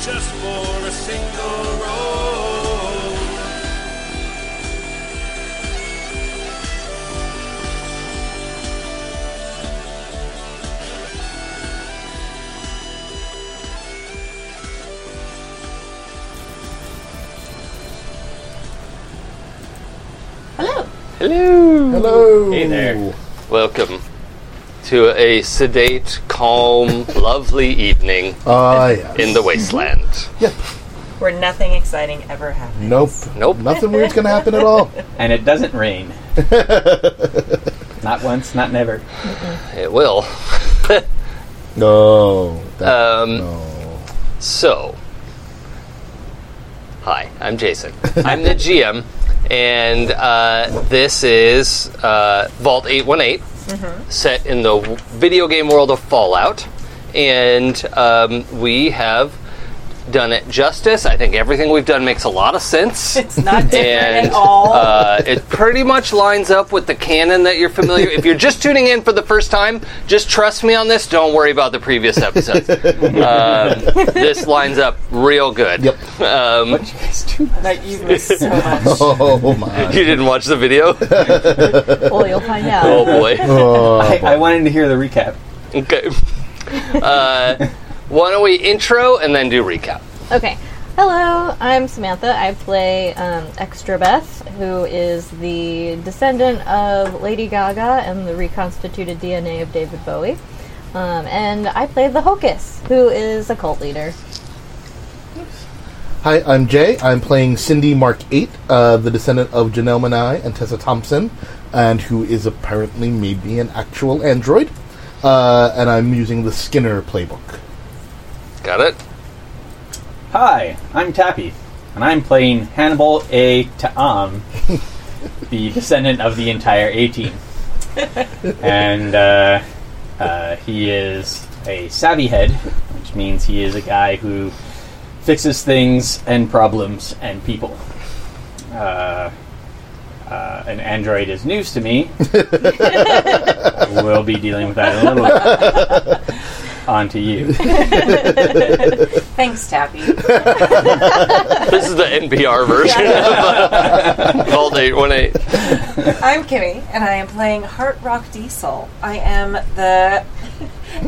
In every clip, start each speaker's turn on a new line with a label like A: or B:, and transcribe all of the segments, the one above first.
A: just for a single road.
B: Hello.
C: Hello.
D: Hello.
C: Hey there. Welcome to a sedate, calm, lovely evening
D: Ah, yes.
C: in the wasteland.
B: Where nothing exciting ever happens.
D: nope.
C: Nope.
D: Nothing weird's gonna happen at all.
E: And it doesn't rain. not once, not never.
C: It will.
D: No. That,
C: Um,
D: no.
C: So, hi, I'm Jason. I'm the GM, and uh, this is uh, Vault 818, set in the w- video game world of Fallout. And um, we have done it justice. I think everything we've done makes a lot of sense.
B: It's not different
C: and
B: at all.
C: Uh, it pretty much lines up with the canon that you're familiar. if you're just tuning in for the first time, just trust me on this. Don't worry about the previous episodes. um, this lines up real good.
D: Yep.
C: Um,
E: What you guys do?
B: Like you've missed so much.
D: Oh
C: you
D: my.
C: didn't watch the video?
F: Well, you'll find out.
C: oh boy.
D: Oh,
E: I, I wanted to hear the recap.
C: Okay. Uh, why don't we intro and then do recap?
F: Okay. Hello, I'm Samantha. I play um, Extra Beth, who is the descendant of Lady Gaga and the reconstituted DNA of David Bowie. Um, and I play the Hocus, who is a cult leader.
D: Hi, I'm Jay. I'm playing Cindy Mark Eight, uh, the descendant of Janelle Manai and Tessa Thompson, and who is apparently maybe an actual android. Uh, and I'm using the Skinner playbook.
C: Got it?
E: Hi, I'm Tappy, and I'm playing Hannibal A. Ta'am, the descendant of the entire A team. and uh, uh, he is a savvy head, which means he is a guy who fixes things and problems and people. Uh, uh, an android is news to me. we'll be dealing with that in a little bit. On to you.
B: Thanks, Tappy.
C: This is the NPR version of uh, Vault 818.
B: I'm Kimmy, and I am playing Heart Rock Diesel. I am the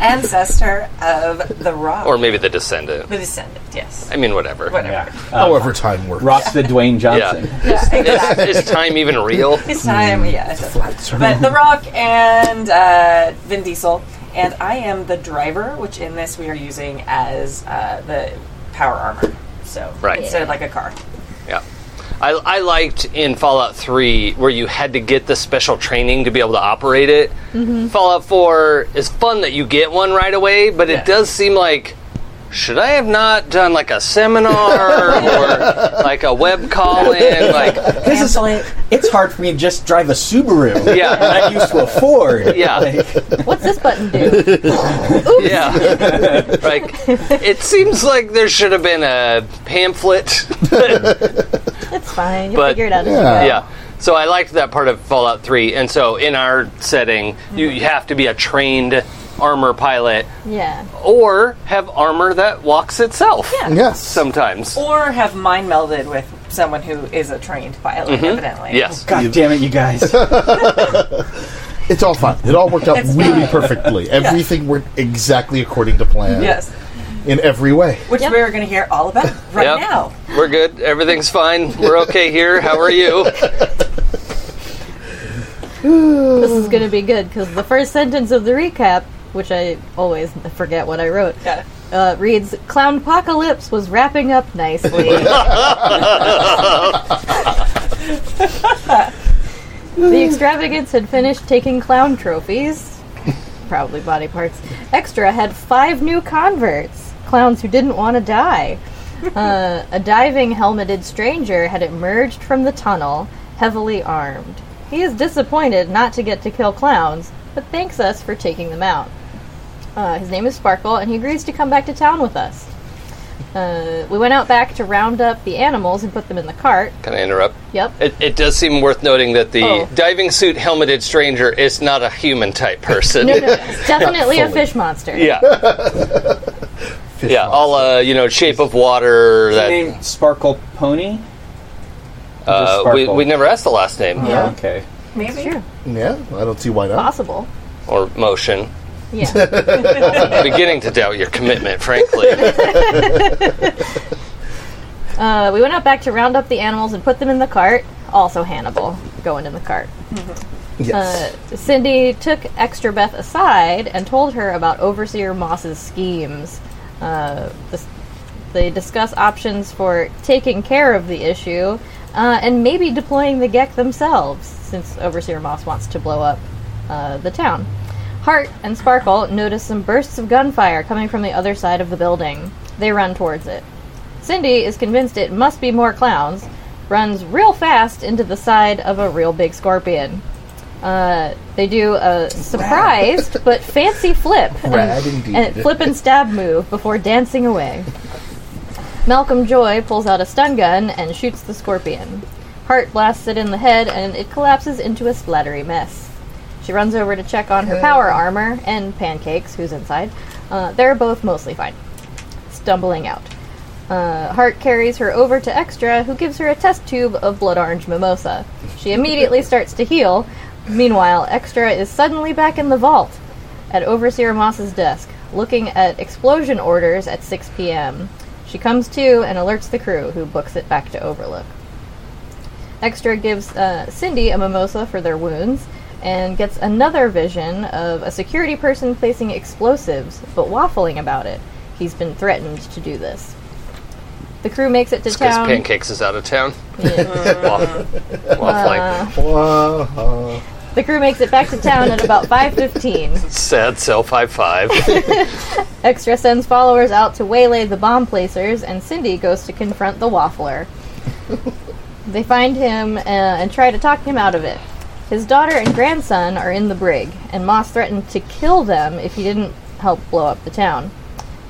B: ancestor of the Rock.
C: Or maybe The Descendant.
B: the descendant, yes.
C: I mean, whatever.
B: Whatever.
E: Yeah. Uh,
D: However, time works.
E: Rock's the Dwayne Johnson.
B: Yeah, exactly.
C: Is, is time even real?
B: It's time, yeah. it doesn't matter.
D: Sorry.
B: But The Rock and uh, Vin Diesel, and I am the driver, which in this we are using as uh, the power armor. So
C: Right.
B: instead of like a car.
C: Yeah. I, I liked in Fallout 3 where you had to get the special training to be able to operate it. Fallout 4 is fun that you get one right away, but
E: Yeah.
C: it does seem like should I have not done like a seminar or like a web call in? Like,
E: This is, it's hard for me to just drive a Subaru
C: yeah,
E: that I used to afford.
C: Yeah.
F: What's this button do?
C: yeah. like, it seems like there should have been a pamphlet.
F: it's fine. You'll
C: But-
F: figure it out as
D: Yeah.
F: you go.
C: yeah. So I liked that part of Fallout 3. And so in our setting, you, you have to be a trained armor pilot
F: Yeah.
C: or have armor that walks itself
B: Yeah.
D: Yes.
C: sometimes.
B: Or have mind melded with someone who is a trained pilot, evidently.
C: Mm-hmm. Yes.
E: God damn it, you guys.
D: It's all fine. It all worked out
B: It's
D: really
B: fine.
D: perfectly. Everything worked exactly according to plan.
B: Yes.
D: In every way.
B: Which
F: Yep.
B: we're going to hear all about right
C: Yep.
B: now.
C: We're good. Everything's fine. We're okay here. How are you?
F: This is going to be good because the first sentence of the recap, which I always forget what I wrote,
B: Yeah.
F: uh, reads Clown Apocalypse was wrapping up nicely. the extravagance had finished taking clown trophies, probably body parts. Extra had five new converts, clowns who didn't want to die. Uh, a diving helmeted stranger had emerged from the tunnel, heavily armed. He is disappointed not to get to kill clowns, but thanks us for taking them out. Uh, his name is Sparkle, and he agrees to come back to town with us. Uh, we went out back to round up the animals and put them in the cart.
C: Can I interrupt?
F: Yep.
C: It, it does seem worth noting that the
F: Oh.
C: diving suit helmeted stranger is not a human type person.
F: No, no, it's definitely a fish monster.
C: Yeah.
D: fish.
C: Yeah, all
D: monster.
C: uh, you know, Shape of Water.
E: What's
C: That
E: the name Sparkle Pony? Or just
C: uh, we,
E: Sparkle?
C: we never asked the last name
E: Oh, okay.
B: Maybe.
F: Sure.
D: yeah. I don't see why not.
F: Possible.
C: or motion.
F: Yeah.
C: I'm beginning to doubt your commitment, frankly.
F: uh, we went out back to round up the animals and put them in the cart. Also, Hannibal going in the cart. Uh,
D: Yes.
F: Cindy took Extra Beth aside and told her about Overseer Moss's schemes. Uh, this, they discuss options for taking care of the issue uh, and maybe deploying the Gek themselves, since Overseer Moss wants to blow up uh, the town. Hart and Sparkle notice some bursts of gunfire coming from the other side of the building. They run towards it. Cindy is convinced it must be more clowns, runs real fast into the side of a real big scorpion. Uh, they do a surprised but fancy flip
D: Rad
F: and,
D: indeed.
F: and flip and stab move before dancing away. Malcolm Joy pulls out a stun gun and shoots the scorpion. Hart blasts it in the head and it collapses into a splattery mess. She runs over to check on her power armor and Pancakes, who's inside. Uh, they're both mostly fine. Stumbling out. Uh, Hart carries her over to Extra, who gives her a test tube of blood orange mimosa. She immediately starts to heal. Meanwhile, Extra is suddenly back in the vault at Overseer Moss's desk, looking at explosion orders at 6 p.m. She comes to and alerts the crew, who books it back to Overlook. Extra gives uh, Cindy a mimosa for their wounds and gets another vision of a security person placing explosives but waffling about it. He's been threatened to do this. The crew makes it to
C: Because
F: town.
C: Pancakes is out of town.
F: Yeah.
C: Waff- Waffling.
D: Uh, Wah-ha.
F: the crew makes it back to town at about 5:15.
C: Sad self high five.
F: Extra sends followers out to waylay the bomb placers, and Cindy goes to confront the waffler. they find him uh, and try to talk him out of it. His daughter and grandson are in the brig, and Moss threatened to kill them if he didn't help blow up the town.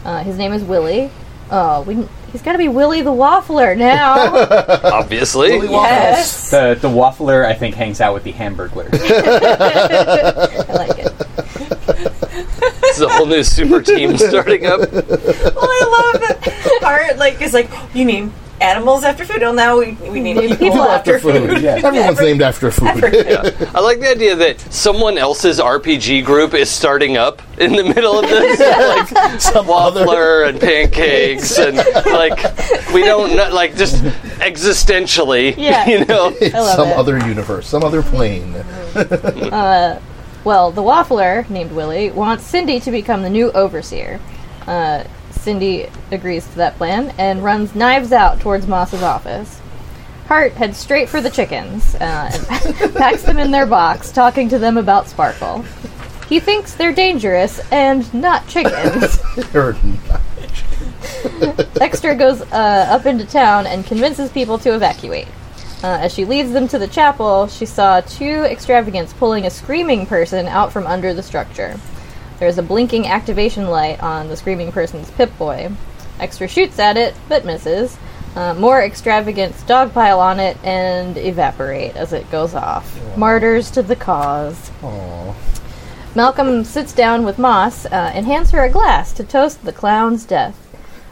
F: Uh, his name is Willie. Oh, we, he's got to be Willie the Waffler now.
C: Obviously.
B: Yes.
E: The the waffler I think hangs out with the hamburglar.
F: I like it.
C: This is a whole new super team starting up.
B: well, I love that Art like is like you mean animals after food. Well, now we, we need people, after food.
D: Yeah. Everyone's named after food.
C: Yeah. I like the idea that someone else's RPG group is starting up in the middle of this. like
D: Some other
C: waffler and pancakes and like we don't know, like just existentially
F: Yeah.
C: you know
F: I love
D: some
F: it.
D: other universe, some other plane.
B: Mm.
F: Well, the waffler, named Willie, wants Cindy to become the new overseer. Uh, Cindy agrees to that plan and runs knives out towards Moss's office. Hart heads straight for the chickens uh, and packs them in their box, talking to them about Sparkle. He thinks they're dangerous and not chickens.
D: Or-
F: Dexter goes uh, up into town and convinces people to evacuate. Uh, as she leads them to the chapel, she saw two extravagants pulling a screaming person out from under the structure. There's a blinking activation light on the screaming person's Pip Boy. Extra shoots at it, but misses. Uh, more extravagants dogpile on it and evaporate as it goes off. Martyrs to the cause.
D: Aw.
F: Malcolm sits down with Moss uh, and hands her a glass to toast the clown's death.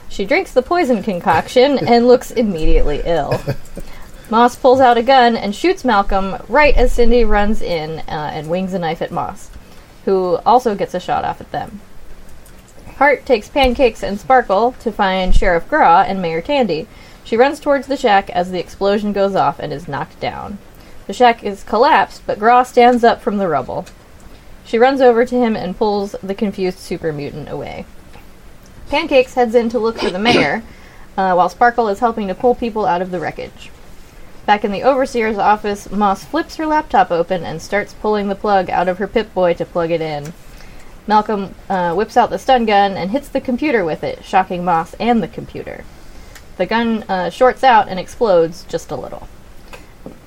F: She drinks the poison concoction and looks immediately ill. Moss pulls out a gun and shoots Malcolm right as Cindy runs in uh, and wings a knife at Moss, who also gets a shot off at them. Hart takes Pancakes and Sparkle to find Sheriff Graw and Mayor Tandy. She runs towards the shack as the explosion goes off and is knocked down. The shack is collapsed, but Graw stands up from the rubble. She runs over to him and pulls the confused super mutant away. Pancakes heads in to look for the mayor, uh, while Sparkle is helping to pull people out of the wreckage. Back in the overseer's office, Moss flips her laptop open and starts pulling the plug out of her Pip Boy to plug it in. Malcolm uh, whips out the stun gun and hits the computer with it, shocking Moss and the computer. The gun uh, shorts out and explodes just a little.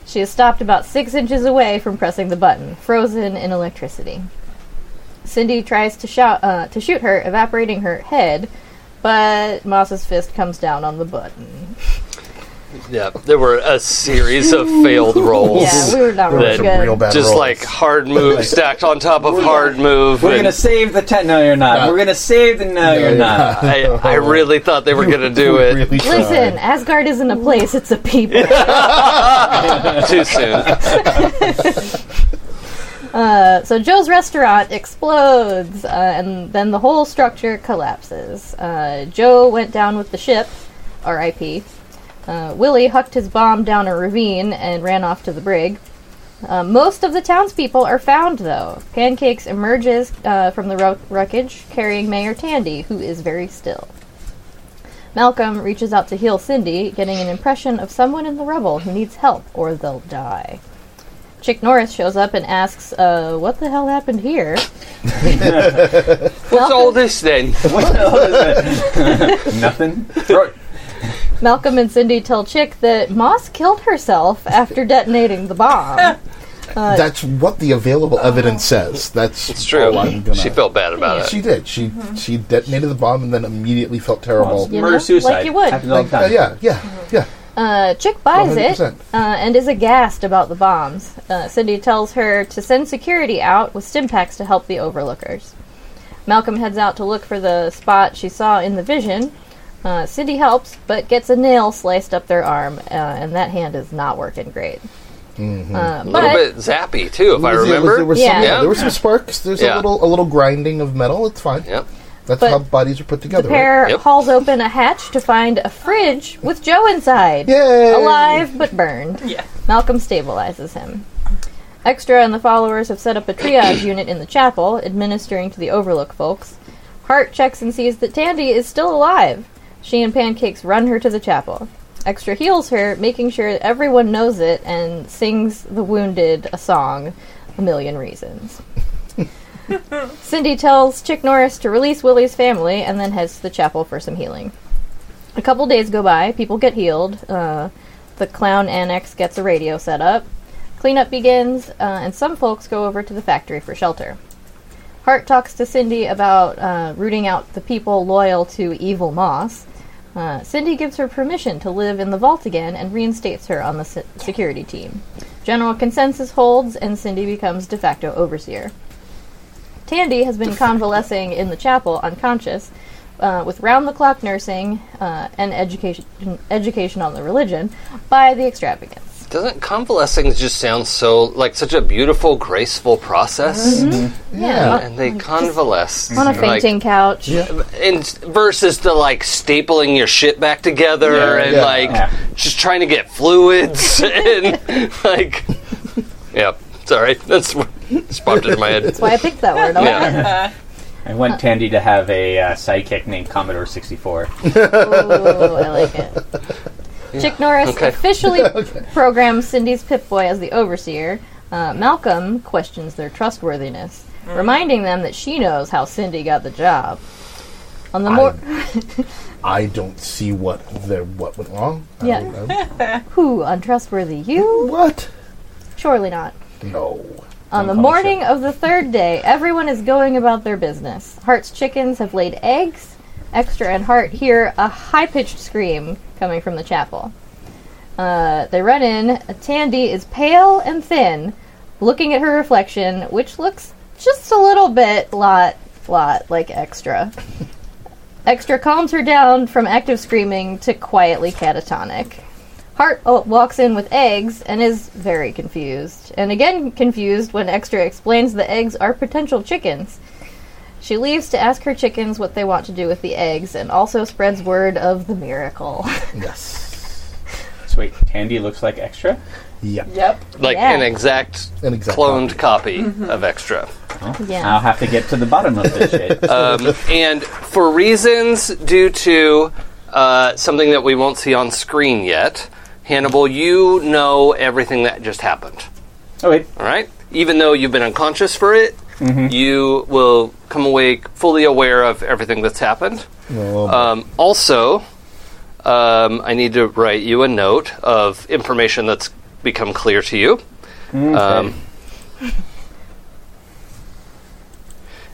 F: She is stopped about six inches away from pressing the button, frozen in electricity. Cindy tries to shout uh, to shoot her, evaporating her head, but Moss's fist comes down on the button.
C: yeah, there were a series of failed rolls.
F: Yeah, we were not
D: There were
F: really
D: some
F: good.
D: real bad
C: Just
D: rolls.
C: like hard move stacked on top of hard move.
E: We're
C: and
E: gonna save the ten. No, you're not.
D: Nah.
E: We're gonna save the. No, you're
D: you're
E: not.
D: not.
C: I, I really thought they were going to do it
D: Really tried.
F: Listen, Asgard isn't a place; it's a people.
C: too soon.
F: Uh, so Joe's restaurant explodes, uh, and then the whole structure collapses. Uh, Joe went down with the ship, R.I.P. Uh, Willie hucked his bomb down a ravine and ran off to the brig. Uh, most of the townspeople are found, though. Pancakes emerges uh, from the ru- wreckage carrying Mayor Tandy, who is very still. Malcolm reaches out to heal Cindy, getting an impression of someone in the rubble who needs help or they'll die. Chick Norris shows up and asks, uh, what the hell happened here?
C: What's all this then?
E: What the hell is it? Nothing. Right.
F: Malcolm and Cindy tell Chick that Moss killed herself after detonating the bomb.
B: uh,
D: That's what the available evidence
B: Oh.
D: says. That's
C: It's true.
D: all Oh, I'm gonna-
C: She felt bad about it.
D: She did. She
B: Mm-hmm.
D: she detonated the bomb and then immediately felt terrible.
F: You know,
E: Murder suicide.
F: like you would.
E: Happens all the
D: Uh,
E: time.
D: yeah, yeah,
B: Mm-hmm.
D: yeah.
F: Uh, Chick buys it
D: 100%.
F: uh, and is aghast about the bombs. Uh, Cindy tells her to send security out with stimpaks to help the overlookers. Malcolm heads out to look for the spot she saw in the vision. Uh, Cindy helps, but gets a nail sliced up their arm, uh, and that hand is not working great. Uh,
C: A little
F: but-
C: bit zappy too, if I
D: There was- There
C: remember.
D: were,
F: Yeah.
D: some,
F: Yeah.
D: there were some sparks. There's
C: Yeah.
D: a little a little grinding of metal. It's fine.
C: Yep.
D: That's
F: But
D: how bodies are put together.
F: The pair
C: Yep.
F: hauls open a hatch to find a fridge with Joe inside.
D: Yay!
F: Alive but burned.
B: Yeah.
F: Malcolm stabilizes him. Extra and the followers have set up a triage unit in the chapel, administering to the Overlook folks. Hart checks and sees that Tandy is still alive. She and Pancakes run her to the chapel. Extra heals her, making sure everyone knows it, and sings the wounded a song, A Million Reasons. Cindy tells Chick Norris to release Willie's family and then heads to the chapel for some healing. A couple days go by, people get healed, uh, the clown annex gets a radio set up, cleanup begins, uh, and some folks go over to the factory for shelter. Hart talks to Cindy about uh, rooting out the people loyal to evil Moss. Uh, Cindy gives her permission to live in the vault again and reinstates her on the se- security team. General consensus holds, and Cindy becomes de facto overseer. Tandy has been convalescing in the chapel, unconscious, uh, with round-the-clock nursing uh, and education education on the religion by the extravagance.
C: Doesn't convalescing just sound so like such a beautiful, graceful process?
D: yeah.
C: And they convalesce
F: On a
C: like,
F: Mm-hmm. fainting couch.
C: and versus the like stapling your shit back together
E: Yeah,
C: and
D: yeah.
C: like
E: Yeah.
C: just trying to get fluids and like yeah. Sorry, that's what just popped into my head.
F: That's why I picked that word.
C: Yeah.
E: I want Tandy to have a uh, sidekick named Commodore 64.
F: Ooh, I like it. Chick Norris
C: Okay.
F: officially programs Cindy's Pip-Boy as the overseer. Uh, Malcolm questions their trustworthiness, reminding them that she knows how Cindy got the job. On the more,
D: I don't see what there what went wrong. I
F: Yeah.
D: don't know.
F: who untrustworthy you?
D: What?
F: Surely not.
D: No.
F: On the
E: call me
F: morning of the third day, everyone is going about their business. Hart's chickens have laid eggs. Extra and Hart hear a high pitched scream coming from the chapel. Uh, they run in. Tandy is pale and thin, looking at her reflection, which looks just a little bit lot lot like Extra. Extra calms her down from active screaming to quietly catatonic. Hart uh, walks in with eggs and is very confused, and again confused when Extra explains the eggs are potential chickens. She leaves to ask her chickens what they want to do with the eggs and also spreads word of the miracle.
D: Yes.
E: So wait, Tandy looks like extra?
D: Yeah.
B: Yep.
C: Like
F: Yeah. Mm-hmm.
C: an exact,
D: An exact
C: cloned copy of Extra.
F: Yeah.
E: I'll have to get to the bottom of this shit.
C: Um, and for reasons due to uh, something that we won't see on screen yet, Hannibal, you know everything that just happened.
E: oh wait,
C: All right? Even though you've been unconscious for it, you will come away fully aware of everything that's happened.
D: No,
C: Um, also, um, I need to write you a note of information that's become clear to you. Um,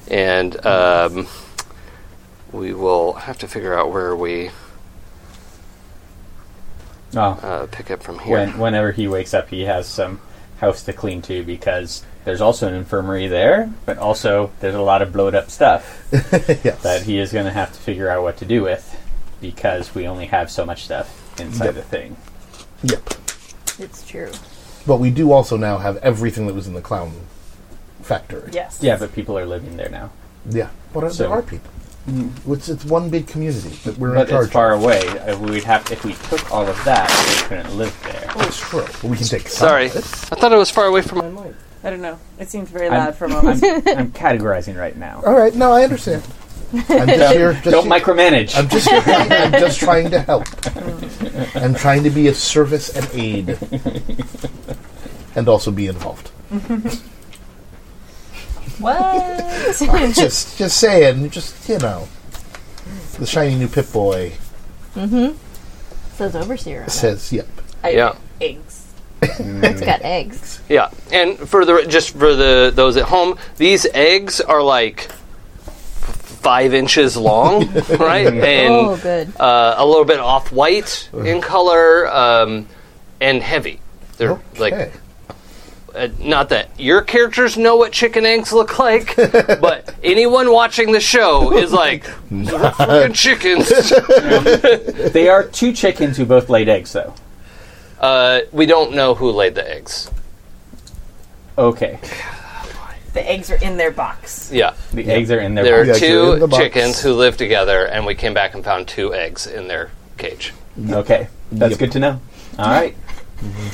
C: and um, we will have to figure out where we
E: Oh,
C: uh, pick up from here.
E: when, whenever he wakes up, he has some house to clean to because there's also an infirmary there, but also there's a lot of blowed up stuff
D: yes.
E: that he is going to have to figure out what to do with because we only have so much stuff inside the thing.
D: Yep.
F: It's true.
D: But we do also now have everything that was in the clown factory.
B: Yes.
E: Yeah, but people are living there now.
D: Yeah. But
E: So-
D: there are people.
C: Mm.
D: It's, it's one big community that we're in
E: But
D: charge
E: it's far
D: of.
E: away. If we'd have if we took all of that, we couldn't live there.
D: Oh, it's true. But we can take some
C: Sorry, I
D: of it.
C: thought it was far away from. my
B: I don't know. It seemed very
E: I'm-
B: loud for a moment.
E: I'm, I'm categorizing right now.
D: All right. No, I understand. I'm just here. Just
E: Don't
D: here-
E: micromanage.
D: I'm just, I'm just trying to help. I'm trying to be of service and aid, and also be involved.
B: what?
D: Just, just saying. Just you know, the shiny new Pip Boy
F: says overseer. On it.
D: says, "Yep,
B: I,
C: Yeah.
B: Eggs.
F: It's got eggs.
C: Yeah, and for the just for the those at home, these eggs are like five inches long, right? And
F: oh, good.
C: uh, a little bit off white in color um, and heavy. They're
D: okay."
C: like uh, not that your characters know what chicken eggs look like, but anyone watching the show is like "Fucking chickens.
E: they are two chickens who both laid eggs, though.
C: Uh, we don't know who laid the eggs.
E: Okay,
B: The eggs are in their box.
C: Yeah,
E: the eggs are in their.
C: there are
D: Yeah, they're in the
C: two
D: box.
C: chickens who live together, and we came back and found two eggs in their cage.
E: Okay, that's
D: Yep.
E: good to know. All right,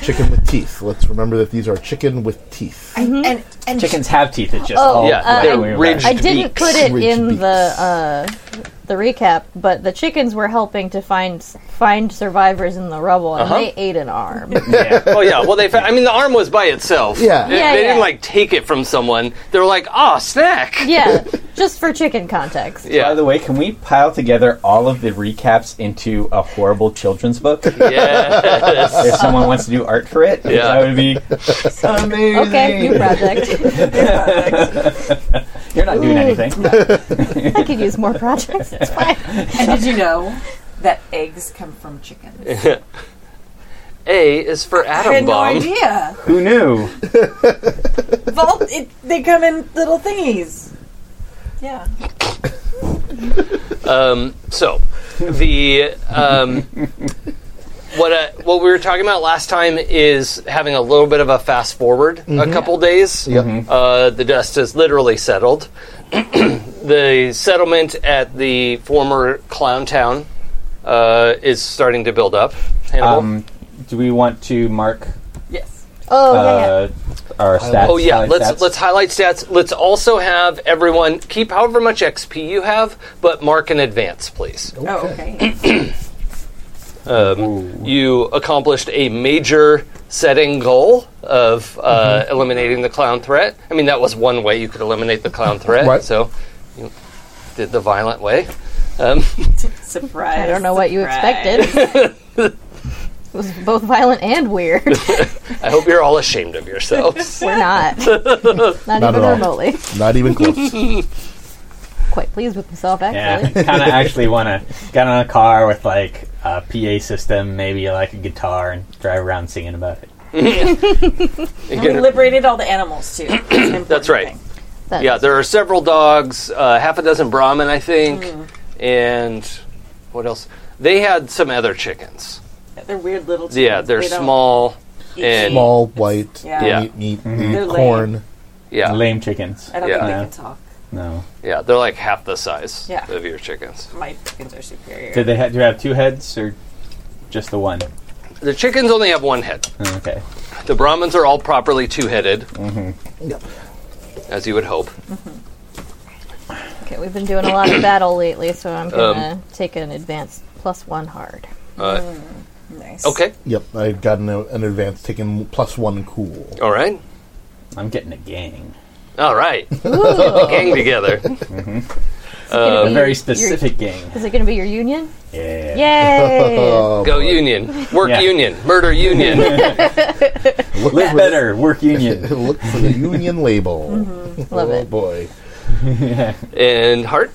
D: chicken with teeth. Let's remember that these are chicken with teeth.
B: And and
E: chickens have teeth. It's just
F: Oh,
E: all
C: Yeah,
E: the
F: they're
E: way around.
C: ridged.
F: I didn't
C: beaks.
F: put it
D: Ridge
F: in
D: beaks.
F: the uh, the recap, but the chickens were helping to find find survivors in the rubble, and
C: Uh-huh.
F: they ate an arm.
E: Yeah.
C: Oh yeah, well they. Fa- I mean, the arm was by itself.
D: Yeah.
C: they,
F: Yeah,
C: they didn't
F: yeah.
C: like take it from someone. They were like, "Ah, snack."
F: yeah, just for chicken context.
E: By
C: Yeah,
E: the way, can we pile together all of the recaps into a horrible children's book? if
C: yeah.
E: someone wants to do art for it,
C: Yeah.
E: that would be amazing.
F: Okay, new project.
E: You're not doing anything.
F: I could use more projects. It's fine.
B: and did you know that eggs come from chickens?
C: A is for
B: I had
C: atom
B: no
C: bomb.
B: idea.
E: Who knew?
B: Vault, it, they come in little thingies. Yeah.
C: Um, so, the um, what uh, what we were talking about last time is having a little bit of a fast forward a couple days.
D: Yep.
C: Uh, the dust is literally settled. the settlement at the former clown town uh, is starting to build up. Hannibal?
E: Um, do we want to mark
B: Yes.
F: Oh, yeah, yeah.
E: uh, our stats?
C: Oh yeah,
E: highlight
C: let's
E: stats?
C: let's highlight stats. Let's also have everyone keep however much XP you have, but mark in advance, please.
B: Oh, okay.
C: Um, you accomplished a major setting goal of uh,
B: Mm-hmm.
C: eliminating the clown threat. I mean, that was one way you could eliminate the clown threat.
D: Right.
C: So you did the violent way. Um,
B: surprise.
F: I don't know what you
B: surprise.
F: expected. It was both violent and weird.
C: I hope you're all ashamed of yourselves.
F: We're not. Not,
D: at
F: even
D: all.
F: remotely.
D: Not even close.
F: Quite pleased with myself,
E: Yeah,
F: actually.
E: kind of actually want to get on a car with like a PA system, maybe like a guitar, and drive around singing about it.
C: You're
B: We
C: gonna-
B: liberated all the animals too. That's, an important
C: right.
B: thing.
F: That-
C: yeah, there are several dogs, uh, half a dozen Brahmin, I think,
B: Mm.
C: and what else? They had some other chickens.
B: They're weird little. Chickens.
C: Yeah, they're
B: They don't
C: small
B: eat
C: and-
B: meat.
D: Small, white,
B: Yeah.
C: Yeah.
D: meat, meat,
B: They're lame.
D: corn.
C: Yeah,
E: Lame chickens.
B: I don't
C: Yeah.
B: think they can talk.
E: No.
C: yeah, they're like half the size
B: Yeah.
C: of your chickens.
B: My chickens are superior.
E: Did they ha- do they have two heads or just the one?
C: The chickens only have one head.
E: Oh, Okay.
C: The Brahmins are all properly two-headed, as you would hope.
F: Okay, we've been doing a lot of battle lately, so I'm gonna take an advanced plus one hard.
B: nice.
C: Okay,
D: Yep, I had gotten a, an advance taken plus one cool.
C: all right,
E: I'm getting a gang.
C: all right. Gang together.
F: Gonna
E: A
F: be
E: very
F: your-
E: specific gang.
F: Is it going to be your union?
E: Yeah.
F: Yay!
D: Oh,
C: Go union. Work
E: Yeah.
C: union. Murder union.
D: look
E: Live
D: for
E: better, work
D: the-
E: union.
D: Look for the union label.
B: Mm-hmm.
F: Love
D: oh
F: it.
D: boy.
C: and heart.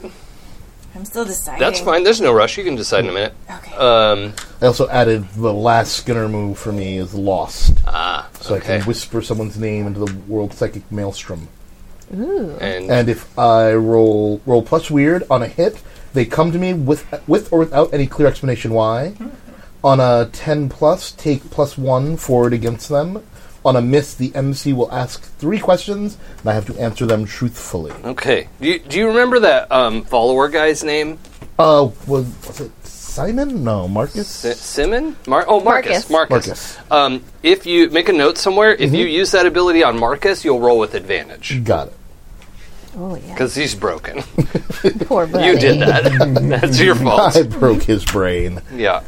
B: I'm still deciding.
C: That's fine. There's no rush. You can decide in a minute.
B: Okay.
C: Um,
D: I also added the last Skinner move for me is Lost,
C: Ah,
D: so I
C: okay.
D: can whisper someone's name into the world psychic maelstrom.
F: Ooh.
C: and,
D: And if I roll roll plus weird on a hit, they come to me with with or without any clear explanation why. On a ten plus, take plus one forward against them. On a miss, the MC will ask three questions, and I have to answer them truthfully.
C: okay. Do you, do you remember that um, follower guy's name?
D: Uh, was, was it Simon? No, Marcus.
C: S- Simon? Mar- oh, Marcus.
F: Marcus.
C: Marcus.
D: Marcus. Mm-hmm.
C: Um, if you make a note somewhere, if you use that ability on Marcus, you'll roll with advantage
D: Got it.
F: Oh yeah.
C: because he's broken.
F: Poor buddy.
C: you did that. That's your fault.
D: I broke his brain.
C: Yeah.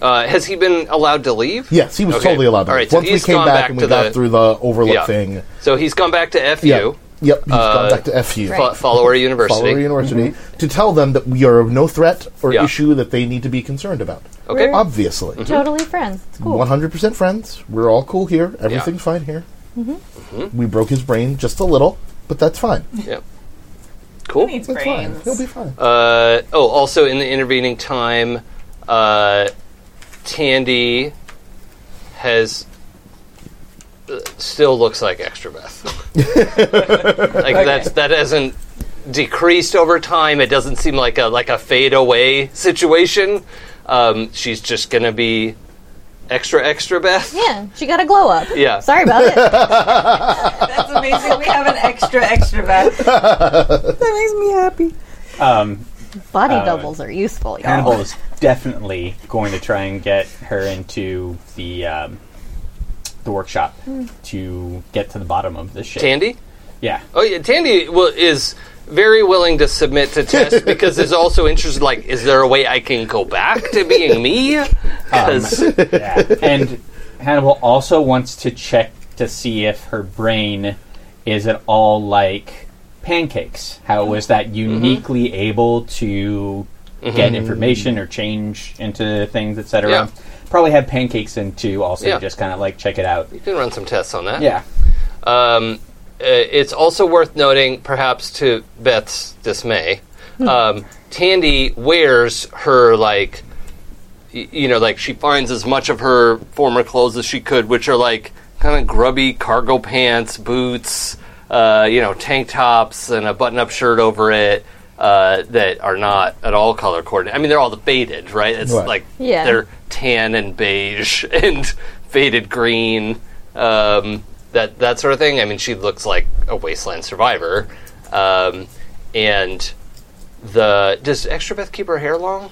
C: Uh, has he been allowed to leave?
D: Yes, he was
C: Okay.
D: totally allowed. to
C: All
D: leave.
C: right, so
D: Once we
C: he's
D: came
C: gone
D: back,
C: back
D: and
C: to
D: we got
C: the-
D: through the overlook
C: Yeah.
D: thing.
C: So he's gone back to FU,
D: Yep. Yep, he's
C: Uh,
D: gone back to FU.
F: Right.
C: fo- Follower University.
D: Follower University to tell them that we are of no threat or
C: Yeah.
D: issue that they need to be concerned about.
C: Okay. Mm-hmm.
D: Obviously.
F: Totally friends. It's cool.
D: 100% friends. We're all cool here. Everything's fine here.
C: Mm-hmm.
D: We broke his brain just a little, but that's fine.
C: Yep.
B: He
C: Cool.
B: needs
D: That's fine.
B: brains.
D: He'll be fine.
C: Uh, oh, also in the intervening time, uh, Tandy has uh, still looks like extra Beth. like that's that hasn't decreased over time. It doesn't seem like a like a fade away situation. Um, she's just gonna be extra extra Beth.
F: Yeah, she got a glow up.
C: Yeah.
F: Sorry about it.
B: That's amazing. we have an extra extra bath. that makes me happy.
E: Um,
F: Body doubles are useful, y'all.
E: Hannibal is definitely going to try and get her into the um, the workshop to get to the bottom of this shit.
C: Tandy.
E: Yeah.
C: Oh yeah, Tandy will, is very willing to submit to tests because is also interested. Like, is there a way I can go back to being me? 'Cause-
E: yeah. And Hannibal also wants to check to see if her brain is at all like pancakes. How it was that
C: Mm-hmm.
E: uniquely able to get information or change into things, etc.
C: Yeah.
E: Probably have pancakes in too, also
C: Yeah.
E: just kind of like check it out.
C: you can run some tests on that.
E: Yeah.
C: Um, uh, it's also worth noting, perhaps to Beth's dismay, um, Tandy wears her like, y- you know, like she finds as much of her former clothes as she could, which are like kind of grubby cargo pants, boots, uh, you know, tank tops, and a button-up shirt over it. Uh, that are not at all color coordinated. I mean, they're all faded, right? It's
D: Right.
C: like
F: Yeah.
C: they're tan and beige and faded green, um, that that sort of thing. I mean, she looks like a wasteland survivor. Um, and the does Extra Beth keep her hair long?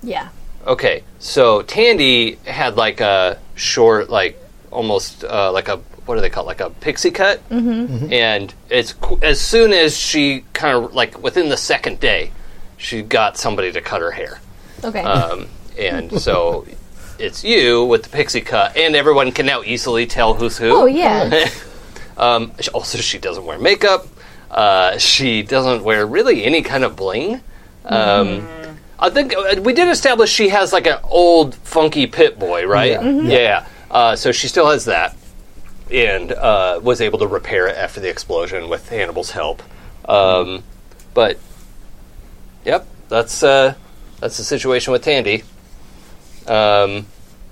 F: Yeah.
C: Okay, so Tandy had like a short, like almost uh, like a what do they call it? like a pixie cut, mm-hmm. and as qu- as soon as she kind of like within the second day, she got somebody to cut her hair.
F: Okay.
C: Um, and so it's you with the pixie cut, and everyone can now easily tell who's who.
F: oh yeah.
C: Um, sh- also, she doesn't wear makeup. Uh, she doesn't wear really any kind of bling. Um, I think uh, we did establish she has like an old funky pit boy, right? Yeah. yeah. Uh, so she still has that, and uh, was able to repair it after the explosion with Hannibal's help. Um, but yep, that's uh, that's the situation with Tandy. Um,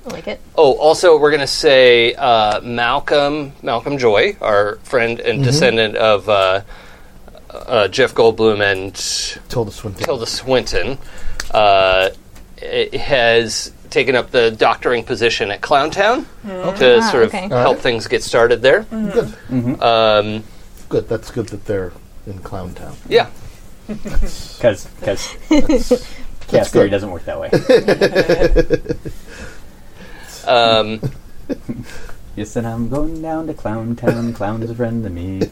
F: I like it.
C: Oh, also, we're going to say uh, Malcolm, Malcolm Joy, our friend and descendant of uh, uh, Jeff Goldblum and
D: Tilda Swinton.
C: Tilda Swinton, uh, i- has taken up the doctoring position at Clowntown to
F: Ah,
C: sort of
F: okay. Mm.
C: help
D: Alright.
C: things get started there.
D: Good.
C: Um,
D: Good. That's good that they're in Clown Town.
C: yeah.
E: Because because
D: That's
E: chaos theory
D: good.
E: doesn't work that way.
C: Um,
E: yes, and I'm going down to Clown Town. Clown's a friend of me.
C: uh,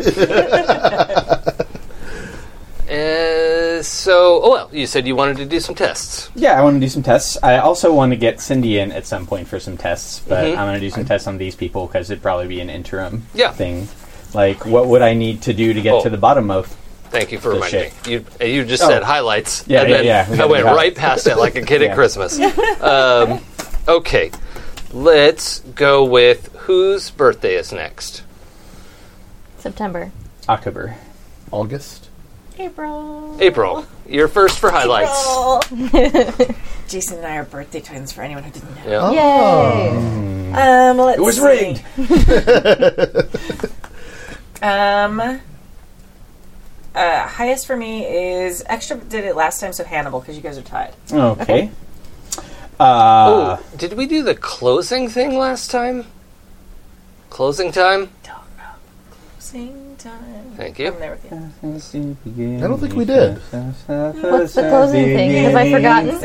C: so, oh, well, you said you wanted to do some tests.
E: Yeah, I want to do some tests. I also want to get Cindy in at some point for some tests, but
C: Mhm.
E: I'm going to do some tests on these people because it'd probably be an interim
C: Yeah.
E: thing. Like, what would I need to do to get
C: Oh.
E: to the bottom of?
C: Thank you for
E: The
C: reminding me. You, uh, you just
E: Oh.
C: said highlights.
E: Yeah,
C: and
E: yeah,
C: then
E: yeah, we
C: I
E: gotta
C: went
E: do that.
C: right past it like a kid
E: Yeah.
C: at Christmas. Um, okay, let's go with whose birthday is next.
F: September.
E: October.
D: August.
B: April.
C: April, you're first for highlights.
B: Jason and I are birthday twins. For anyone who didn't know,
C: Yeah. Oh.
F: Yay!
B: um, let's
E: It was
B: see.
E: rigged.
B: Um, uh, highest for me is extra did it last time, so Hannibal because you guys are tied.
E: Okay. Uh,
C: oh, did we do the closing thing last time? Closing time?
B: Closing time.
C: Thank
B: I'm
C: you.
B: there with you.
D: I don't think we did.
E: What's
F: the closing thing? Have I forgotten?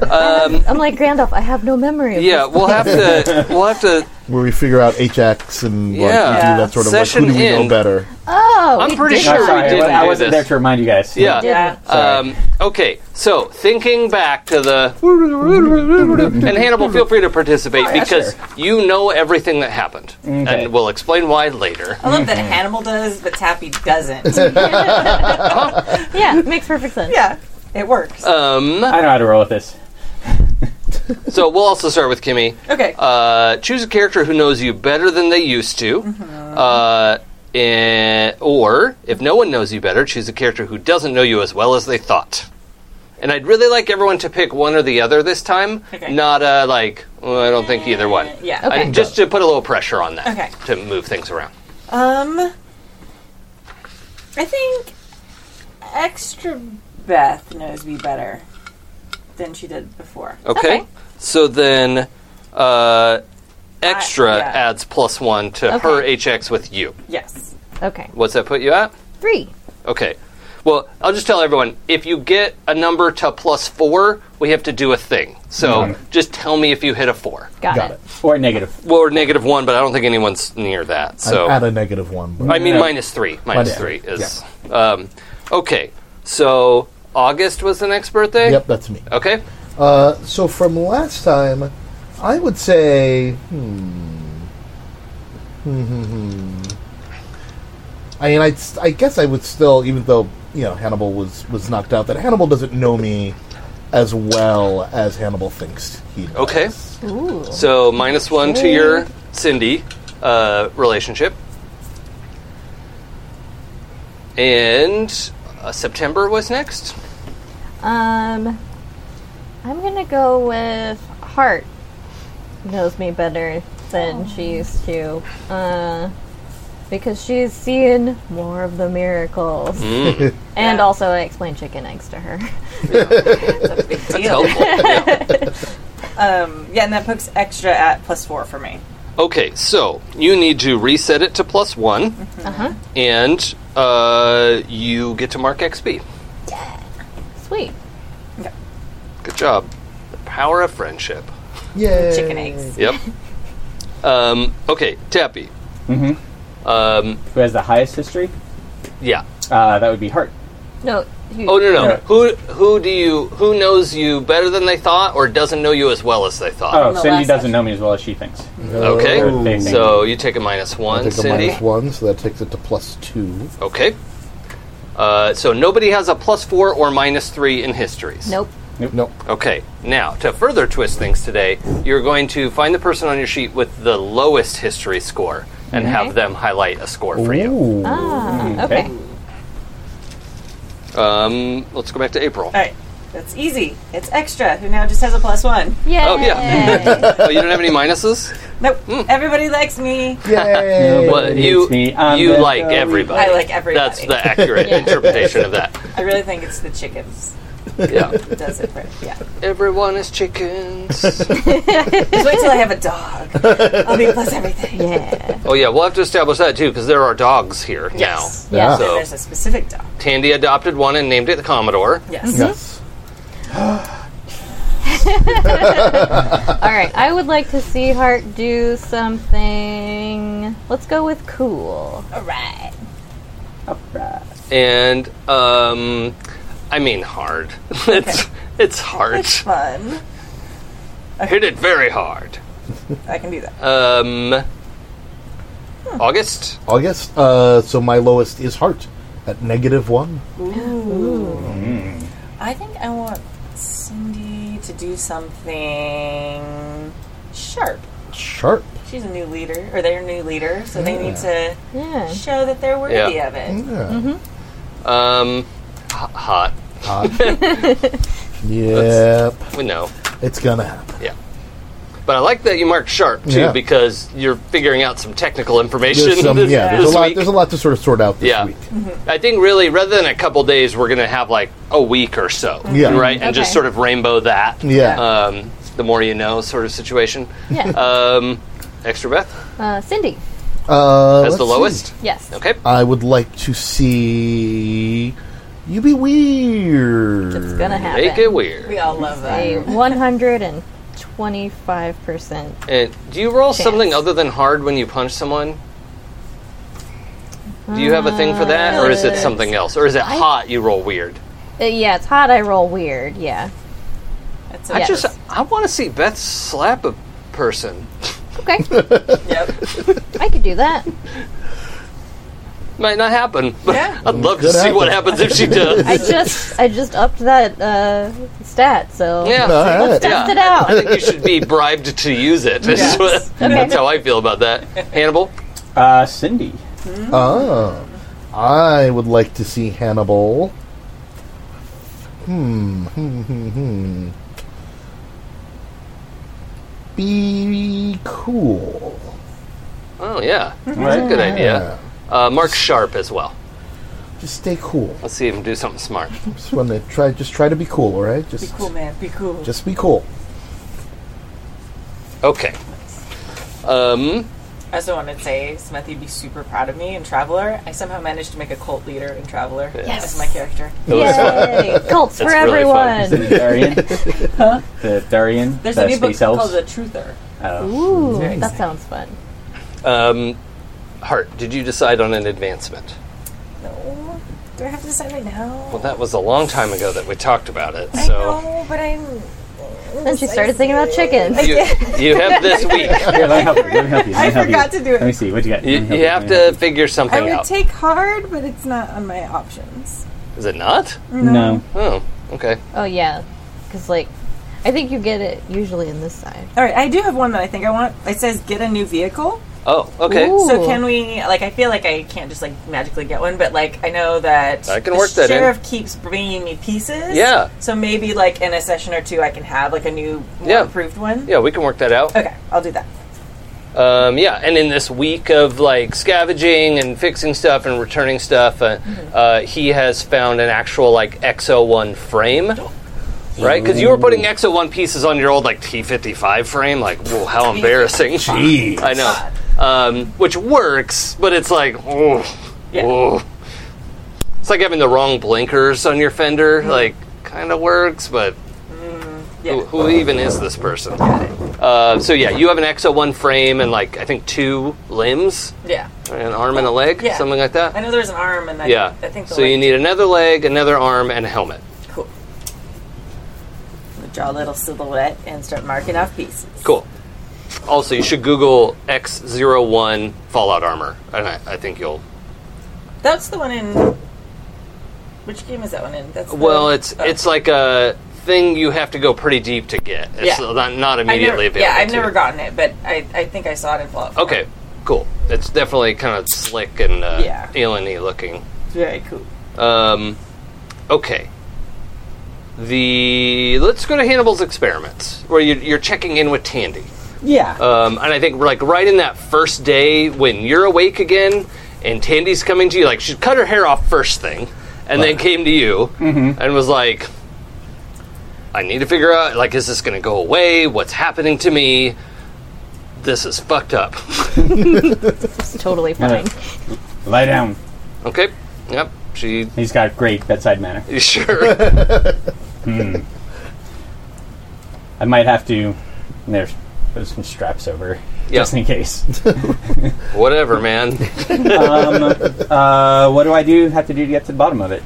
C: Yeah. um,
F: I'm like Gandalf. I have no memory. Of
C: yeah, we'll have to we'll have to
D: Where we figure out HX and like,
C: Yeah.
D: we do that sort of like,
C: Session
D: who do we know
C: in.
D: better?
F: this. Oh,
C: I'm
F: we
C: pretty
F: did
C: sure
F: that.
C: we
E: Sorry, I
C: didn't
E: wasn't- I
C: do
E: wasn't
C: this.
E: there to remind you guys.
C: Yeah.
B: Yeah.
C: Um, okay, so thinking back to the and Hannibal, feel free to participate
E: Oh, yeah,
C: because
E: sure.
C: you know everything that happened,
E: Okay.
C: and we'll explain why later.
B: I love that Hannibal does, but Tappy doesn't.
F: Yeah, makes perfect sense.
B: yeah, it works.
C: Um,
E: I know how to roll with this.
C: so we'll also start with Kimmy.
B: okay.
C: Uh, choose a character who knows you better than they used to,
E: Mm-hmm.
C: uh, eh, or if no one knows you better, choose a character who doesn't know you as well as they thought. And I'd really like everyone to pick one or the other this time,
B: Okay.
C: not uh, like well, I don't think either one.
B: yeah.
F: Okay.
C: I- just to put a little pressure on that
B: Okay.
C: to move things around.
B: Um, I think extra Beth knows me better than she did before.
C: Okay. So then, uh, extra
B: I- yeah.
C: adds plus one to
F: Okay.
C: her HX with you.
B: Yes.
F: Okay,
C: What's that put you at?
F: three.
C: Okay. Well, I'll just tell everyone if you get a number to plus four, we have to do a thing. So just tell me if you hit a four.
F: Got,
D: Got
F: it.
D: it.
E: Or negative.
C: Well, or negative one, but I don't think anyone's near that. So
D: I'm at a negative one. But
C: I mean,
E: Yeah.
C: minus three. Minus
D: Minus
C: three
D: three,
C: is. Um, okay. So August was the next birthday?
D: Yep, that's me.
C: Okay.
D: Uh, so from last time, I would say, hmm, Hmm, hmm, hmm. I mean, I'd, s- I guess I would still, even though you know Hannibal was was knocked out, that Hannibal doesn't know me as well as Hannibal thinks he. Does.
C: Okay.
F: Ooh.
C: So minus one to your Cindy uh, relationship, and uh, September was next.
F: Um, I'm gonna go with Heart. Knows me better than she used to, uh, because she's seen more of the miracles.
C: Mm.
F: and
B: Yeah.
F: also, I explained chicken eggs to her.
B: That's a big
C: That's
B: deal.
C: helpful. Yeah.
B: Um, yeah, and that puts extra at plus four for me.
C: Okay, so you need to reset it to plus one,
F: Uh huh.
C: and uh, you get to mark XP.
F: Sweet.
C: Good job. The power of friendship.
D: Yay.
B: Chicken eggs.
C: Yep. um, okay, Tappy.
E: Mhm.
C: Um,
E: Who has the highest history?
C: yeah.
E: Uh, that would be Hart.
F: No. You,
C: Oh no no.
E: Yeah.
C: Who who do you who knows you better than they thought, or doesn't know you as well as they thought?
E: Oh,
B: the
E: Cindy
B: last
E: doesn't
B: session.
E: know me as well as she thinks.
C: Okay.
D: Oh.
E: Thank you.
C: So you take a minus
D: I
C: one,
D: take a
C: Cindy.
D: minus one, so that takes it to plus two.
C: Okay. Uh, so nobody has a plus four or minus three in histories.
F: Nope.
D: Nope.
C: Okay. Now, to further twist things today, you're going to find the person on your sheet with the lowest history score and
F: Mm-hmm.
C: have them highlight a score for you.
D: Ooh.
E: Okay.
F: Ah. Okay.
C: Um, let's go back to April.
B: All right, that's easy. It's extra, who now just has a plus one.
F: Yeah.
C: Oh, yeah. oh, you don't have any minuses?
B: Nope,
C: Hmm.
B: everybody likes me.
D: Yay.
E: Nobody-
C: Well,
E: hates
C: you
E: me. I'm
C: you
E: the
C: like
E: only-
C: everybody.
B: I like everybody.
C: That's the accurate
F: Yeah.
C: interpretation of that.
B: I really think it's the chickens
C: Yeah.
B: that does it for yeah.
C: Everyone is chickens.
B: Just wait till I have a dog. I'll be plus everything.
F: yeah.
C: Oh yeah, we'll have to establish that too because there are dogs here
B: Yes.
C: now.
F: Yeah.
B: And
C: So
B: there's a specific dog.
C: Tandy adopted one and named it the Commodore.
B: Yes.
D: Yes.
F: All right. I would like to see Heart do something. Let's go with cool.
B: All right.
E: Alright.
C: And um, I mean hard. it's it's hard.
B: Fun.
C: Hit it very hard.
B: I can do that.
C: Um, August.
D: August. Uh, so my lowest is heart at negative one.
B: I think I want Cindy to do something sharp.
D: Sharp.
B: she's a new leader, or their new leader, so they need to
F: Yeah.
B: show that they're worthy
C: Yeah.
B: of it.
D: Yeah.
C: Um, h- hot.
D: Ah. Yep.
C: We know.
D: It's gonna happen.
C: Yeah. But I like that you marked sharp too
D: Yeah.
C: because you're figuring out some technical information.
D: There's some,
C: this,
D: yeah, there's a
C: this
D: lot.
C: week.
D: There's a lot to sort of sort out this
C: Yeah.
D: week.
C: I think really, rather than a couple days, we're going to have like a week or so,
D: Yeah.
C: right? And just
F: Okay.
C: sort of rainbow that.
D: Yeah.
C: Um, the more you know, sort of situation.
F: Yeah.
C: Um, extra Beth
F: Uh, Cindy.
D: Uh,
C: as the
D: let's
C: lowest.
D: see.
F: Yes.
C: Okay.
D: I would like to see you be weird.
F: It's gonna happen.
C: Make it
B: We
C: weird.
B: all love
F: A
B: that.
F: 125%.
C: And do you roll
F: Chance.
C: something other than hard when you punch someone? Do you have a thing for that, or is it something else, or is it hot? You roll weird.
F: Uh, yeah, it's hot. I roll weird. Yeah.
B: That's
C: I
B: a,
F: Yes.
C: just I want to see Beth slap a person.
F: Okay.
B: yep.
F: I could do that.
C: Might not happen, but
B: Yeah.
C: I'd love to
D: Could
C: see what
D: happen.
C: happens if she does.
F: I just I just upped that uh, stat. So
C: yeah.
D: All right.
F: test
C: Yeah.
F: it out.
C: I think you should be bribed to use it. That's
B: Yes.
C: what- That's how I feel about that. Hannibal,
E: Uh, Cindy.
D: Oh. I would like to see Hannibal. Hmm. Hmm. Hmm. hmm. Be cool.
C: oh yeah,
B: Mm-hmm.
E: Right.
C: good idea. Uh, Mark Sharp as well.
D: Just stay cool.
C: Let's see him do something smart.
D: Just want to try. Just try to be cool. All right.
B: Be
D: Just
B: cool, man. Be cool.
D: Just be cool.
C: Okay. Um,
B: I also wanted to say, Smithy would be super proud of me in Traveler. I somehow managed to make a cult leader in Traveler
F: Yes.
B: as my character.
C: it was fun.
F: Yay! Cults for
C: That's really fun.
F: everyone.
E: The Darien. The Darien.
B: There's
E: the
B: a new book
E: space elves.
B: called The Truther.
E: Oh.
F: Ooh,
B: Very
F: that
B: exciting.
F: sounds fun.
C: Um, Hart, did you decide on an advancement?
B: No. Do I have to decide right now?
C: Well, that was a long time ago that we talked about it.
B: I
C: So
B: know, but I'm.
F: Then she started thinking about chickens.
C: you, you have this week.
E: Here, let me help you. Let me help you. Let me
B: I
E: help you.
B: forgot to do it.
E: Let me see. What you got?
C: You,
E: Let me help
C: you have
E: Let me help
C: to figure
B: I
C: something
B: would
C: out.
B: take hard, but it's not on my options.
C: you. Is it not?
E: you. No.
C: Oh, okay.
F: Oh yeah, because like I think you get it usually in this side.
B: All right, I do have one that I think I want. It says get a new vehicle.
C: Oh, okay.
F: Ooh.
B: So can we? Like, I feel like I can't just like magically get one, but like I know that
C: I can
B: the
C: work that in.
B: sheriff keeps bringing me pieces.
C: Yeah.
B: So maybe like in a session or two, I can have like a new, more
C: Yeah.
B: improved one.
C: Yeah, we can work that out.
B: Okay, I'll do that.
C: Um, yeah, and in this week of like scavenging and fixing stuff and returning stuff, uh, uh, he has found an actual like XO1 frame, right? Because you were putting XO1 pieces on your old like T55 frame, like whoa, how embarrassing!
D: Jeez.
C: I know, um, which works, but it's like, oh,
B: Yeah.
C: oh. it's like having the wrong blinkers on your fender. Like, kind of works, but
B: Yeah.
C: who, who even is this person? Uh, so yeah, you have an XO1 frame and like I think two limbs,
B: Yeah.
C: an arm and a leg,
B: Yeah.
C: something like
B: I
C: that.
B: know there's an arm, and I,
C: Yeah.
B: I think the
C: So you
B: leg-
C: need another leg, another arm, and a helmet.
B: cool. I'm gonna Draw a little silhouette and start marking off pieces.
C: Cool. Also, you should Google X01 Fallout armor, and I, I think you'll.
B: That's the one in. Which game is that one in? That's the-
C: Well, it's
B: oh.
C: it's like a thing you have to go pretty deep to get. It's
B: Yeah.
C: not, not
B: I never-
C: immediately available.
B: Yeah, I've
C: to
B: never
C: you.
B: gotten it, but I, I think I saw it in Fallout. 4.
C: Okay, cool. It's definitely kind of slick and uh,
B: Yeah.
C: alien-y looking.
B: Very cool.
C: Um, okay. The let's go to Hannibal's experiments, where you, you're checking in with Tandy,
E: Yeah.
C: um, and I think like right in that first day when you're awake again, and Tandy's coming to you, like she cut her hair off first thing, and then came to you and was like, "I need to figure out like is this going to go away? What's happening to me? This is fucked up."
F: It's totally
E: Yeah.
F: fine.
E: Lie down.
C: okay. Yep. She
E: He's got great bedside manner.
C: sure.
E: I might have to. There's, there's some straps over,
C: Yeah.
E: just in case.
C: Whatever, man.
E: Um, uh, what do I do? Have to do to get to the bottom of it?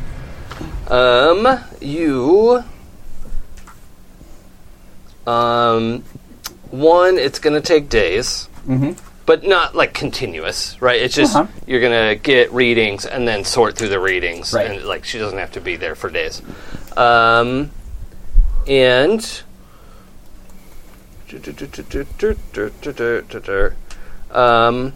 C: Um, you. Um, one, it's gonna take days,
E: Mm-hmm.
C: but not like continuous, right? It's just
E: Uh-huh.
C: you're gonna get readings and then sort through the readings,
E: Right.
C: and like she doesn't have to be there for days. Um, and. Um,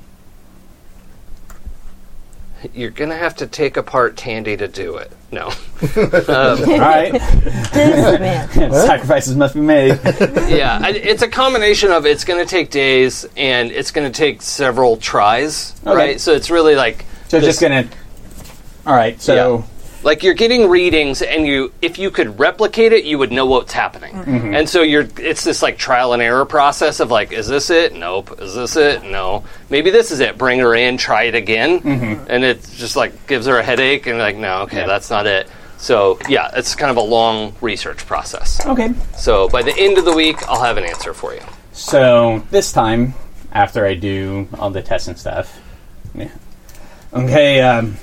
C: you're gonna have to take apart Tandy to do it. No,
E: All right.
F: This man.
E: Sacrifices must be made.
C: yeah, I- it's a combination of it's gonna take days and it's gonna take several tries,
E: Okay.
C: right? So it's really like
E: So
C: this-
E: just gonna. All right. So
C: like you're getting readings and you if you could replicate it you would know what's happening
E: Mm-hmm.
C: and so you're it's this like trial and error process of like is this it nope is this it no maybe this is it bring her in try it again and it just like gives her a headache and like no
E: Mm-hmm.
C: okay
E: Yeah.
C: that's not it so yeah it's kind of a long research process
E: okay.
C: so by the end of the week i'll have an answer for you
E: So this time, after I do all the tests and stuff, yeah. okay, um,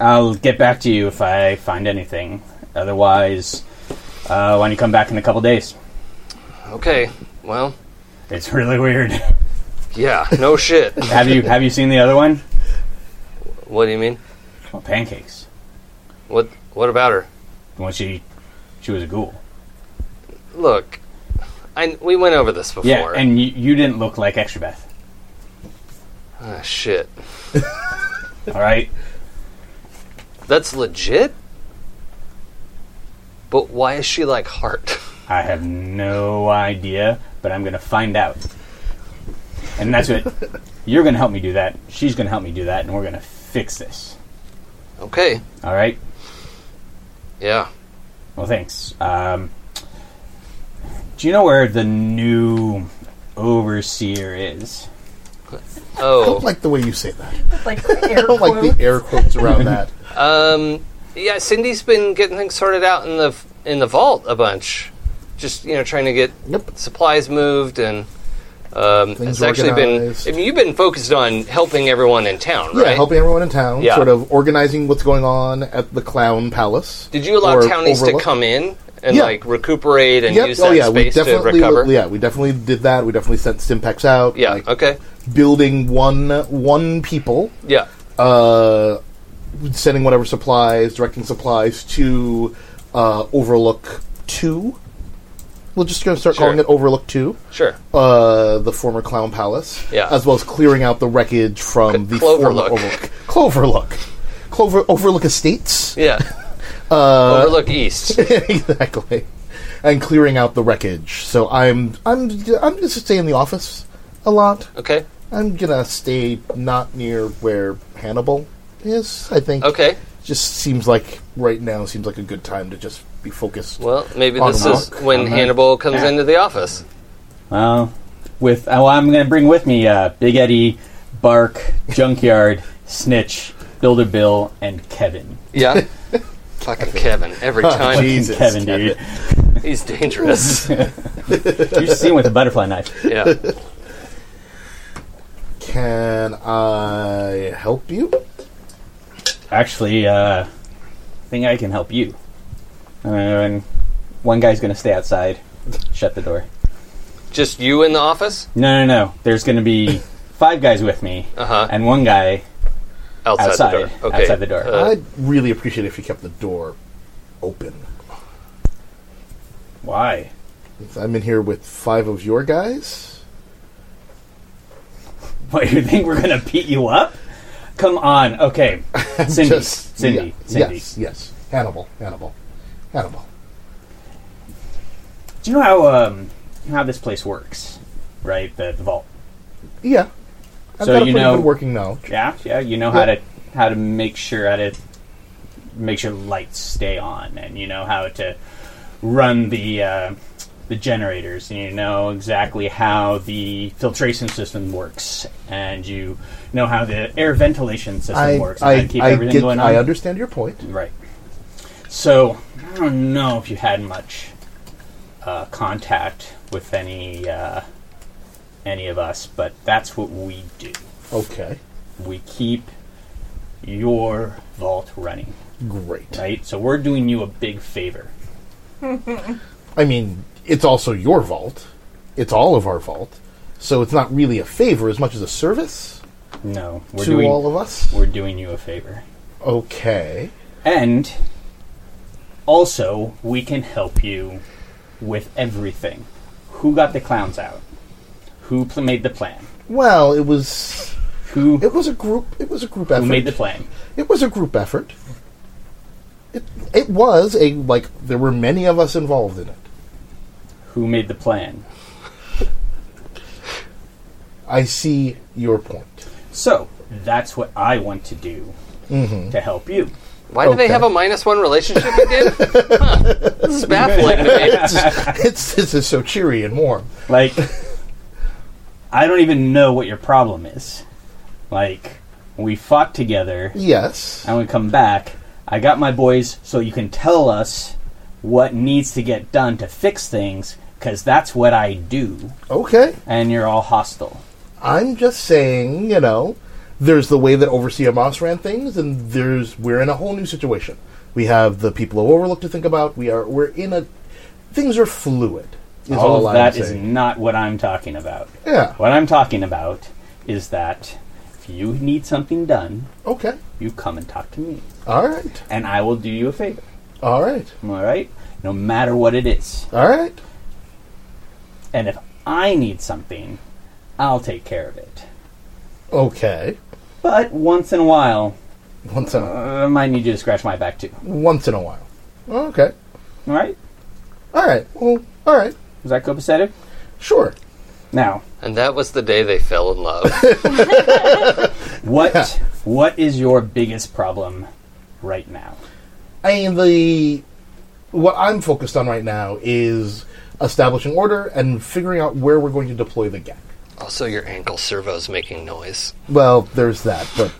E: I'll get back to you if I find anything. Otherwise, uh, why don't you come back in a couple days?
C: okay well
E: It's really weird.
C: yeah no shit
E: have you have you seen the other one?
C: what do you mean
E: Well, pancakes.
C: what what about her
E: When she she was a ghoul.
C: look I, we went over this before
E: Yeah, and you, you didn't look like extra Beth.
C: Ah, shit
E: All right.
C: That's legit? But why is she like heart?
E: I have no idea, but I'm going to find out. And that's what you're going to help me do that. She's going to help me do that, and we're going to fix this.
C: Okay.
E: All right.
C: Yeah.
E: Well, thanks. Um, do you know where the new overseer is?
D: I don't
C: Oh.
D: like the way you say that.
B: Like air
D: I don't like the air quotes around that.
C: Um yeah, Cindy's been getting things sorted out in the in the vault a bunch. Just, you know, trying to get
D: Yep.
C: supplies moved and um,
D: Things
C: it's actually
D: organized.
C: been. I mean, you've been focused on helping everyone in town,
D: Yeah,
C: right?
D: helping everyone in town,
C: Yeah.
D: sort of organizing what's going on at the Clown Palace.
C: Did you allow
D: or
C: townies
D: overlook.
C: to come in and
D: Yeah.
C: like recuperate and
D: Yep.
C: use that
D: Oh, yeah. We
C: space to
D: definitely.
C: recover?
D: Yeah, we definitely did that. We definitely sent Simpex out.
C: yeah.
D: like,
C: okay.
D: building one one people,
C: Yeah.
D: uh, sending whatever supplies, directing supplies to uh, Overlook Two. We're just going to start
C: Sure.
D: calling it Overlook Two.
C: Sure.
D: uh, the former Clown Palace,
C: Yeah.
D: as well as clearing out the wreckage from the
C: Cloverlook.
D: former Overlook. Cloverlook. Clover Overlook Estates.
C: Yeah.
D: Uh,
C: Overlook East.
D: exactly. And clearing out the wreckage. So I'm I'm I'm just stay in the office a lot.
C: Okay.
D: I'm gonna stay not near where Hannibal is, I think.
C: Okay.
D: Just seems like right now seems like a good time to just be focused.
C: Well, maybe
D: On
C: this is
D: rock,
C: when
E: on rock.
C: Hannibal comes
E: Yeah.
C: into the office.
E: Well, with oh, I'm going to bring with me uh, Big Eddie, Bark, Junkyard, Snitch, Builder Bill, and Kevin.
C: Yeah. Fucking Kevin. Every time
D: Jesus,
E: Kevin, dude.
C: he's dangerous.
E: You see him with a butterfly knife.
C: yeah.
D: Can I help you?
E: Actually, uh, I think I can help you. Uh, and one guy's going to stay outside. Shut the door.
C: Just you in the office?
E: No, no, no. There's going to be five guys with me,
C: Uh-huh.
E: and one guy.
C: Outside,
E: Outside.
C: the door. Okay.
E: Outside the door.
C: Uh,
D: I'd really appreciate it if you kept the door open.
E: Why?
D: I'm in here with five of your guys.
E: What you think we're going to beat you up? Come on. Okay, Cindy,
D: Just-
E: Cindy,
D: yeah,
E: Cindy.
D: Yes, yes. Hannibal, Hannibal, Hannibal.
E: Do you know how um, how this place works? Right, the, the vault.
D: Yeah. I've
E: So
D: got a
E: you
D: pretty
E: know-
D: good working knowledge.
E: Yeah, yeah. You know how to how to make sure how to make sure lights stay on, and you know how to run the uh, the generators, and you know exactly how the filtration system works, and you know how the air ventilation system
D: I,
E: works, and how
D: I,
E: to keep
D: I,
E: everything
D: get,
E: going on.
D: I understand your point.
E: Right. So I don't know if you had much uh, contact with any uh, any of us, but that's what we do.
D: Okay,
E: We keep your vault running,
D: great.
E: right? So we're doing you a big favor.
D: I mean, it's also your vault. It's all of our vault. So it's not really a favor as much as a service
E: No, we're
D: to
E: doing
D: all of us.
E: we're doing you a favor,
D: Okay.
E: and also we can help you with everything. Who got the clowns out? Who pl- made the plan?
D: Well, it was
E: Who,
D: it was a group it was a group effort.
E: who made the plan?
D: It was a group effort. It it was a like there were many of us involved in it.
E: Who made the plan?
D: I see your point.
E: So that's what I want to do
D: Mm-hmm.
E: to help you.
C: Why do they
D: Okay.
C: have a minus one relationship again? huh. This is baffling to me.
D: It's this is so cheery and warm.
E: Like, I don't even know what your problem is. Like, we fought together,
D: Yes.
E: and we come back. I got my boys, so you can tell us what needs to get done to fix things, because that's what I do.
D: Okay.
E: And you're all hostile.
D: I'm just saying, you know, there's the way that Overseer Moss ran things, and there's we're in a whole new situation. We have the people of Overlook to think about. We are we're in a things are fluid. Is all,
E: all of
D: I'm
E: that is
D: saying.
E: not what I'm talking about.
D: Yeah.
E: What I'm talking about is that if you need something done,
D: Okay.
E: you come and talk to me,
D: All right.
E: and I will do you a favor.
D: All right.
E: All right? No matter what it is.
D: All right.
E: And if I need something, I'll take care of it.
D: Okay.
E: But once in a while,
D: Once in
E: uh,
D: a,
E: I might need you to scratch my back too.
D: once in a while. Okay.
E: All right?
D: All right. Well. All right.
E: Was that copacetic?
D: Sure.
E: Now,
C: And that was the day they fell in love.
E: what what is your biggest problem right now?
D: I mean, the what I'm focused on right now is establishing order and figuring out where we're going to deploy the gap.
C: also, your ankle servo's making noise.
D: Well, there's that, but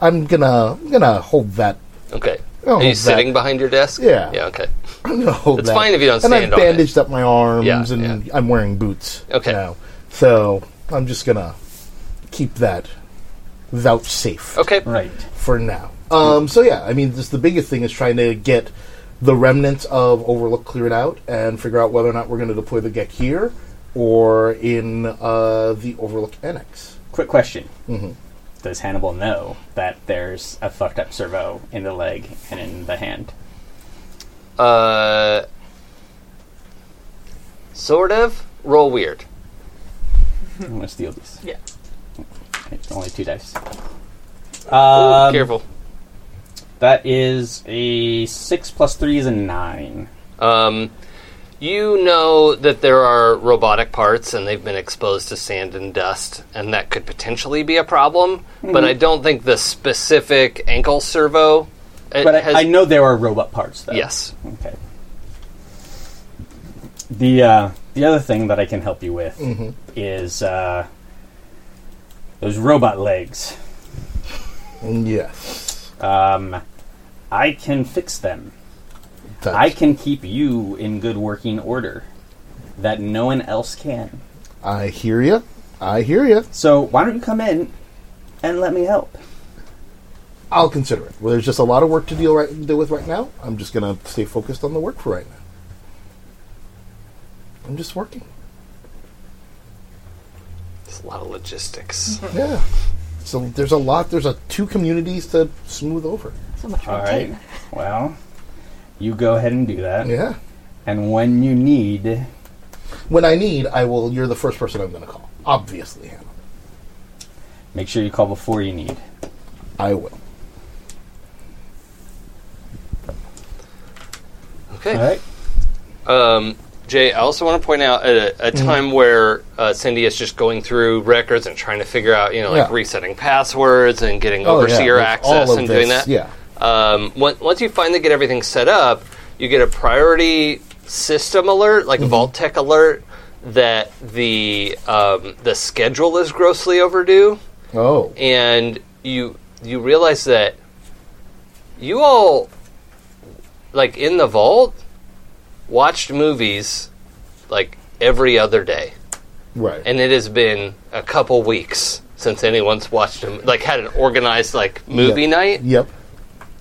D: I'm gonna I'm gonna hold that.
C: Okay.
D: Oh,
C: Are you
D: that-
C: sitting behind your desk?
D: Yeah.
C: Yeah, okay.
D: I'm gonna hold
C: It's
D: that.
C: fine if you don't
D: And
C: stand
D: I've
C: on it.
D: bandaged up my arms,
C: Yeah,
D: and I'm wearing boots.
C: Okay.
D: now. so I'm just gonna keep that vouchsafe
C: Okay.
E: Right.
D: for now. Um, so yeah, I mean, just the biggest thing is trying to get the remnants of Overlook cleared out and figure out whether or not we're going to deploy the Gek here or in uh, the Overlook annex.
E: Quick question.
C: Mm-hmm.
E: Does Hannibal know that there's a fucked up servo in the leg and in the hand?
C: Uh, sort of. Roll weird.
E: I'm gonna steal these.
B: Yeah.
E: It's only two dice.
C: Ooh,
E: Um,
C: careful.
E: That is a six plus three is a nine.
C: Um, you know that there are robotic parts and they've been exposed to sand and dust, and that could potentially be a problem,
D: Mm-hmm.
C: but I don't think the specific ankle servo. It
E: But I,
C: has,
E: I know there are robot parts, though.
C: Yes.
E: Okay. The uh, the other thing that I can help you with is uh, those robot legs.
D: Yes.
E: Um, I can fix them.
D: That's-
E: I can keep you in good working order that no one else can.
D: I hear you. I hear you.
E: So why don't you come in and let me help?
D: I'll consider it. Well, there's just a lot of work to deal right deal with right now. I'm just going to stay focused on the work for right now. I'm just working.
C: It's a lot of logistics.
D: Yeah. So there's a lot. There's a two communities to smooth over.
F: So much
E: All
F: more
E: right. Well, you go ahead and do that.
D: Yeah.
E: And when you need,
D: When I need, I will. You're the first person I'm going to call. Obviously, Hannah.
E: make sure you call before you need.
D: I will.
C: Okay.
E: All right.
C: Um, Jay, I also want to point out at a, a
D: Mm-hmm.
C: time where uh, Cindy is just going through records and trying to figure out, you know, like
D: Yeah.
C: resetting passwords and getting overseer
D: Oh, with
C: access
D: all of
C: and doing
D: this,
C: that.
D: Yeah.
C: Um, on- once you finally get everything set up, you get a priority system alert,
D: Mm-hmm.
C: like Vault Tech alert, that the um, the schedule is grossly overdue,
D: Oh.
C: and you you realize that you all like in the vault watched movies like every other day,
D: Right.
C: and it has been a couple weeks since anyone's watched them. Like had an organized like movie
D: Yep.
C: night
D: Yep.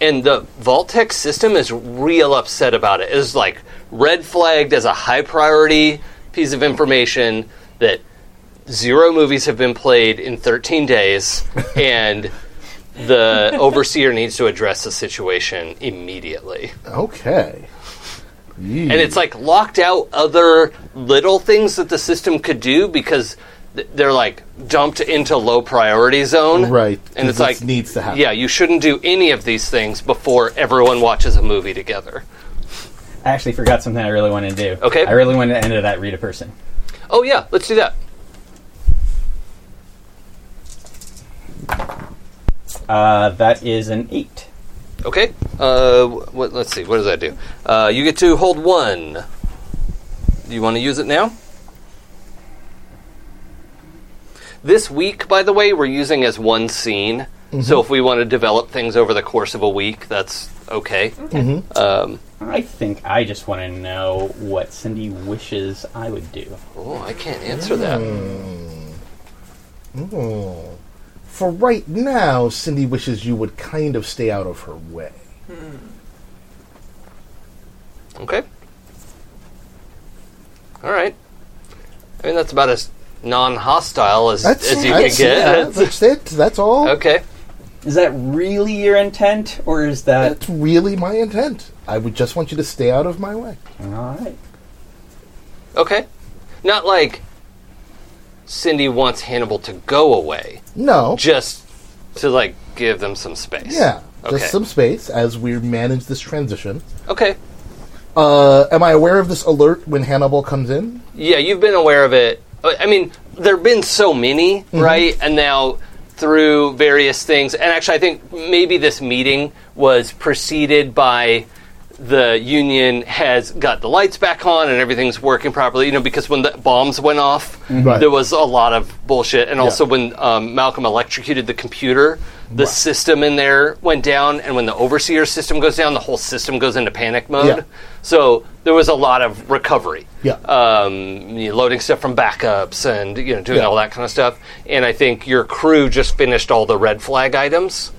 C: and the Vault-Tec system is real upset about it. It's like red flagged as a high priority piece of information that zero movies have been played in 13 days, and the overseer needs to address the situation immediately.
D: Okay.
C: And it's like locked out other little things that the system could do because th- they're like dumped into low priority zone.
D: Right,
C: And
D: 'cause
C: it's
D: this
C: like
D: needs to happen.
C: Yeah, you shouldn't do any of these things before everyone watches a movie together.
E: I actually forgot something I really wanted to do.
C: Okay.
E: I really wanted to enter that read a person.
C: Oh yeah, let's do that.
E: Uh, that is an eight.
C: Okay. Uh, wh- what, let's see. What does that do? Uh, you get to hold one. Do you want to use it now? This week, by the way, we're using as one scene.
D: Mm-hmm.
C: So if we want to develop things over the course of a week, that's okay. Um,
E: I think I just want to know what Cindy wishes I would do.
C: oh, I can't answer that.
D: Mm. Oh. For right now, Cindy wishes you would kind of stay out of her way.
C: Okay. All right. I mean, that's about as non-hostile as,
D: That's
C: as you
D: that's-
C: can
D: yeah,
C: get.
D: that's it. That's all.
C: okay.
E: Is that really your intent, or is that.
D: That's really my intent. I would just want you to stay out of my way.
E: Alright.
C: Okay. Not like Cindy wants Hannibal to go away,
D: No.
C: just to like give them some space.
D: yeah.
C: Okay.
D: Just some space as we manage this transition.
C: Okay.
D: Uh, am I aware of this alert when Hannibal comes in?
C: Yeah, you've been aware of it. Uh, I I mean, there've been so many,
D: Mm-hmm.
C: right? And now through various things, and actually, I think maybe this meeting was preceded by the union has got the lights back on and everything's working properly. You know, because when the bombs went off,
D: Mm-hmm. Right.
C: there was a lot of bullshit, and also when um, Malcolm electrocuted the computer. The system in there went down, and when the overseer system goes down, the whole system goes into panic mode.
D: Yeah.
C: So there was a lot of recovery
D: Yeah.
C: um, you know, loading stuff from backups and you know doing
D: Yeah.
C: all that kind of stuff. And I think your crew just finished all the red flag items,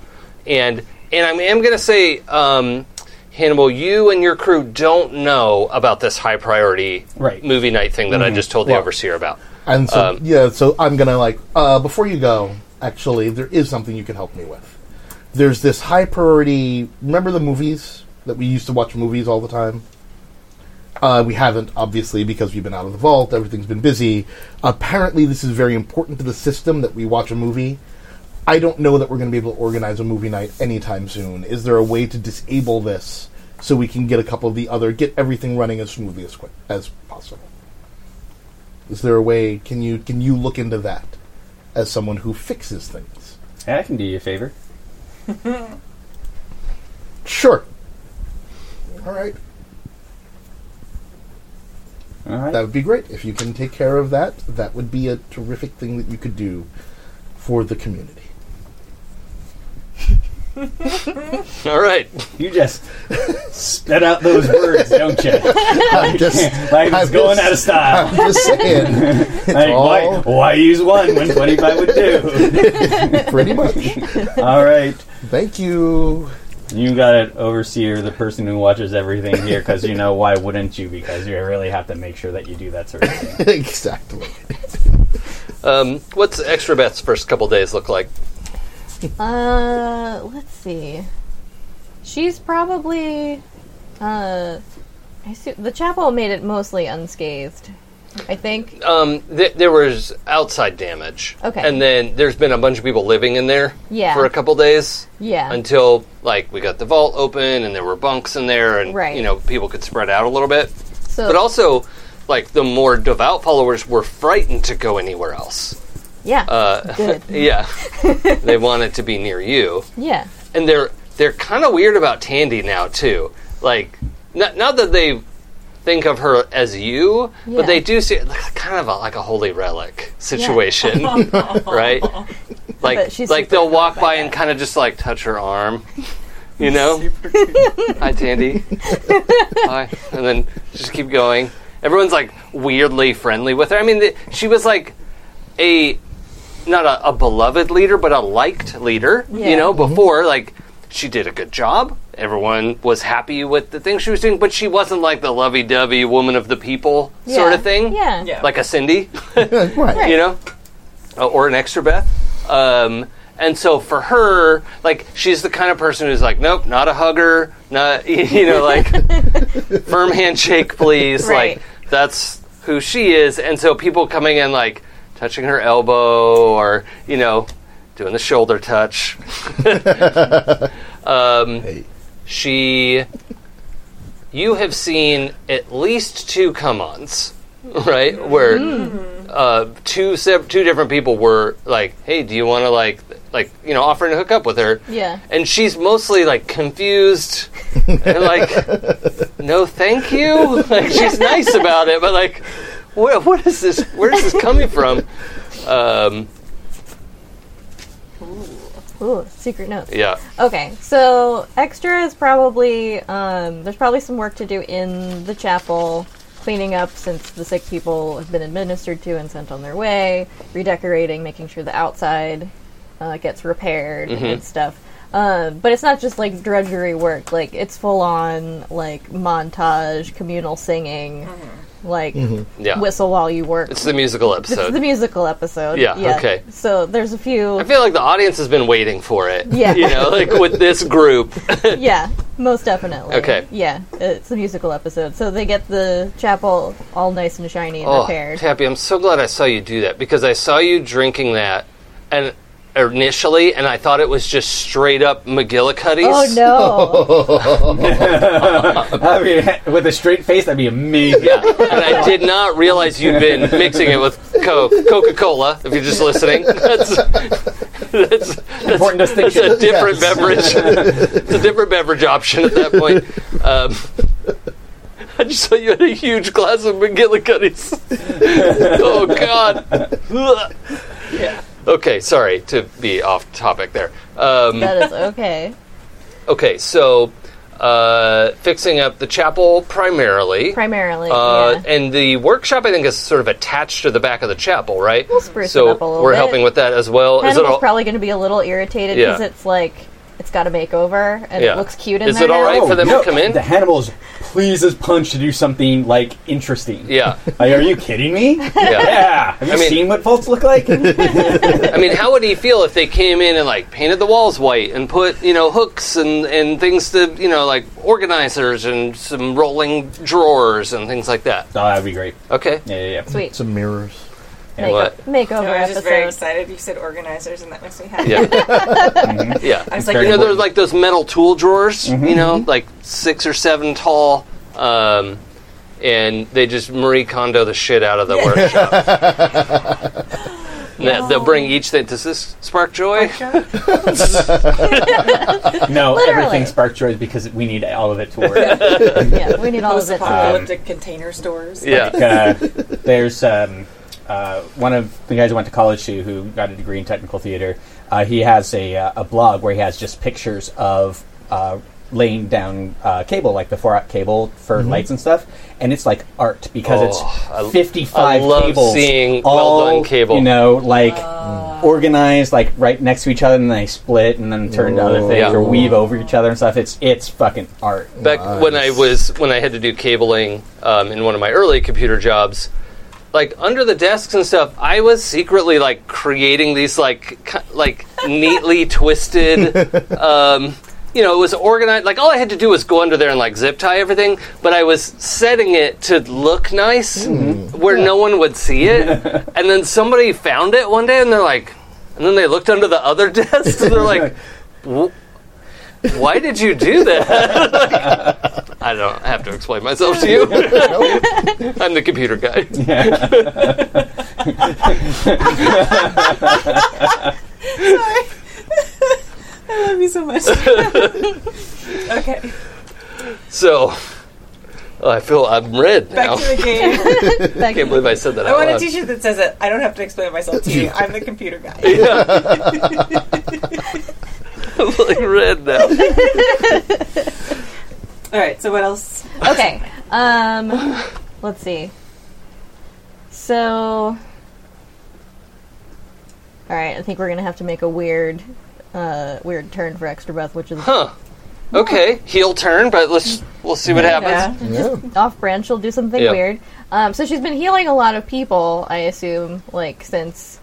C: and and I'm, I'm going to say, um, Hannibal, you and your crew don't know about this high priority
E: Right.
C: movie night thing that I just told the
D: Well-
C: overseer about.
D: And so,
C: Um,
D: yeah, so I'm gonna like, uh, before you go, actually, there is something you can help me with. There's this high priority, remember the movies that we used to watch movies all the time? Uh, we haven't, obviously, because we've been out of the vault, everything's been busy. Apparently, this is very important to the system that we watch a movie. I don't know that we're going to be able to organize a movie night anytime soon. Is there a way to disable this so we can get a couple of the other, get everything running as smoothly as quick as possible? Is there a way? Can you can you look into that as someone who fixes things?
E: Hey, I can do you a favor.
D: Sure. All right,
E: Alright.
D: that would be great if you can take care of that. That would be a terrific thing that you could do for the community.
C: All right,
E: You just spit out those words, don't you?
D: I'm just
E: Like
D: I'm
E: it's going
D: just-
E: out of style.
D: I'm just saying,
E: Like, why,
D: all-
E: why use one when 25 would do?
D: pretty much.
E: All right.
D: Thank you.
E: You got it, overseer, the person who watches everything here, because you know why wouldn't you? Because you really have to make sure that you do that sort of thing.
D: exactly.
C: um, what's Extra Bet's first couple days look like?
F: Uh, let's see. She's probably. Uh, I see, the chapel made it mostly unscathed. I think.
C: Um, th- there was outside damage,
F: Okay.
C: and then there's been a bunch of people living in there
F: Yeah.
C: for a couple days.
F: Yeah.
C: until like we got the vault open and there were bunks in there and
F: Right.
C: you know people could spread out a little bit
F: so,
C: but also like the more devout followers were frightened to go anywhere else
F: yeah.
C: uh,
F: good.
C: yeah they wanted to be near you
F: Yeah.
C: and they're they're kind of weird about tandy now too like not, not that they think of her as you
F: Yeah.
C: but they do see like, kind of a, like a holy relic situation right like
F: But she's
C: like
F: super
C: they'll walk
F: cool about
C: by and
F: that.
C: kind of just like touch her arm you know hi tandy hi and then just keep going everyone's like weirdly friendly with her i mean the, she was like a not a, a beloved leader but a liked leader
F: Yeah. Mm-hmm.
C: you know before like she did a good job everyone was happy with the thing she was doing but she wasn't like the lovey-dovey woman of the people sort
F: Yeah.
C: of thing
F: Yeah.
B: Yeah.
C: like a cindy
D: right.
C: you know, Uh, or an extra Beth. Um, and so for her, like she's the kind of person who's like, nope, not a hugger, not you know, like firm handshake, please.
F: Right.
C: Like that's who she is. And so people coming in like touching her elbow or, you know, doing the shoulder touch. Um,
D: Hey.
C: She. You have seen at least two come ons, right? Where
F: Mm-hmm.
C: uh, two sep- two different people were like, "Hey, do you want to like like you know offering to hook up with her?"
F: Yeah.
C: and she's mostly like confused and like, "No, thank you." Like she's nice about it, but like, what what is this? Where is this coming from? Um,
F: Ooh, secret notes.
C: yeah,
F: Okay, so extra is probably um, there's probably some work to do in the chapel, cleaning up since the sick people have been administered to and sent on their way, redecorating, making sure the outside uh, gets repaired
C: Mm-hmm.
F: and stuff. Um, but it's not just like drudgery work; like it's full on like montage, communal singing, like
C: Mm-hmm. yeah.
F: whistle while you work.
C: It's the musical
F: It's
C: episode.
F: the musical episode.
C: Yeah, okay.
F: So there's a few.
C: I feel like the audience has been waiting for it.
F: Yeah.
C: you know, like with this group.
F: yeah, most definitely.
C: Okay.
F: Yeah, it's a musical episode, so they get the chapel all nice and shiny and
C: Oh,
F: repaired.
C: Tappy, I'm so glad I saw you do that because I saw you drinking that and initially, and I thought it was just straight up McGillicuddy's.
F: oh no!
E: I mean, with a straight face, that'd be amazing.
C: And I did not realize you'd been mixing it with Coke, Coca-Cola. If you're just listening, that's that's, that's
E: Important
C: It's a
E: distinction.
C: different beverage. it's a different beverage option at that point. Um, I just saw you had a huge glass of McGillicuddy's. oh God. Ugh. Okay, sorry to be off topic there. Um,
F: that is okay.
C: okay, so uh, fixing up the chapel primarily.
F: Primarily,
C: Uh,
F: yeah.
C: And the workshop, I think, is sort of attached to the back of the chapel, right? We'll
F: spruce
C: so
F: it up a little
C: we're
F: bit.
C: helping with that as well.
F: Hannibal's
C: is it all,
F: probably going to be a little irritated
C: Yeah.
F: because it's like it's got a makeover and
C: Yeah.
F: it looks cute in
C: Is
F: there.
C: it all
F: now.
C: right? for them to
E: Oh, no,
C: come in?
E: The Hannibal's please as punch to do something like interesting.
C: yeah,
E: Like, are you kidding me? Yeah.
C: yeah.
E: Have you
C: mean-
E: seen what vaults look like? Oh,
C: I mean, how would he feel if they came in and like painted the walls white and put you know hooks and and things to you know like organizers and some rolling drawers and things like that?
E: Oh, that'd be great.
C: Okay.
E: Yeah, yeah, yeah.
F: Sweet
D: Some mirrors.
F: Make-
C: What?
F: makeover
B: Oh, I was just very
F: episode.
B: excited. You said organizers, and that makes me happy.
C: Yeah. yeah.
B: I was
E: Mm-hmm. Very
B: like,
C: You know,
E: good.
C: there's like those metal tool drawers, you know, like six or seven tall, um, and they just Marie Kondo the shit out of the workshop. And that- They'll bring each thing. Does this spark joy?
E: No,
F: Literally.
E: everything spark joy because we need all of it to work.
F: yeah, we need all of it. um, to-
B: post-apocalyptic container stores.
C: Yeah.
E: uh, there's um, uh, one of the guys who went to college to who got a degree in technical theater. Uh, he has a, uh, a blog where he has just pictures of uh, laying down uh, cable, like the four out cable for lights and stuff. And it's like art because
C: Mm-hmm. Oh, I-
E: it's 55
C: I love
E: cables.
C: seeing
E: all,
C: well-done cable.
E: You know, like organized, like right next to each other, and then they split and then turn to other things
C: Yeah.
E: or weave over each other and stuff. It's, it's fucking art.
C: Back when I was when I had to do cabling um, in one of my early computer jobs, like under the desks and stuff, I was secretly like creating these like cu- like neatly twisted. Um, you know, it was organized. Like all I had to do was go under there and like zip tie everything, but I was setting it to look nice where no one would see it. and then somebody found it one day, and they're like, and then they looked under the other desk, and they're like. "Wh- Why did you do that? Like, I don't have to explain myself to you. I'm the computer guy.
B: Sorry. I love you so much. okay,
C: So oh, I feel I'm red
B: back
C: now.
B: to the game.
C: I can't believe I said that.
B: I
C: out
B: want a
C: loud.
B: T-shirt that says it. I don't have to explain myself to you. I'm the computer guy.
C: Yeah. I'm like red now.
B: All right. So what else?
F: Okay. Um, let's see. So, all right. I think we're gonna have to make a weird, uh, weird turn for extra breath, which is
C: Huh. Okay, heel turn, but let's we'll see what happens.
D: Yeah.
F: off brand. She'll do something
C: Yeah.
F: weird. Um, so she's been healing a lot of people, I assume, like since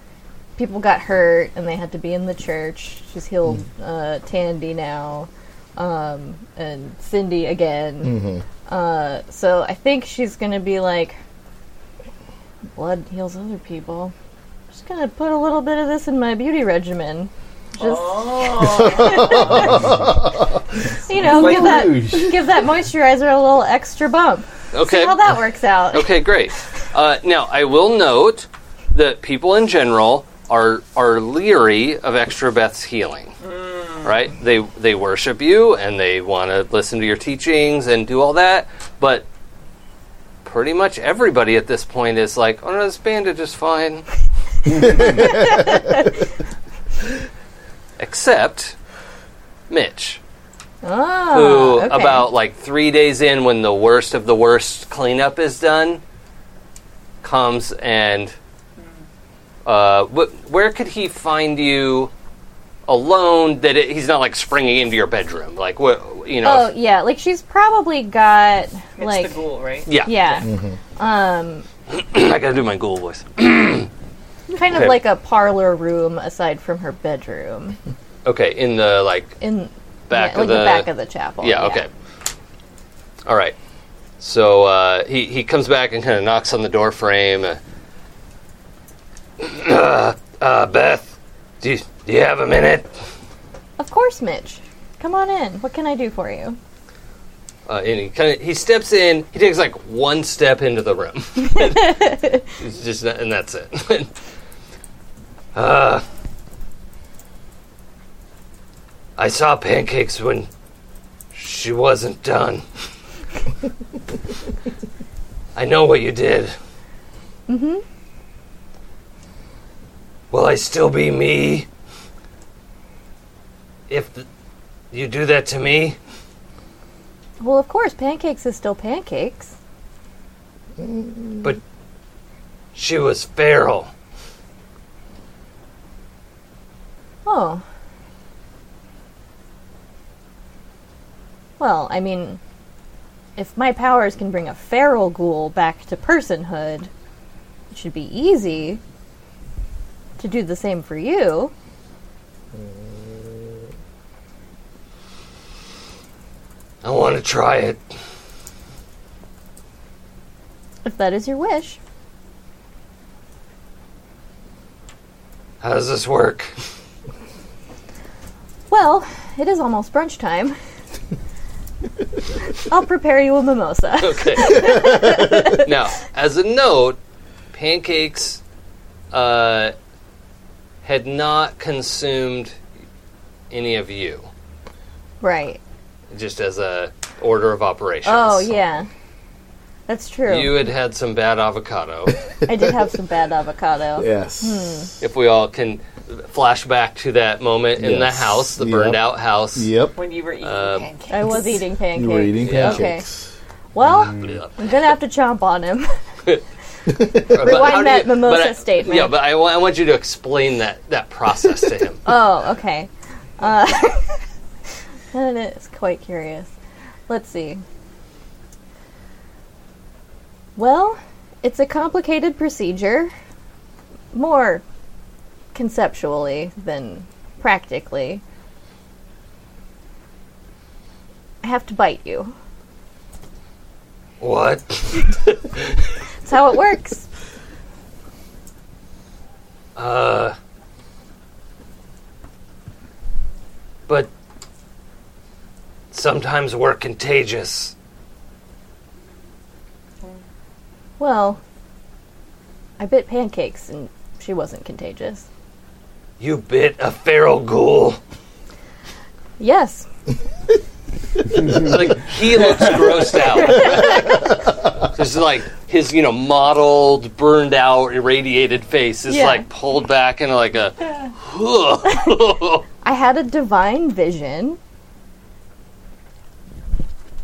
F: people got hurt and they had to be in the church. She's healed uh, Tandy now, um, and Cindy again. Uh, so I think she's gonna be like, blood heals other people. just gonna put a little bit of this in my beauty regimen. Just you know,
E: Like
F: give that
E: rouge.
F: give that moisturizer a little extra bump.
C: Okay.
F: See how that works out.
C: Okay, great. Uh, now, I will note that people in general are are leery of extra Beth's healing. Right? They they worship you and they want to listen to your teachings and do all that, but pretty much everybody at this point is like, "Oh no, this bandage is fine." Except Mitch
F: Ah,
C: who
F: okay.
C: about like three days in when the worst of the worst cleanup is done comes and uh, wh- where could he find you alone that it, he's not like springing into your bedroom like wh- you know
F: Oh yeah, like she's probably got
B: It's
F: like
B: the ghoul, right?
C: yeah,
F: yeah, um,
C: i gotta do my ghoul voice
B: Mm-hmm.
F: kind of
C: Okay.
F: like a parlor room aside from her bedroom
C: okay in the like
F: in
C: back
F: yeah, like
C: of
F: the,
C: the,
F: back of the chapel.
C: yeah, okay all right so uh, he, he comes back and kind of knocks on the door frame uh, uh, beth do you, do you have a minute
F: Of course, Mitch. Come on in. What can I do for you?
C: Uh, and he kind of he steps in. He takes like one step into the room. it's just that, and that's it. uh, I saw pancakes when she wasn't done. I know what you did. Mm-hmm. Will I still be me if th- you do that to me?
F: Well, of course, pancakes is still pancakes.
C: She was feral.
F: Oh. Well, I mean, if my powers can bring a feral ghoul back to personhood, it should be easy to do the same for you.
C: I want to try it.
F: If that is your wish.
C: How does this work?
F: Well, it is almost brunch time. I'll prepare you a mimosa.
C: Okay. now, as a note, pancakes uh, had not consumed any of you,
F: right.
C: just as a order of operations.
F: Oh, yeah. That's true.
C: You had had some bad avocado.
F: I did have some bad avocado. Hmm.
D: Yes.
C: if we all can flash back to that moment in the
D: Yes.
C: house, the
D: Yep.
C: burned out house.
D: Yep.
B: When you were eating
C: Uh,
B: pancakes.
F: I was eating pancakes.
D: You were eating
C: Yeah.
F: Okay.
D: pancakes. Mm.
F: Well,
C: Blech.
F: I'm gonna have to chomp on him.
C: But
F: Rewind
C: how do
F: that mimosa
C: but I-
F: statement.
C: Yeah, but I, wa- I want you to explain that, that process to him.
F: oh, okay. Uh, that is quite curious. Let's see. Well, it's a complicated procedure, more conceptually than practically. I have to bite you.
C: What?
F: That's how it works.
C: Uh. But sometimes we're contagious.
F: Well, I bit pancakes and she wasn't contagious.
C: You bit a feral ghoul.
F: Yes,
C: like he looks grossed out. Just like his, you know, mottled, burned out, irradiated face is
F: Yeah.
C: like pulled back into like a.
F: I had a divine vision.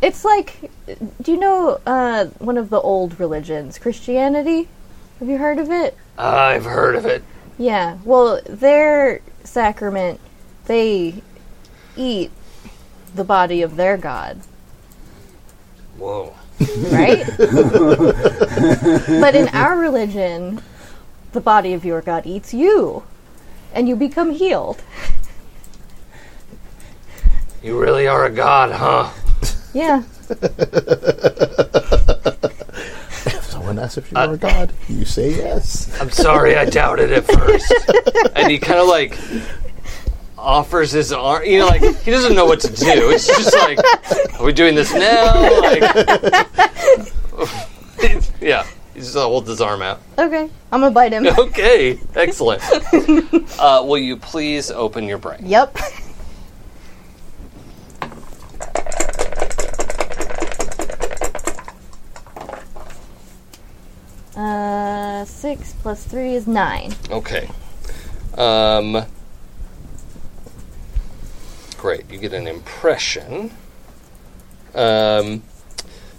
F: It's like, do you know uh, one of the old religions, Christianity? Have you heard of it?
C: "Ah, I've heard of it.
F: Yeah. Well, their sacrament, they eat the body of their god,
C: Whoa.
F: right? but in our religion, the body of your god eats you, and you become healed.
C: You really are a god, huh?
F: Yeah.
D: So and asks if you
C: Uh,
D: are a god. You say yes.
C: I'm sorry, I doubted at first. and he kind of like offers his arm. You know, like he doesn't know what to do. It's just like, are we doing this now? Like, yeah. He just uh, holds his arm out.
F: Okay, I'm gonna bite him.
C: Okay, excellent. Uh, will you please open your brain?
F: yep. Uh, six plus three is nine.
C: Okay. Um, great. You get an impression. Um,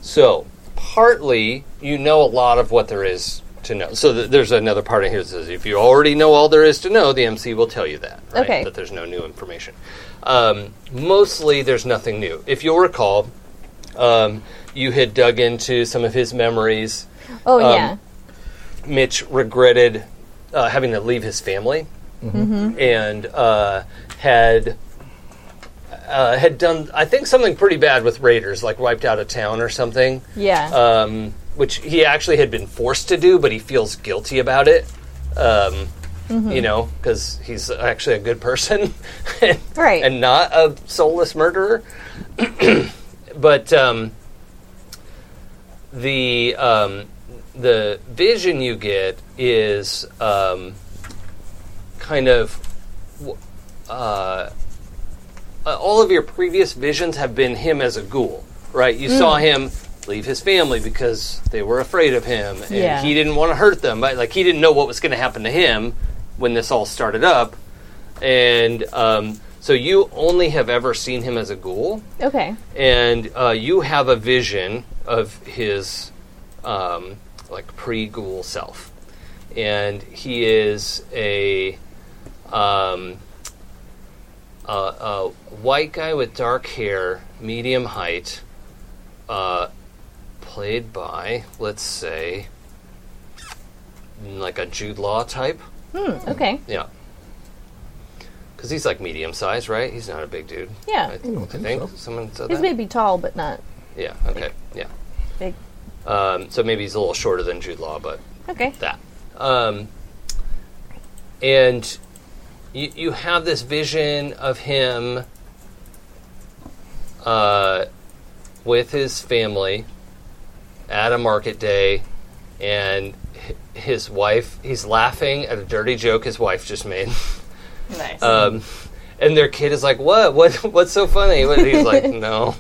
C: so, partly, you know a lot of what there is to know. So, th- there's another part in here that says if you already know all there is to know, the MC will tell you that. Right?
F: Okay.
C: That there's no new information. Um, mostly, there's nothing new. If you'll recall, um, you had dug into some of his memories.
F: Oh
C: Um,
F: yeah.
C: Mitch regretted uh, having to leave his family and uh, had uh, had done I think something pretty bad with raiders, like wiped out a town or something,
F: Yeah.
C: um, which he actually had been forced to do, but he feels guilty about it. Um, You know, because he's actually a good person, and,
F: Right.
C: and not a soulless murderer. but um, the um, the vision you get is um, kind of w- uh, uh, all of your previous visions have been him as a ghoul, right? You saw him leave his family because they were afraid of him, and
F: Yeah.
C: he didn't want to hurt them. But like he didn't know what was going to happen to him when this all started up, and um, so you only have ever seen him as a ghoul
F: okay.
C: and uh, you have a vision of his um, like pre-ghoul self, and he is a um, a, a white guy with dark hair, medium height, uh, played by let's say like a Jude Law type.
F: Okay.
C: Yeah. Because he's like medium sized, right? He's not a big dude.
F: Yeah.
C: I,
D: don't
C: I
D: think
C: think
D: so.
C: someone said
F: He's
C: that.
F: maybe tall, but not
C: Yeah. Okay. Yeah.
F: big.
C: Um, so maybe he's a little shorter than Jude Law, but
F: Okay.
C: that. Um, and you, you have this vision of him uh, with his family at a market day, and hi- his wife. He's laughing at a dirty joke his wife just made.
B: Nice.
C: Um, and their kid is like, "What? What? What's so funny?" And he's like, "No."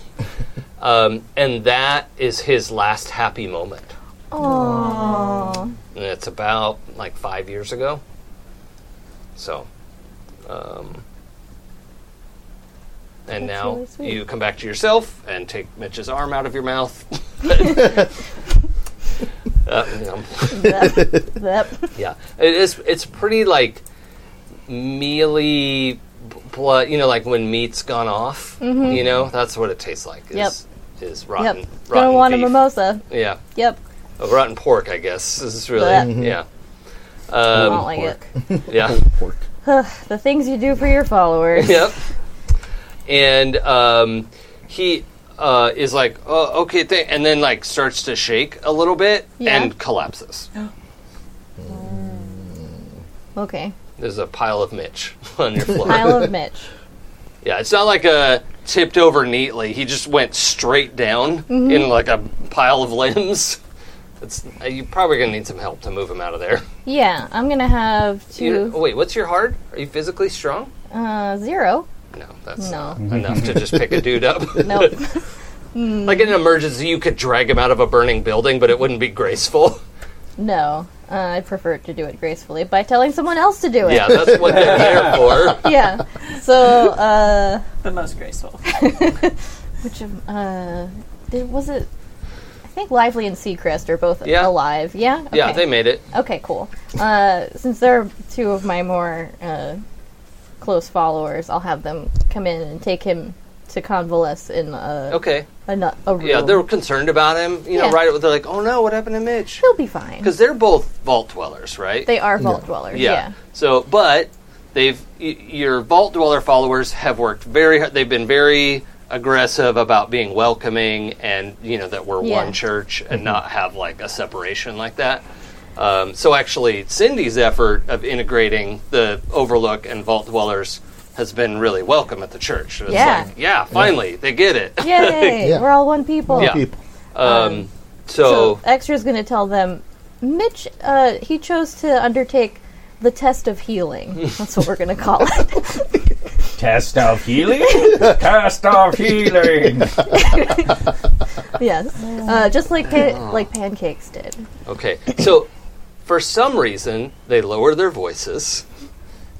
C: Um, and that is his last happy moment.
F: Oh.
C: And it's about like five years ago. So, um, and
F: That's
C: now
F: really sweet.
C: you come back to yourself and take Mitch's arm out of your mouth. uh, you know. Yeah, it is. It's pretty like mealy b- blood. You know, like when meat's gone off. You know, that's what it tastes like. Is, Is rotten.
F: Mm-hmm. yep.
C: rotten
F: Gonna want
C: beef.
F: a mimosa.
C: Yeah,
F: Yep.
C: Oh, rotten pork. I guess this is really
F: Blech.
C: yeah.
F: I
C: Um,
F: don't like it.
C: yeah.
D: Pork.
F: The things you do for your followers.
C: yep. And um, he uh, is like, oh, okay, th-, and then like starts to shake a little bit
F: Yeah.
C: and collapses.
F: Okay.
C: There's a pile of Mitch on your floor.
F: I love Mitch.
C: Yeah, it's not like a tipped over neatly. He just went straight down
F: Mm-hmm.
C: in like a pile of limbs. It's, uh, you're probably gonna need some help to move him out of there.
F: Yeah, I'm gonna have
C: You-
F: two.
C: oh, wait, what's your hard? Are you physically strong?
F: Uh, zero.
C: No, that's
F: No. Mm-hmm.
C: not enough to just pick a dude up.
F: Nope.
C: like in an emergency, you could drag him out of a burning building, but it wouldn't be graceful.
F: no. Uh, I prefer to do it gracefully by telling someone else to do it.
C: yeah, that's what they're there for.
F: Yeah. So, uh,
B: the most graceful.
F: which of, uh, did, was it? I think Lively and Seacrest are both
C: Yeah.
F: alive. Yeah. Okay.
C: Yeah, they made it.
F: Okay, cool. Uh, since they're two of my more uh, close followers, I'll have them come in and take him to convalesce in a,
C: Okay.
F: a, nu- a room.
C: Yeah, they were concerned about him. You know,
F: Yeah.
C: right? They're like, oh no, what happened to Mitch?
F: He'll be fine.
C: Because they're both vault dwellers, right?
F: They are vault dwellers. Yeah.
C: So, but they've y- your vault dweller followers have worked very. hard. They've been very aggressive about being welcoming and you know that we're
F: Yeah.
C: one church and not have like a separation like that. Um, so actually, Cindy's effort of integrating the Overlook and Vault Dwellers has been really welcome at the church. It's
F: Yeah.
C: like, yeah, finally they get it.
F: Yay!
D: Yeah.
F: We're all one people.
C: Yeah.
D: People.
C: Um,
F: So
C: so,
F: Extra's going to tell them, Mitch, uh, he chose to undertake the test of healing. That's what we're going to call it.
E: Test of healing? Test of healing!
F: yes. Uh, just like
C: Oh.
F: pa- like pancakes did.
C: okay, so for some reason they lower their voices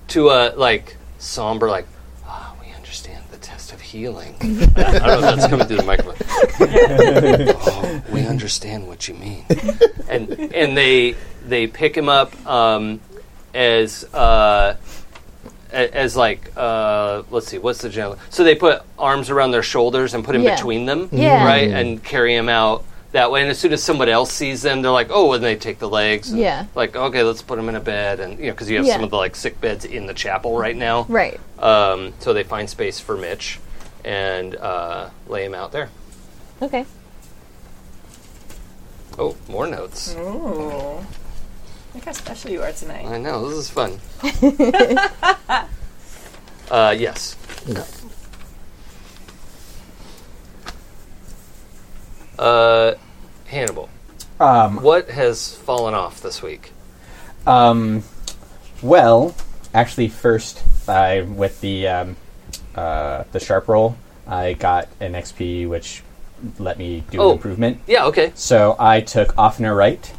C: to a like somber, like ah, we understand the test of healing. I don't know if that's coming through the microphone. oh, we understand what you mean, and and they they pick him up um, as. Uh, a- as like uh, let's see what's the general so they put arms around their shoulders and put him
F: Yeah.
C: between them
F: Yeah.
C: right and carry him out that way and as soon as somebody else sees them they're like oh and they take the legs and
F: Yeah.
C: like okay let's put him in a bed and you know because you have
F: Yeah.
C: some of the like sick beds in the chapel right now
F: Right.
C: um, so they find space for mitch and uh, lay him out there
F: Okay.
C: oh more notes
F: Mm-hmm.
B: Ooh. Look how special you are tonight.
C: i know this is fun uh, yes uh, hannibal
E: Um,
C: what has fallen off this week
E: Um, well, actually, first I with the um, uh, the sharp roll, I got an XP which let me do
C: Oh.
E: an improvement.
C: yeah okay
E: So I took Offner Right,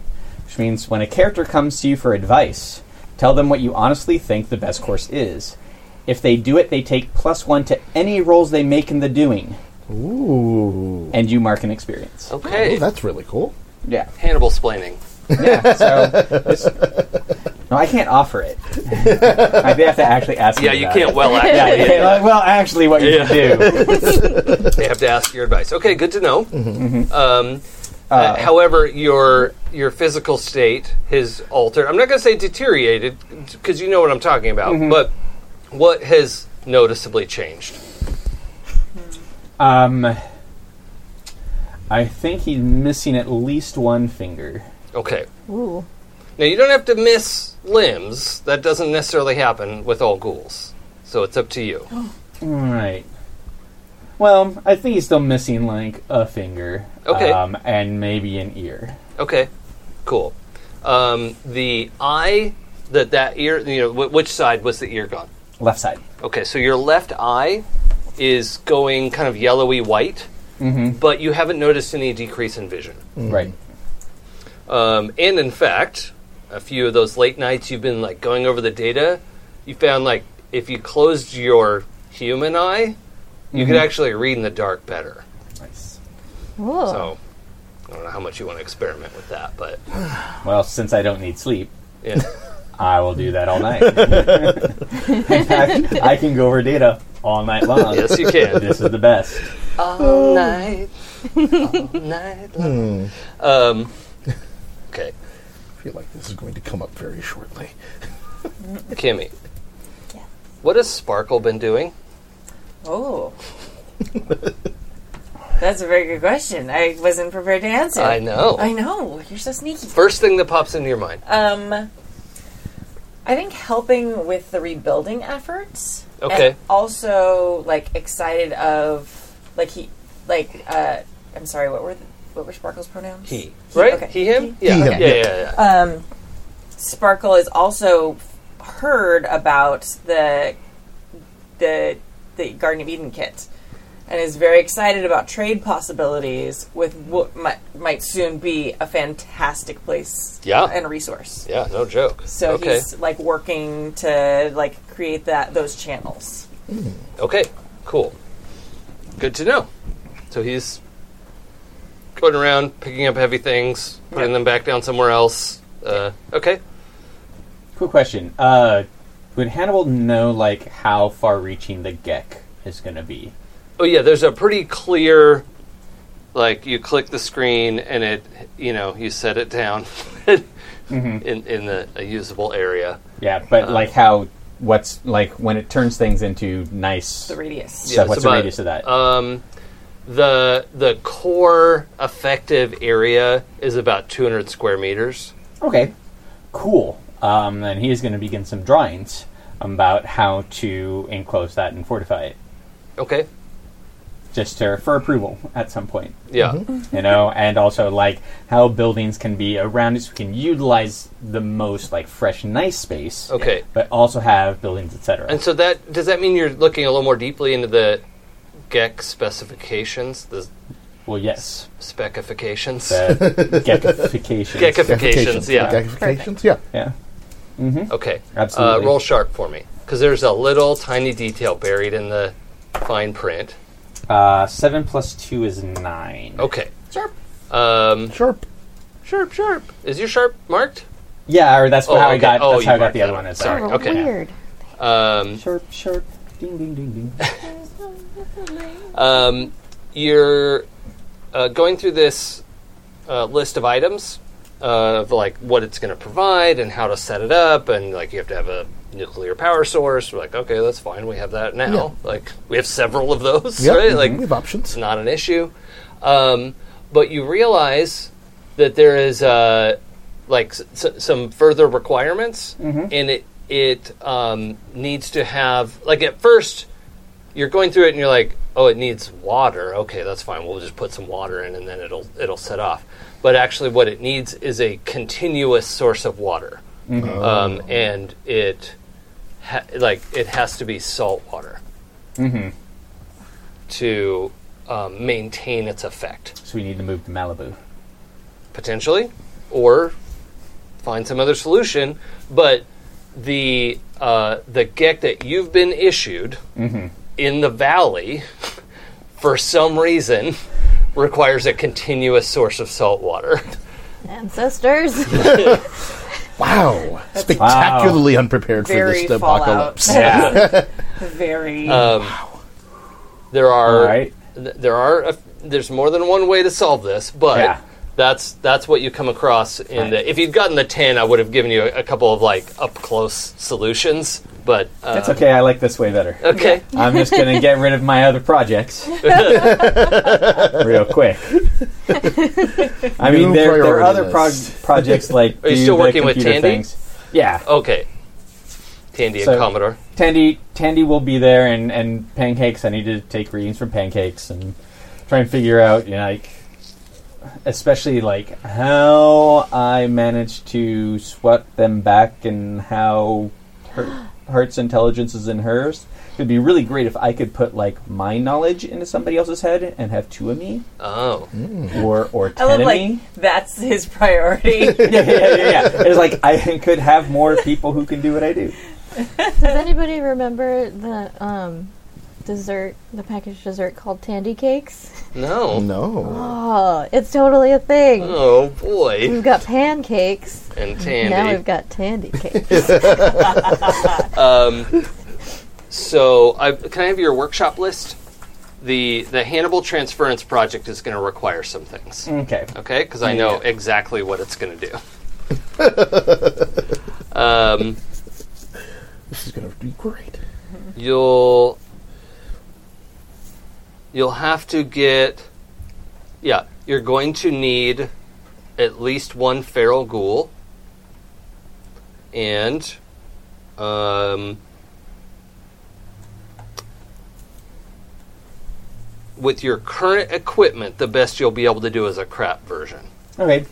E: which means when a character comes to you for advice, tell them what you honestly think the best course is. If they do it, they take plus one to any rolls they make in the doing,
D: Ooh.
E: and you mark an experience.
C: okay
D: Ooh, that's really cool.
E: Yeah.
C: hannibal splaining
E: Yeah, so this- no, I can't offer it. like, they have to actually ask.
C: yeah
E: me
C: you
E: about
C: can't
E: it.
C: well act
E: Yeah, yeah, like, well, actually, what you
C: Yeah.
E: should do.
C: they have to ask your advice. Okay, good to know. Um, uh, however, your your physical state has altered. I'm not going to say deteriorated because you know what I'm talking about. But what has noticeably changed?
E: Um, I think he's missing at least one finger.
C: Okay,
F: Ooh.
C: now you don't have to miss limbs. That doesn't necessarily happen with all ghouls. So it's up to you.
E: All right. Well, I think he's still missing like a finger.
C: Okay.
E: Um, and maybe an ear.
C: Okay, cool. Um, the eye that that ear, you know, wh- which side was the ear gone?
E: Left side.
C: Okay, so your left eye is going kind of yellowy white, but you haven't noticed any decrease in vision.
E: Right.
C: Um, and in fact, a few of those late nights you've been like going over the data, you found like if you closed your human eye, you could actually read in the dark better.
E: Nice.
F: Whoa.
C: So I don't know how much you want to experiment with that, but
E: Well, since I don't need sleep,
C: yeah.
E: I will do that all night. In fact, I can go over data all night long.
C: yes, you can.
E: This is the best.
C: all night, all night. long. Um, okay,
D: I feel like this is going to come up very shortly.
C: Kimmy. What has Sparkle been doing?
B: Oh. That's a very good question. I wasn't prepared to answer.
C: I know.
B: I know. You're so sneaky.
C: First thing that pops into your mind.
B: Um, I think helping with the rebuilding efforts.
C: Okay.
B: And also, like excited of like he like uh I'm sorry. What were the, what were Sparkle's pronouns?
C: He. Right?
B: okay.
C: He, him? Yeah.
D: He, him.
C: yeah, yeah, yeah, yeah.
B: Um, Sparkle has also heard about the the the Garden of Eden kit, and is very excited about trade possibilities with what might, might soon be a fantastic place
C: Yeah.
B: and resource.
C: yeah, no joke.
B: So
C: okay.
B: he's like working to like create that those channels.
C: Okay, cool. Good to know. So he's going around picking up heavy things, putting
B: Yeah.
C: them back down somewhere else. Uh, okay.
E: Quick question. Uh, would Hannibal know like how far reaching the Gek is going to be?
C: Oh, yeah, there's a pretty clear, like, you click the screen and it, you know, you set it down
D: Mm-hmm.
C: in, in the, a usable area.
E: Yeah, but like how what's like when it turns things into nice
B: The radius.
E: stuff,
C: it's
E: what's
C: about-
E: the radius of that?
C: Um, the the core effective area is about 200 square meters.
E: Okay, cool. Um, then he is going to begin some drawings about how to enclose that and fortify it,
C: Okay.
E: just to, for approval at some point,
C: Yeah.
E: you know, and also like how buildings can be around it so we can utilize the most like fresh, nice space.
C: Okay.
E: but also have buildings, etc.
C: And so that does that mean you're looking a little more deeply into the GEC specifications, the
E: Well, yes,
C: specifications,
E: the geckification.
C: geckifications? Yeah.
D: Geckifications, yeah.
E: yeah.
C: Okay. Uh,
E: Absolutely.
C: roll sharp for me because there's a little tiny detail buried in the fine print.
E: Uh, seven plus two is nine.
C: Okay.
E: Sharp.
C: Um,
D: Sharp.
C: sharp, sharp. Is your sharp marked?
E: Yeah, or that's
C: Oh,
E: how I
C: okay.
E: got.
C: Oh,
E: that's
C: you
E: how I got
C: marked
E: the other
C: that
E: one.
C: one.
E: As
C: Sorry.
F: Oh,
C: okay.
F: weird.
C: Um,
E: Sharp, sharp. Ding, ding, ding, ding.
C: um, you're uh, going through this uh, list of items uh, of like what it's going to provide and how to set it up, and like you have to have a nuclear power source. We're like, okay, that's fine. We have that now. Like we have several of those,
D: Yeah.
C: right?
D: mhm,
C: Like
D: we have options.
C: it's not an issue. Um, but you realize that there is uh, like s- s- some further requirements, and it it um, needs to have like at first you're going through it and you're like, oh, it needs water. Okay, that's fine. We'll just put some water in, and then it'll it'll set off. But actually, what it needs is a continuous source of water, um, and it ha- like it has to be salt water to um, maintain its effect
E: So we need to move to Malibu.
C: potentially, or find some other solution. But the uh, the GEC that you've been issued
E: Mm-hmm.
C: in the valley, for some reason, requires a continuous source of salt water.
F: Ancestors.
D: Wow. Spectacularly unprepared for
B: Very
D: this
B: Fallout.
D: apocalypse.
E: Yeah.
B: Very.
C: Uh, There are
E: All right.
C: th- there are a, there's more than one way to solve this, but
E: Yeah.
C: that's that's what you come across in the. If you'd gotten the ten, I would have given you a, a couple of like up close solutions, but uh,
E: That's okay. I like this way better.
C: okay.
E: I'm just gonna get rid of my other projects real quick. I mean,
D: New
E: there, there are
D: priority
E: other prog-
D: list.
E: projects like.
C: Are you
E: do
C: still
E: the
C: working with
E: computer
C: Tandy?
E: Things. Yeah,
C: Okay. Tandy
E: So-
C: and Commodore.
E: Tandy, Tandy will be there, and, and pancakes. I need to take readings from pancakes and try and figure out, you know, like, especially like how I managed to swat them back, and how her, Hert's intelligence is in hers. It'd be really great if I could put like my knowledge into somebody else's head and have two of me,
C: Oh.
F: Hmm?
E: or or
B: I
E: ten
B: love
E: of
B: like
E: me.
B: that's his priority.
E: yeah, yeah, yeah, yeah. It's like I could have more people who can do what I do.
F: Does anybody remember the um, dessert, the packaged dessert called Tandy Cakes?
C: No.
F: Hmm.
D: No.
F: Oh, it's totally a thing.
C: Oh boy.
F: We've got pancakes.
C: And
F: Now
C: Tandy.
F: we've got Tandy Cakes.
C: So, I, can I have your workshop list? The the Hannibal Transference Project is going to require some
F: Mm.
C: things.
E: Okay,
C: Okay, because I know exactly what it's going to do. um,
D: This is going to be great.
C: you'll you'll have to get. Yeah, you're going to need at least one feral ghoul, and um, with your current equipment, the best you'll be able to do is a crap version.
E: okay,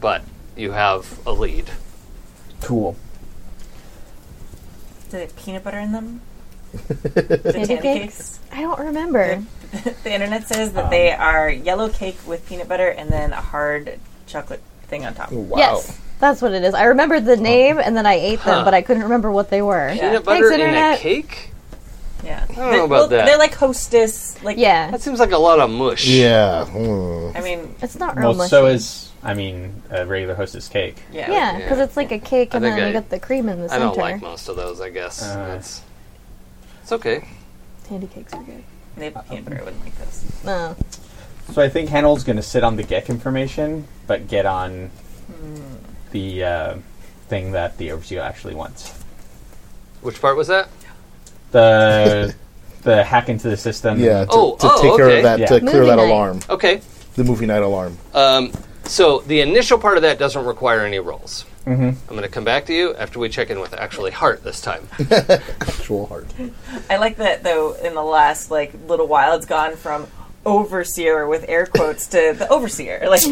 C: but you have a lead.
E: cool.
B: Did it peanut butter in them? The
F: Tandy Cakes? I don't remember.
B: The internet says that they
C: Um,
B: are yellow cake with peanut butter and then a hard chocolate thing on top.
D: Wow.
F: Yes, that's what it is. I remembered the name and then I ate
C: Huh.
F: them, but I couldn't remember what they were.
B: Yeah.
C: Peanut
B: Thanks,
C: butter in a
F: Internet.
C: cake?
B: Yeah, I
C: know about that.
B: They're like hostess. Like
F: Yeah,
C: That seems like a lot of mush.
D: Yeah. hmm.
B: I mean,
F: it's not real
E: Well,
F: mushy.
E: so is I mean a regular hostess cake.
B: yeah.
F: yeah, because
C: Yeah.
F: it's like a cake,
C: I
F: and
C: think
F: then you
C: I-
F: got the cream in the
C: I
F: center.
C: don't like most of those, I guess.
E: Uh.
C: That's it's okay.
F: Tandy cakes are good.
B: They have peanut butter. I wouldn't like this.
F: No,
E: So I think Hanel's going to sit on the Gek information, but get on the uh, thing that the overseer actually wants.
C: Which part was that?
E: The the hack into the system.
D: Yeah, to,
C: Oh,
D: to
C: oh,
D: take care
C: okay.
D: of that,
E: Yeah.
D: to clear
F: Movie
D: that
F: night.
D: alarm,
C: Okay.
D: the movie night alarm.
C: Um, so the initial part of that doesn't require any rolls. Mm-hmm. I'm going to come back to you after we check in with actually Hart this time.
D: Actual heart.
B: I like that though. In the last like little while, it's gone from overseer with air quotes to the overseer. Like
D: It's,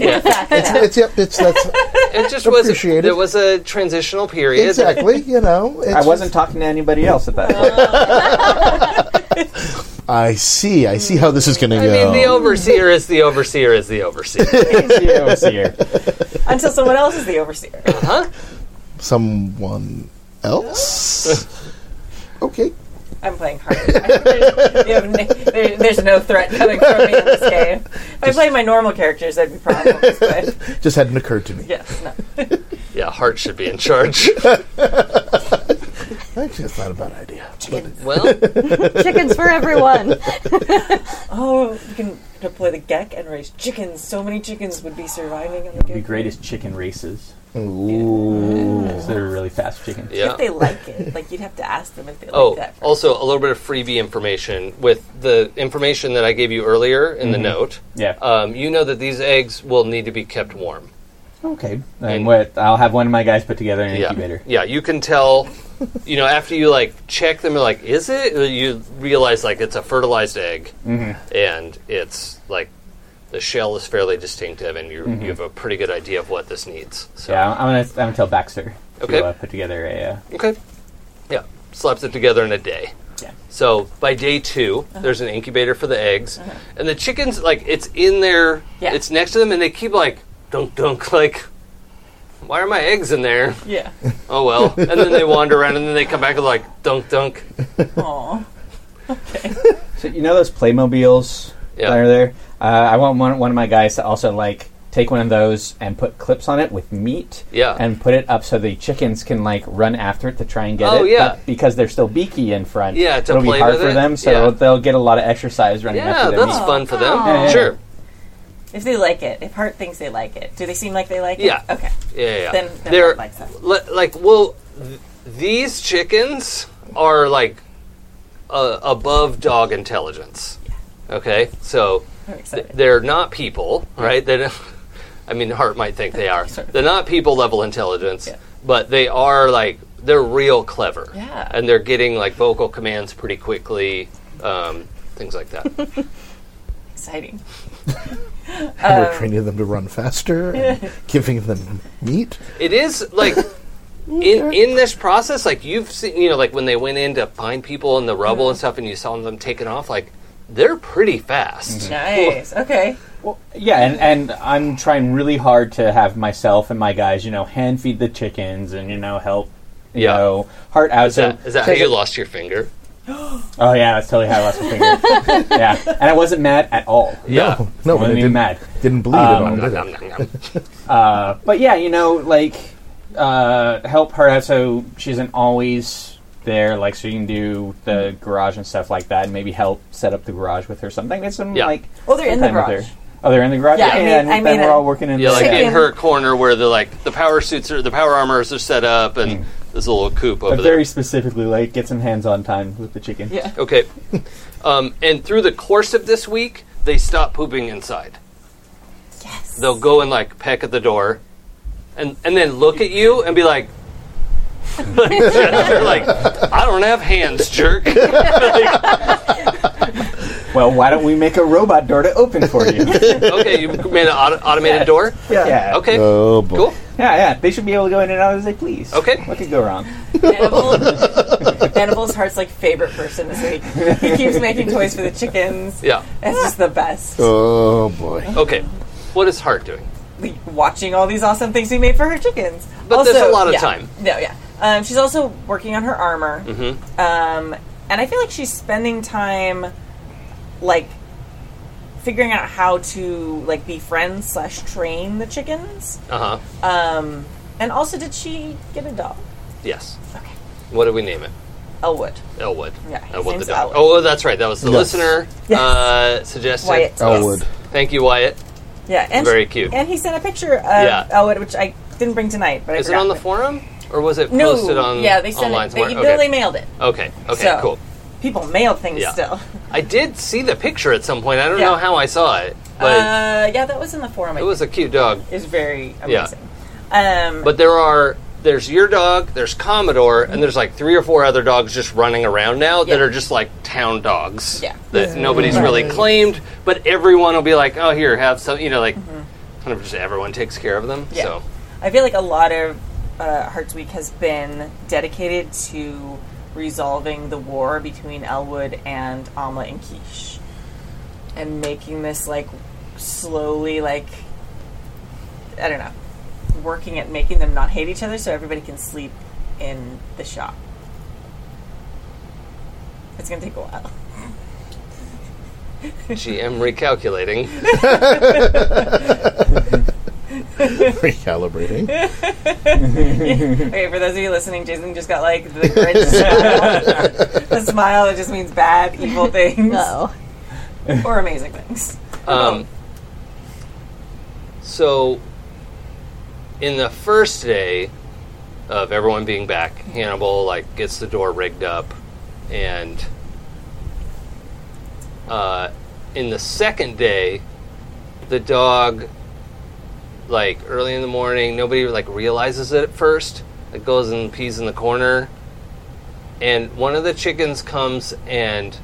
D: it's yep. It's that's
C: It just was
D: Appreciated.
C: there was a transitional period.
D: exactly. You know, it's
E: I wasn't talking to anybody else at that point.
D: just- I see. I see how this is going to
C: I
D: go.
C: mean, the overseer is the overseer is the overseer.
E: Yeah, it was here.
B: until someone else is the overseer.
D: Someone else. okay.
B: I'm playing hard. You have n- there- there's no threat coming from me in this game. If I played my normal characters, that'd be problems. But
D: Just hadn't occurred to me.
B: yes, no.
C: yeah, Hart should be in charge.
D: Actually, that's not a bad idea.
C: well,
F: Chickens for everyone.
B: Oh, you can deploy the Gek and raise chickens. So many chickens would be surviving on the
E: The
B: Gek.
E: greatest chicken races.
D: Ooh.
E: So they're really fast chickens.
C: yeah.
B: If they like it, like you'd have to ask them if they
C: Oh,
B: like that. First.
C: also a little bit of freebie information with the information that I gave you earlier in the note.
E: Yeah.
C: Um, you know that these eggs will need to be kept warm.
E: Okay. And what? I'll have one of my guys put together an
C: Yeah.
E: incubator.
C: Yeah, you can tell. You know, after you like check them, you're like, is it? You realize like it's a fertilized egg,
E: Mm-hmm.
C: and it's like the shell is fairly distinctive, and you you have a pretty good idea of what this needs.
E: Mm-hmm.
C: So
E: Yeah, I'm gonna, I'm gonna tell Baxter
C: Okay.
E: to uh, put together a. Uh,
C: okay, yeah, slaps it together in a day.
E: yeah. Uh-huh.
C: So by day 2 there's an incubator for the eggs, and the chickens like it's in there,
B: Yeah.
C: it's next to them, and they keep like dunk dunk like, why are my eggs in there?
B: yeah.
C: Oh well, and then they wander around, and then they come back and like dunk dunk.
B: Aw.
E: So you know those Playmobiles
C: Yeah.
E: that are there? Uh, I want one, one of my guys to also like take one of those and put clips on it with meat.
C: Yeah.
E: And put it up so the chickens can like run after it to try and get
C: Oh,
E: it.
C: yeah.
E: But because they're still beaky in front.
C: Yeah, to
E: it'll
C: play
E: be hard
C: with
E: for
C: it.
E: them, so
C: Yeah.
E: they'll get a lot of exercise running
C: Yeah,
E: after their
C: that's
E: meat.
C: fun for them.
E: Yeah, yeah,
C: Sure.
B: If they like it, if Hart thinks they like it, do they seem like they like
C: Yeah.
B: it? Okay.
C: Yeah, yeah. yeah.
B: Then- then
C: They're
B: I'd like that.
C: li- like well, th- these chickens are like uh, above dog intelligence. Okay, so
B: I'm
C: th-
B: excited.
C: they're not people, right? They don't. I mean, Hart might think they are.
B: Sort of.
C: They're not people level intelligence,
B: Yeah.
C: but they are like they're real clever.
B: Yeah.
C: and they're getting like vocal commands pretty quickly, um, things like that.
B: Exciting.
C: Uh,
D: We're training them to run faster, and giving them meat.
C: It is like in in this process, like you've seen, you know, like when they went in to find people in the rubble and stuff, and you saw them taking off, like they're pretty fast.
B: Mm-hmm. Nice. Okay.
E: Well, yeah, and, and I'm trying really hard to have myself and my guys, you know, hand feed the chickens and you know help, you
C: Yeah.
E: know, heart out.
C: Is that, is that how you lost your finger?
E: Oh yeah, that's totally how I lost my finger. yeah, and I wasn't mad at all.
C: Yeah.
D: No,
E: I
D: and it
E: wasn't even
D: didn't,
E: mad.
D: didn't bleed at all,
E: Um,
D: did
C: Nom,
D: it?
C: nom, nom.
E: Uh, but yeah, you know, like uh, help her out so she isn't always there. Like, so you can do the
C: Mm-hmm.
E: garage and stuff like that, and maybe help set up the garage with her. Something that's some
C: Yeah.
E: like.
B: Well, they're in the
E: time with
B: garage.
E: her. Oh, they're in the garage.
B: Yeah, I mean-
E: and
B: I
E: then
B: mean,
E: we're
B: uh,
E: all working in.
C: yeah,
E: the
C: like in
B: Chicken.
C: her corner where the like the power suits are the power armors are set up, and there's a little coop over
E: But
C: there.
E: very specifically, like get some hands-on time with the chicken.
B: Yeah.
C: Okay. Um, and through the course of this week, they stop pooping inside.
B: Yes.
C: They'll go and like peck at the door, and and then look at you and be like, like, gesture, like I don't have hands, jerk. Like,
E: Well, why don't we make a robot door to open for you? yeah.
C: okay, you made an auto- automated door.
E: yeah.
C: Okay,
D: Oh boy.
C: cool.
E: Yeah, yeah. They should be able to go in and out as they please.
C: Okay.
E: What could go wrong?
B: Hannibal, Hannibal's Hart's like favorite person this week. He keeps making toys for the chickens.
C: Yeah.
B: It's just the best.
D: Oh boy.
C: Okay. What is Hart doing?
B: Like, watching all these awesome things we made for her chickens.
C: But
B: also,
C: there's a lot of
B: yeah.
C: time.
B: No, yeah. Um, she's also working on her armor.
C: Mm-hmm.
B: Um, and I feel like she's spending time, like, figuring out how to like befriend slash train the chickens.
C: Uh huh.
B: Um, and also, did she get a dog?
C: Yes.
B: Okay.
C: What do we name it?
B: Elwood.
C: Elwood.
B: Yeah, his
C: Elwood the
B: name's
C: dog.
B: Elwood.
C: Oh, that's right. That was the
D: Yes.
C: listener
B: Yes.
C: uh, suggested.
B: Wyatt.
D: Elwood.
C: Thank you, Wyatt.
B: Yeah, and
C: Very cute.
B: And he sent a picture of
C: Yeah.
B: Elwood, which I didn't bring tonight. But I
C: Is it
B: forgot.
C: on the forum or was it
B: No,
C: posted on
B: yeah, they sent
C: online
B: it. They,
C: somewhere?
B: no, they mailed it.
C: Okay. Okay.
B: So-
C: Cool.
B: people mail things
C: Yeah.
B: still.
C: I did see the picture at some point. I don't
B: Yeah.
C: know how I saw it, but
B: Uh, yeah, that was in the forum. I
C: it was a cute dog.
B: is very
C: Yeah.
B: amazing. Um,
C: But there are there's your dog, there's Commodore, and there's like three or four other dogs just running around now that
B: Yeah.
C: are just like town dogs.
B: Yeah.
C: That nobody's really
F: Right.
C: claimed, but everyone will be like, Oh here, have some you know, like kind of just everyone takes care of them.
B: Mm-hmm. Yeah.
C: So
B: I feel like a lot of uh, Hearts Week has been dedicated to resolving the war between Elwood and Alma and Quiche, and making this like slowly like I don't know, working at making them not hate each other so everybody can sleep in the shop. It's gonna take a while.
C: GM recalculating.
D: Recalibrating.
B: Okay, for those of you listening, Jason just got like the Grinch smile. the smile that just means bad, evil things.
F: No.
B: or amazing things.
C: Um, so, in the first day of everyone being back, Hannibal like gets the door rigged up, and uh, in the second day, the dog like early in the morning, nobody like realizes it at first. It goes and pees in the corner, and one of the chickens comes and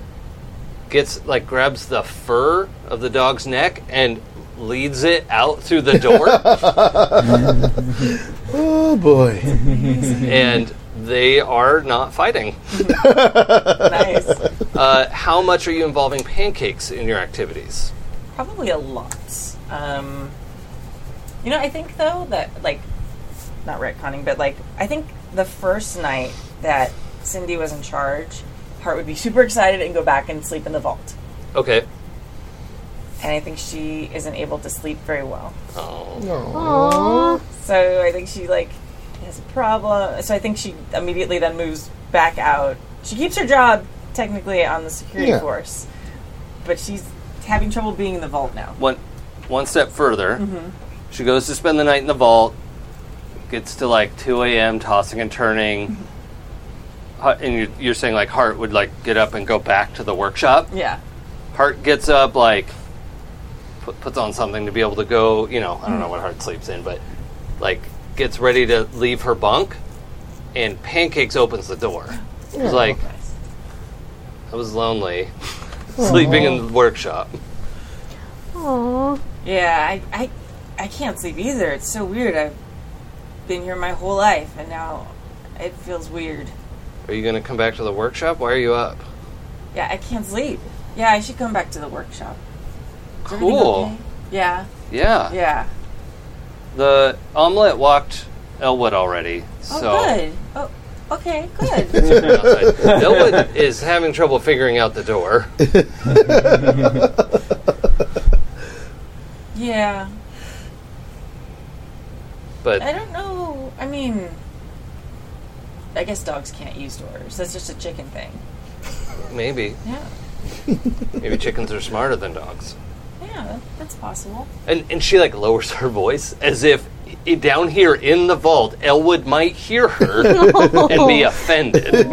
C: gets like grabs the fur of the dog's neck and leads it out through the door
D: Oh boy.
C: and they are not fighting
B: nice.
C: uh, how much are you involving pancakes in your activities
B: Probably a lot. Um, you know, I think though that like, not retconning, but like, I think the first night that Cindy was in charge, Hart would be super excited and go back and sleep in the vault.
C: okay
B: And I think she isn't able to sleep very well.
C: oh
F: Aww.
B: So I think she like has a problem. So I think she immediately then moves back out. She keeps her job technically on the security
D: Yeah.
B: force, but she's having trouble being in the vault now.
C: one one step further she goes to spend the night in the vault gets to like 2 a.m tossing and turning Hart- and you're, you're saying like hart would like get up and go back to the workshop
B: Yeah.
C: Hart gets up, like put, puts on something to be able to go. You know, I don't know what Hart sleeps in, but like gets ready to leave her bunk, and Pancakes opens the door. It's like I was lonely, sleeping in the workshop.
F: Aww.
B: Yeah, I, I I can't sleep either. It's so weird. I've been here my whole life and now it feels weird.
C: Are you gonna come back to the workshop? Why are you up?
B: Yeah, I can't sleep. Yeah, I should come back to the workshop. Is everything
C: Cool.
B: okay? Yeah,
C: Yeah.
B: yeah.
C: The omelet walked Elwood already, so
B: Oh, good. Oh, okay, good.
C: outside. Elwood is having trouble figuring out the door.
B: yeah.
C: But
B: I don't know. I mean, I guess dogs can't use doors. That's just a chicken thing.
C: maybe,
B: Yeah,
C: maybe chickens are smarter than dogs.
B: yeah, that's possible.
C: And, and she like lowers her voice as if i- down here in the vault, Elwood might hear her and be offended.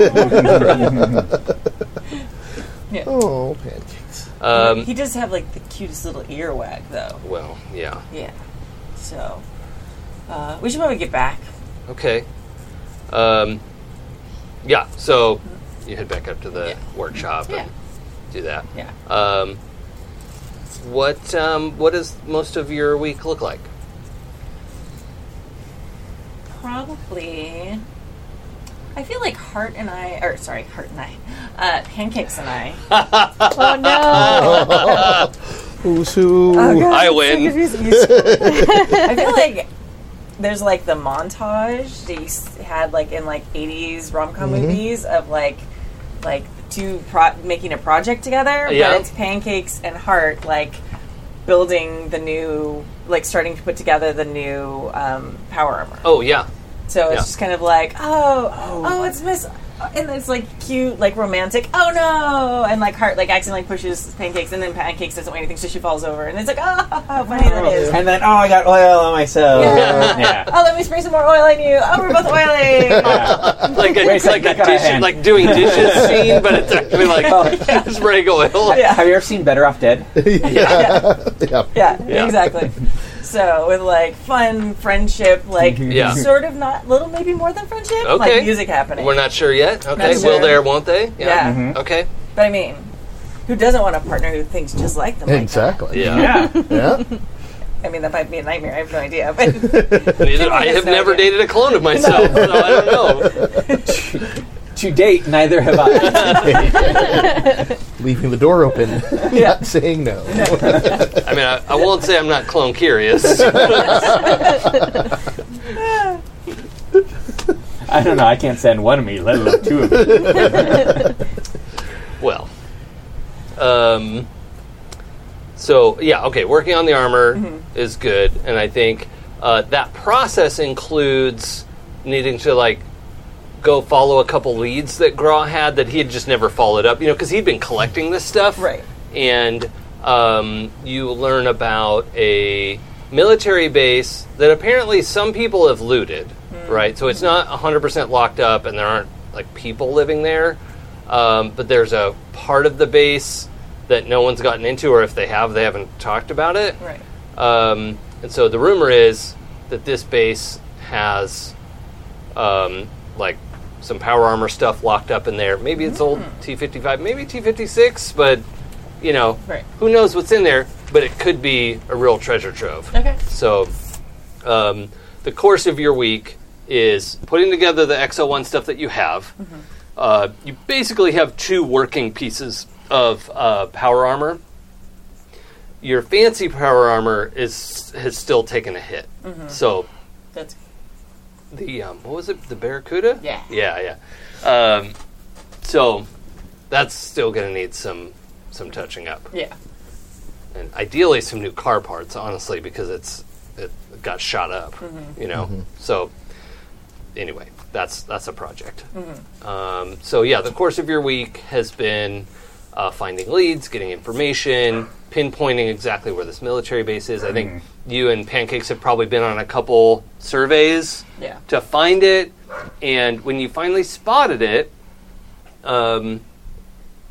D: Oh pancakes.
C: Um,
B: he does have like the cutest little ear wag, though.
C: well, yeah.
B: Yeah. So, uh, we should probably get back.
C: Okay. Um, yeah, so you head back up to the
B: Yeah.
C: workshop and do that.
B: Yeah.
C: Um, what, um, what does most of your week look like?
B: Probably. I feel like Hart and I, or sorry, Hart and I, uh, Pancakes and I.
F: Oh no.
D: Who's who?
C: I win.
B: I feel like there's like the montage they s- had like in like 80s rom com movies of like like two pro- making a project together,
C: Yeah.
B: but it's pancakes and heart like building the new like starting to put together the new um, power armor.
C: Oh, yeah.
B: So it's
C: Yeah.
B: just kind of like oh oh, it's Miss and it's like cute, like romantic. Oh no! And like heart, like accidentally pushes pancakes, and then pancakes doesn't weigh anything, so she falls over, and it's like, oh, how funny that is.
E: And then, oh, I got oil on myself.
B: Yeah.
E: yeah.
B: Oh, let me spray some more oil on you. Oh, we're both oily.
E: Yeah.
C: Like a,
E: Wait a second,
C: like
E: that
C: a
E: got a
C: dish,
E: hand. Oh.
C: like doing dishes scene, but it's actually like spraying oil.
B: Yeah.
E: Have you ever seen Better Off Dead?
D: yeah. yeah.
B: yeah,
C: Yeah.
B: exactly. So with like fun friendship, like
C: Mm-hmm. Yeah.
B: sort of not little, maybe more than friendship,
C: Okay.
B: like music happening.
C: We're not Mm-hmm. sure yet. Okay,
B: Not
C: will
B: sure.
C: there? Won't they?
B: Yeah. Mhm.
C: Okay.
B: but I mean, who doesn't want a partner who thinks just like them? like that?
D: Exactly.
C: Yeah.
E: Yeah.
D: Yeah.
B: I mean, that might be a nightmare. I have no idea, but
C: Neither, I have never dated a clone of myself, so I don't know.
E: to date, neither have I.
D: Leaving the door open, not saying no.
C: I mean, I, I won't say I'm not clone curious.
E: I don't know. I can't send one of me, let alone two of me.
C: Well, um, so yeah, okay. Working on the armor
B: Mm-hmm.
C: is good, and I think uh, that process includes needing to like go follow a couple leads that Graw had that he had just never followed up. You know, because he'd been collecting this stuff,
B: Right.
C: And um, you learn about a military base that apparently some people have looted, right? So it's not 100% locked up, and there aren't like people living there. Um, but there's a part of the base that no one's gotten into, or if they have, they haven't talked about it.
B: right.
C: Um, and so the rumor is that this base has um, like some power armor stuff locked up in there. Maybe it's old
B: Hmm.
C: T fifty five, maybe T fifty six, but you know,
B: Right.
C: who knows what's in there? But it could be a real treasure trove.
B: Okay.
C: So, um, the course of your week is putting together the XO1 stuff that you have. Uh, you basically have two working pieces of uh, power armor. Your fancy power armor is has still taken a hit. So
B: That's
C: the um, what was it? The Barracuda.
B: Yeah.
C: Yeah, yeah. Um, so that's still going to need some some touching up
B: yeah.
C: and ideally some new car parts, honestly, because it's it got shot up, you know. So anyway, that's that's a project. Um, so yeah, the course of your week has been uh, finding leads, getting information, pinpointing exactly where this military base is. I think you and Pancakes have probably been on a couple surveys
B: Yeah.
C: to find it, and when you finally spotted it. Um,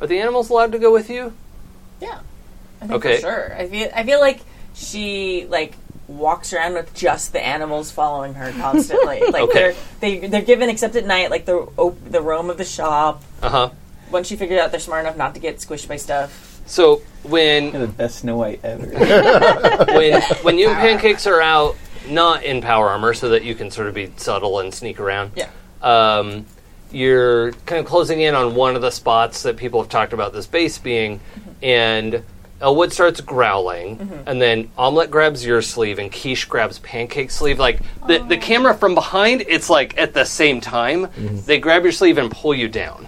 C: are the animals allowed to go with you?
B: Yeah. I think
C: Okay.
B: for sure. I feel I feel like she like walks around with just the animals following her constantly. like
C: Okay.
B: they're they, they're given except at night like the op- the roam of the shop.
C: Uh huh.
B: Once she figured out they're smart enough not to get squished by stuff.
C: So when
E: You're the best Snow White ever.
C: when when you and pancakes are out not in power armor so that you can sort of be subtle and sneak around
B: Yeah.
C: um, you're kind of closing in on one of the spots that people have talked about this base being and elwood starts growling and then omelette grabs your sleeve and quiche grabs pancake's sleeve like the, the camera from behind it's like at the same time they grab your sleeve and pull you down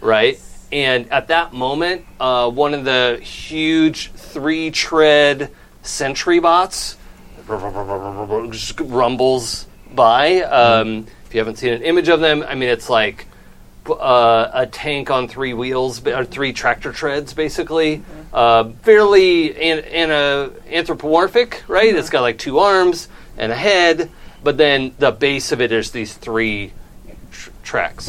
C: right? And at that moment, uh, one of the huge three tread sentry bots just rumbles by. Um, if you haven't seen an image of them, I mean, it's like b- uh, a tank on three wheels, b- or three tractor treads, basically. Uh, fairly an- ana- anthropomorphic, right? It's got like two arms and a head, but then the base of it is these three tr- tracks.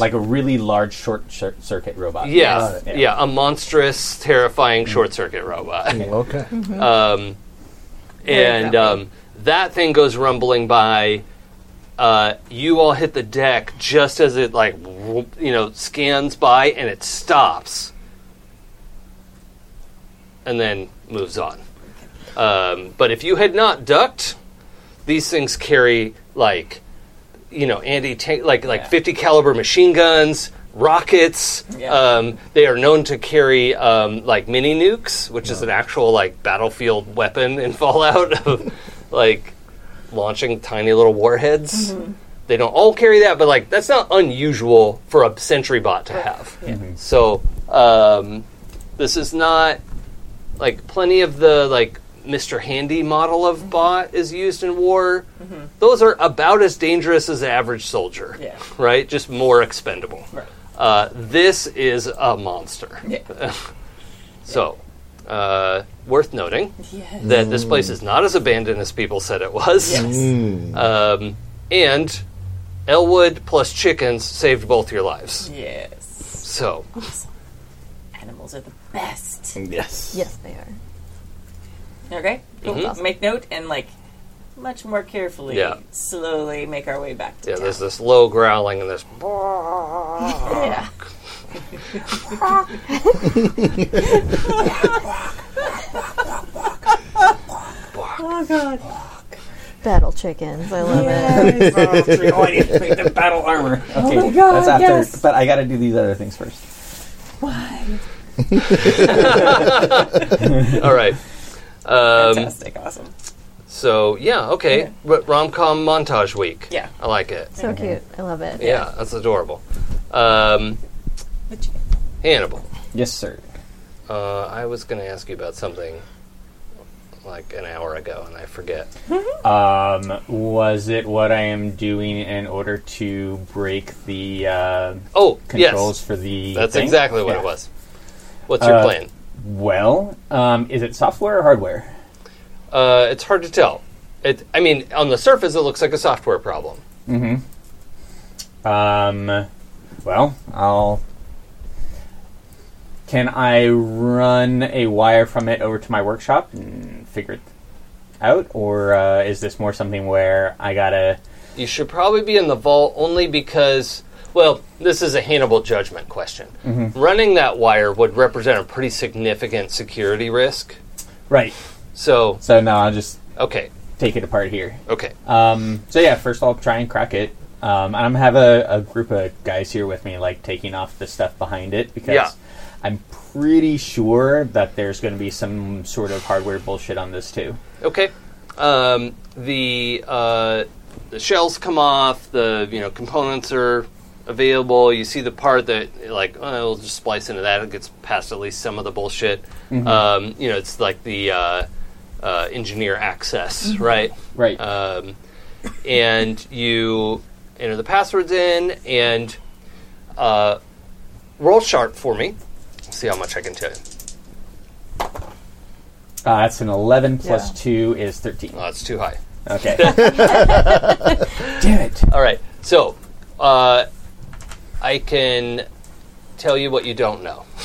E: like a really large short cir- circuit robot.
C: Yeah,
E: Yeah. Mm.
C: yeah, a monstrous, terrifying short circuit robot.
D: Okay.
C: Um, and
B: that
C: um, that thing goes rumbling by. Uh, you all hit the deck just as it like whoop, you know scans by and it stops, and then moves on. Um, but if you had not ducked, these things carry like you know anti tank like like
E: Yeah.
C: 50 caliber machine guns rockets
B: Yeah.
C: um, they are known to carry um, like mini nukes which
B: Oh.
C: is an actual like battlefield weapon in fallout of like launching tiny little warheads
B: Mm-hmm.
C: they don't all carry that but like that's not unusual for a sentry bot to have so um, this is not like plenty of the like Mr. Handy model
B: Mm-hmm.
C: of bot is used in war. Those are about as dangerous as the average soldier,
B: Yeah.
C: right? Just more expendable.
B: Right.
C: Uh, this is a monster.
B: Yeah.
C: so, uh, worth noting
B: Yes.
C: that this place is not as abandoned as people said it was.
B: Yes.
C: Um, and Elwood plus chickens saved both your lives.
B: Yes.
C: So,
B: Animals are the best.
D: Yes.
F: Yes, they are.
B: Okay. Cool.
F: Mhm.
B: Make note and like much more carefully,
C: Mm-hmm. Yeah.
B: slowly make our way back to
C: yeah,
B: town.
C: there's this low growling and this. Um,
B: yeah. oh god.
F: Battle chickens. I love it.
E: oh, I need to make the battle armor. Okay,
B: God,
E: that's after.
B: yes.
E: But I got to do these other things first.
B: Why?
C: All right. Um,
B: Fantastic. awesome.
C: so yeah, okay. Rom com montage week.
B: Yeah.
C: I like it.
F: So cute. I love it.
C: Yeah, that's adorable. Um,
B: The chicken.
C: Hannibal,
E: Yes, sir.
C: uh, I was going to ask you about something like an hour ago, and I forget.
E: Um, was it what I am doing in order to break the uh,
C: Oh,
E: controls
C: yes,
E: for the?
C: that's
E: thing?
C: exactly what
E: Yeah.
C: it was. What's your
E: Uh,
C: plan?
E: Well, um, is it software or hardware?
C: Uh, it's hard to tell. It, I mean, on the surface, it looks like a software problem.
E: Um, well, I'll. Can I run a wire from it over to my workshop and figure it out, or uh, is this more something where I gotta?
C: You should probably be in the vault only because, well, this is a Hannibal judgment question.
E: Mm-hmm.
C: Running that wire would represent a pretty significant security risk.
E: Right.
C: So,
E: So no, I'll just
C: okay,
E: take it apart here.
C: okay.
E: Um, so yeah, first I'll try and crack it. Um, and I'm have a, a group of guys here with me, like taking off the stuff behind it because
C: Yeah.
E: I'm pretty sure that there's going to be some sort of hardware bullshit on this too.
C: Okay. Um, the uh, the shells come off. The you know components are available. You see the part that like oh, it'll just splice into that. It gets past at least some of the bullshit. Um, you know, it's like the uh, uh, engineer access, right?
E: Right.
C: Um, and you enter the passwords in and uh, roll sharp for me. See how much I can tell you.
E: Uh, that's an 11 plus
F: Yeah.
E: 2 is 13.
C: Oh, that's too high.
E: Okay. Damn it.
C: All right. So, uh, I can tell you what you don't know.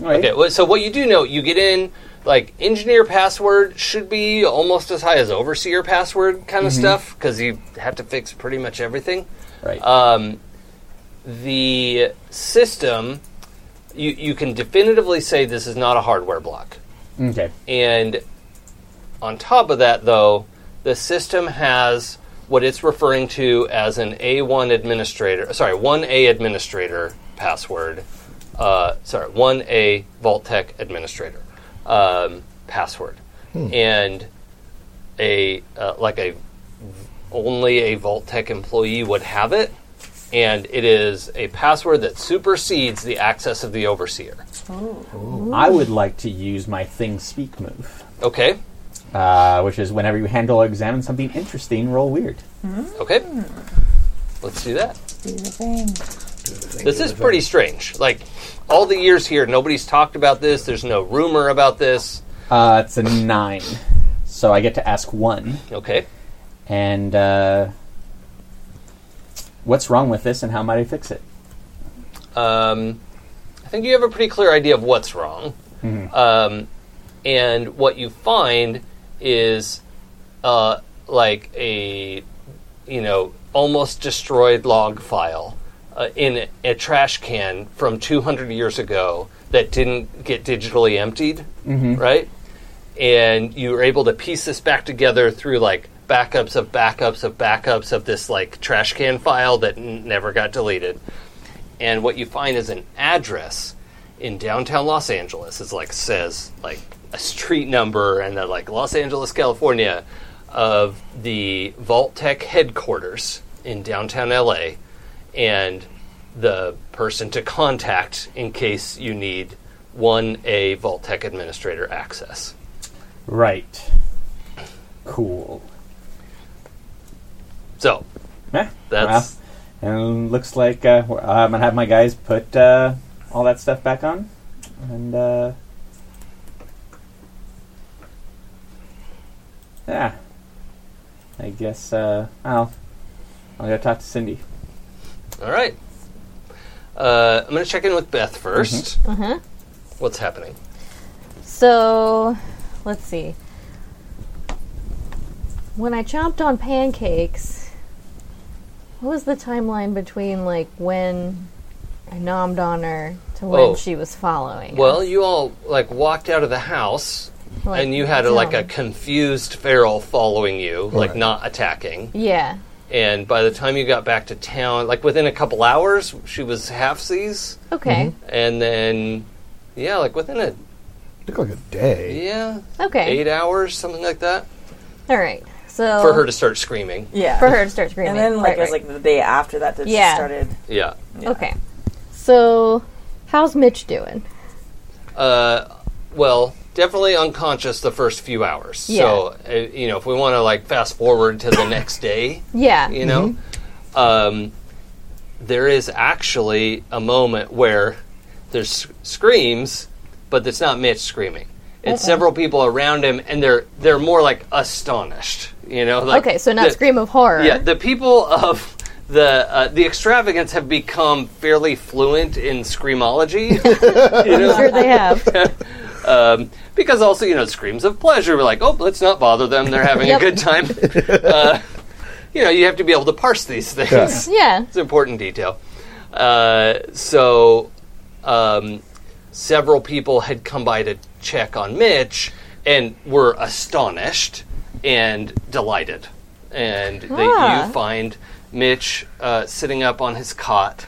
E: Right.
C: Okay. well, So what you do know, you get in like engineer password should be almost as high as overseer password kind of stuff because you have to fix pretty much everything.
E: Right.
C: Um, the system, you you can definitively say this is not a hardware block.
E: okay.
C: And on top of that, though, the system has what it's referring to as an A1 administrator, sorry, 1A administrator password, uh, sorry, 1A Vault Tech administrator um, password. And a uh, like a only a Vault Tech employee would have it, and it is a password that supersedes the access of the overseer.
E: I would like to use my thing speak move,
C: Okay,
E: uh, which is whenever you handle or examine something interesting, roll weird.
C: Okay. Let's do that. This is pretty strange. Like, all the years here, nobody's talked about this. There's no rumor about this.
E: Uh, it's a 9. So I get to ask one.
C: Okay.
E: And uh, what's wrong with this and how might I fix it?
C: Um, I think you have a pretty clear idea of what's wrong. Um, and what you find is uh, like a, you know, almost destroyed log file uh, in a trash can from 200 years ago that didn't get digitally emptied, right? And you were able to piece this back together through like backups of backups of backups of this like trash can file that n- never got deleted and what you find is an address in downtown Los Angeles. It's like says like a street number and then like Los Angeles, California, of the Vault Tech headquarters in downtown LA, and the person to contact in case you need one a Vault Tech administrator access.
E: Right. Cool.
C: So
E: Eh,
C: That's-
E: well, And looks like uh, we're- I'm gonna have my guys put uh, all that stuff back on, and uh, yeah, I guess uh, I'll I'll go talk to Cindy.
C: All right. Uh, I'm going to check in with Beth 1st
F: Mhm.
C: What's happening?
F: So, let's see. When I chomped on pancakes, what was the timeline between like when I nommed on her to when
C: Oh.
F: she was following?
C: Well,
F: us?
C: you all like walked out of the house,
F: Like,
C: and you had a, like a
F: dumb.
C: confused feral following you, like
D: Right.
C: not attacking.
F: yeah,
C: And by the time you got back to town, like within a couple hours, she was half seas,
F: okay,
C: and then yeah, like within a
D: Took like a day.
C: yeah
F: okay,
C: eight hours, something like that,
F: all right. So
C: for her to start screaming.
B: Yeah.
F: for her to start screaming,
B: and then, like,
F: Right,
B: it was
F: right.
B: like the day after that that
F: Yeah.
B: she started.
C: Yeah.
F: okay. So, how's Mitch doing?
C: Uh, well, definitely unconscious the first few hours. So, uh, you know, if we want to like fast forward to the next day,
F: Yeah,
C: you know,
F: Mm-hmm.
C: um, there is actually a moment where there's sc- screams, but it's not Mitch screaming. It's several people around him, and they're they're more like astonished. You know, like
F: okay. So not
C: the-
F: scream of horror.
C: yeah, the people of the uh, the extravagance have become fairly fluent in screamology. you know?
F: sure they have.
C: um, because also you know screams of pleasure. We're like, oh, let's not bother them; they're having
F: Yep.
C: a good time. uh, you know, you have to be able to parse these things.
D: Yeah.
F: yeah.
C: It's important detail. Uh, so, um, several people had come by to check on Mitch and were astonished and delighted. And they,
F: Ah.
C: you find Mitch uh, sitting up on his cot,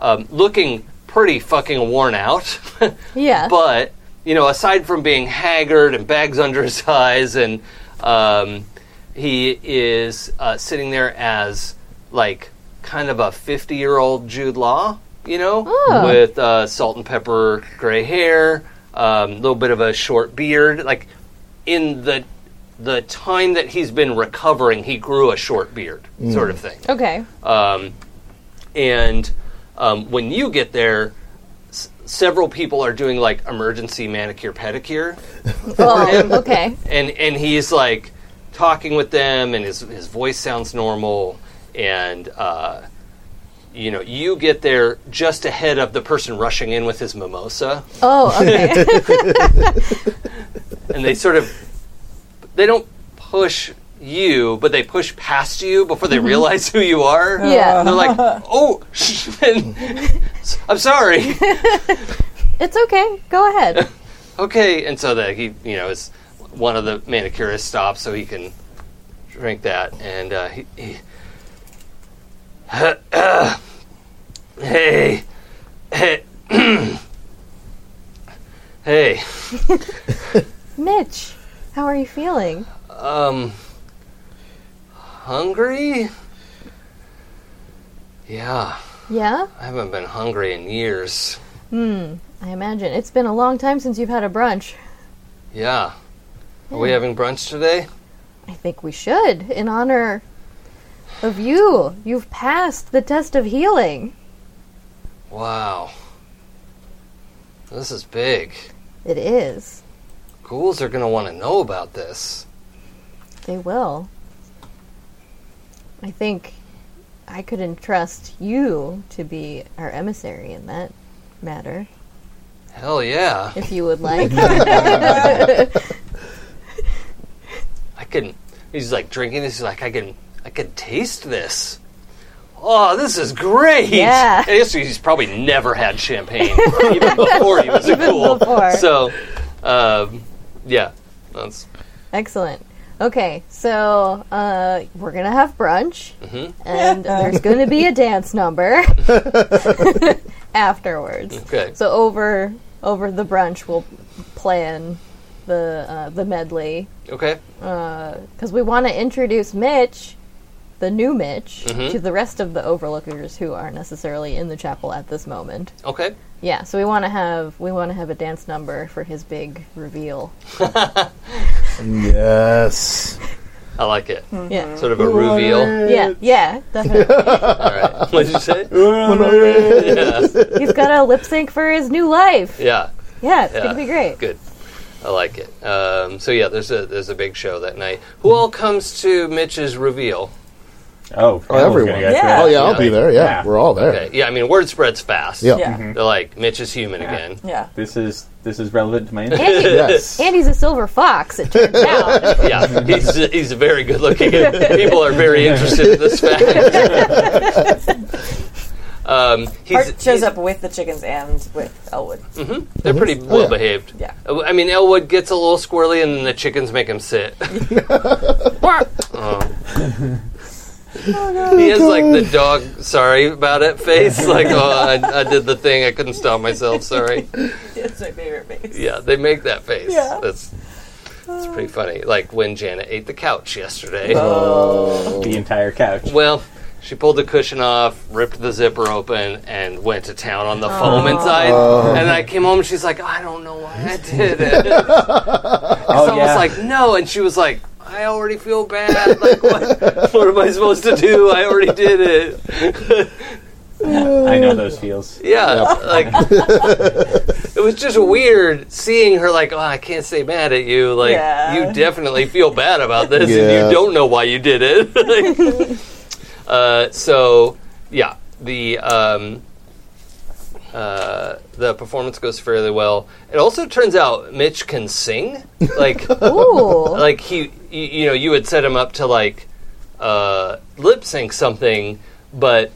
C: um, looking pretty fucking worn out.
F: Yeah.
C: But you know, aside from being haggard and bags under his eyes, and um, he is uh, sitting there as like kind of a fifty-year-old Jude Law, you know,
F: Oh.
C: with uh, salt and pepper gray hair, a little bit of a short beard. Like in the the time that he's been recovering, he grew a short beard, sort of thing.
F: Okay.
C: Um, and um, when you get there, s- several people are doing like emergency manicure pedicure,
F: Oh, okay.
C: and and he's like talking with them, and his his voice sounds normal, and uh, you know you get there just ahead of the person rushing in with his mimosa,
F: Oh, okay.
C: and they sort of they don't push you, but they push past you before they realize who you are.
F: yeah.
C: They're like, oh, and I'm sorry.
F: It's okay. Go ahead.
C: okay, and so that he, you know, is one of the manicurists stops so he can drink that, and uh, he, he hey, hey, hey,
F: Mitch, how are you feeling?
C: um, hungry? Yeah,
F: Yeah?
C: I haven't been hungry in years.
F: Hmm. I imagine. It's been a long time since you've had a brunch.
C: Yeah. Are we having brunch today?
F: I think we should, in honor of you. You've passed the test of healing.
C: Wow. This is big.
F: It is.
C: Ghouls are going to want to know about this.
F: They will. I think I could entrust you to be our emissary in that matter,
C: Hell yeah.
F: if you would like.
C: I can. He's like drinking this. He's like, I can. I can taste this. Oh, this is great!
F: Yeah.
C: I guess he's probably never had champagne even before he was a ghoul.
F: before.
C: So, um, yeah, that's
F: Excellent. Okay, so uh, we're gonna have brunch,
C: Mhm.
F: and there's gonna be a dance number afterwards.
C: okay.
F: So over over the brunch, we'll plan the uh, the medley
C: Okay.
F: because we want to introduce Mitch, the new Mitch, to the rest of the overlookers who aren't necessarily in the chapel at this moment.
C: Okay.
F: Yeah, so we want to have we want to have a dance number for his big reveal.
D: Yes.
C: I like it.
F: Yeah.
C: Sort of a reveal.
F: yeah, yeah, definitely.
C: All right. What'd you say? yeah.
F: He's got a lip sync for his new life.
C: yeah.
F: Yeah, it's
C: Yeah.
F: gonna be great.
C: Good. I like it. Um, so yeah, there's a there's a big show that night. Who all comes to Mitch's reveal?
E: Oh,
D: Oh, everyone.
E: Yeah.
B: Yeah.
D: Oh yeah,
C: Yeah.
D: I'll be there. Yeah,
E: Yeah.
D: we're all there.
C: Okay. Yeah, I mean word spreads fast.
D: Yeah.
B: Yeah.
C: They're like Mitch is human again.
B: Yeah.
E: This is this is relevant to my interest.
F: And, he-
D: Yes.
F: and he's a silver fox. It turns out.
C: Yeah, he's he's very good looking. People are very interested in this fact. um, he's,
B: Hart shows
C: he's-
B: up with the chickens and with Elwood.
C: They're pretty well behaved.
B: Yeah.
C: Uh, I mean, Elwood gets a little squirrely, and then the chickens make him sit. Oh. he has like the dog sorry about it face. Like, oh, I, I did the thing. I couldn't stop myself. Sorry.
B: It's my favorite face.
C: Yeah, they make that face.
B: Yeah.
C: That's that's pretty funny. Like when Janet ate the couch yesterday.
B: Oh.
E: The entire couch.
C: Well, she pulled the cushion off, ripped the zipper open, and went to town on the foam inside. And I came home and she's like, I don't know why I did it.
E: Oh,
C: I was like, no. And she was like, I already feel bad. Like, what, what am I supposed to do? I already did it.
E: I know those feels.
C: yeah. Like, it was just weird seeing her, like, oh, I can't stay mad at you. Like,
B: Yeah.
C: you definitely feel bad about this, and
D: Yeah.
C: you don't know why you did it. uh, so, yeah. The. Um, uh, the performance goes fairly well. It also turns out Mitch can sing. Like
F: Ooh.
C: like he you, you know you had set him up to like uh, lip sync something but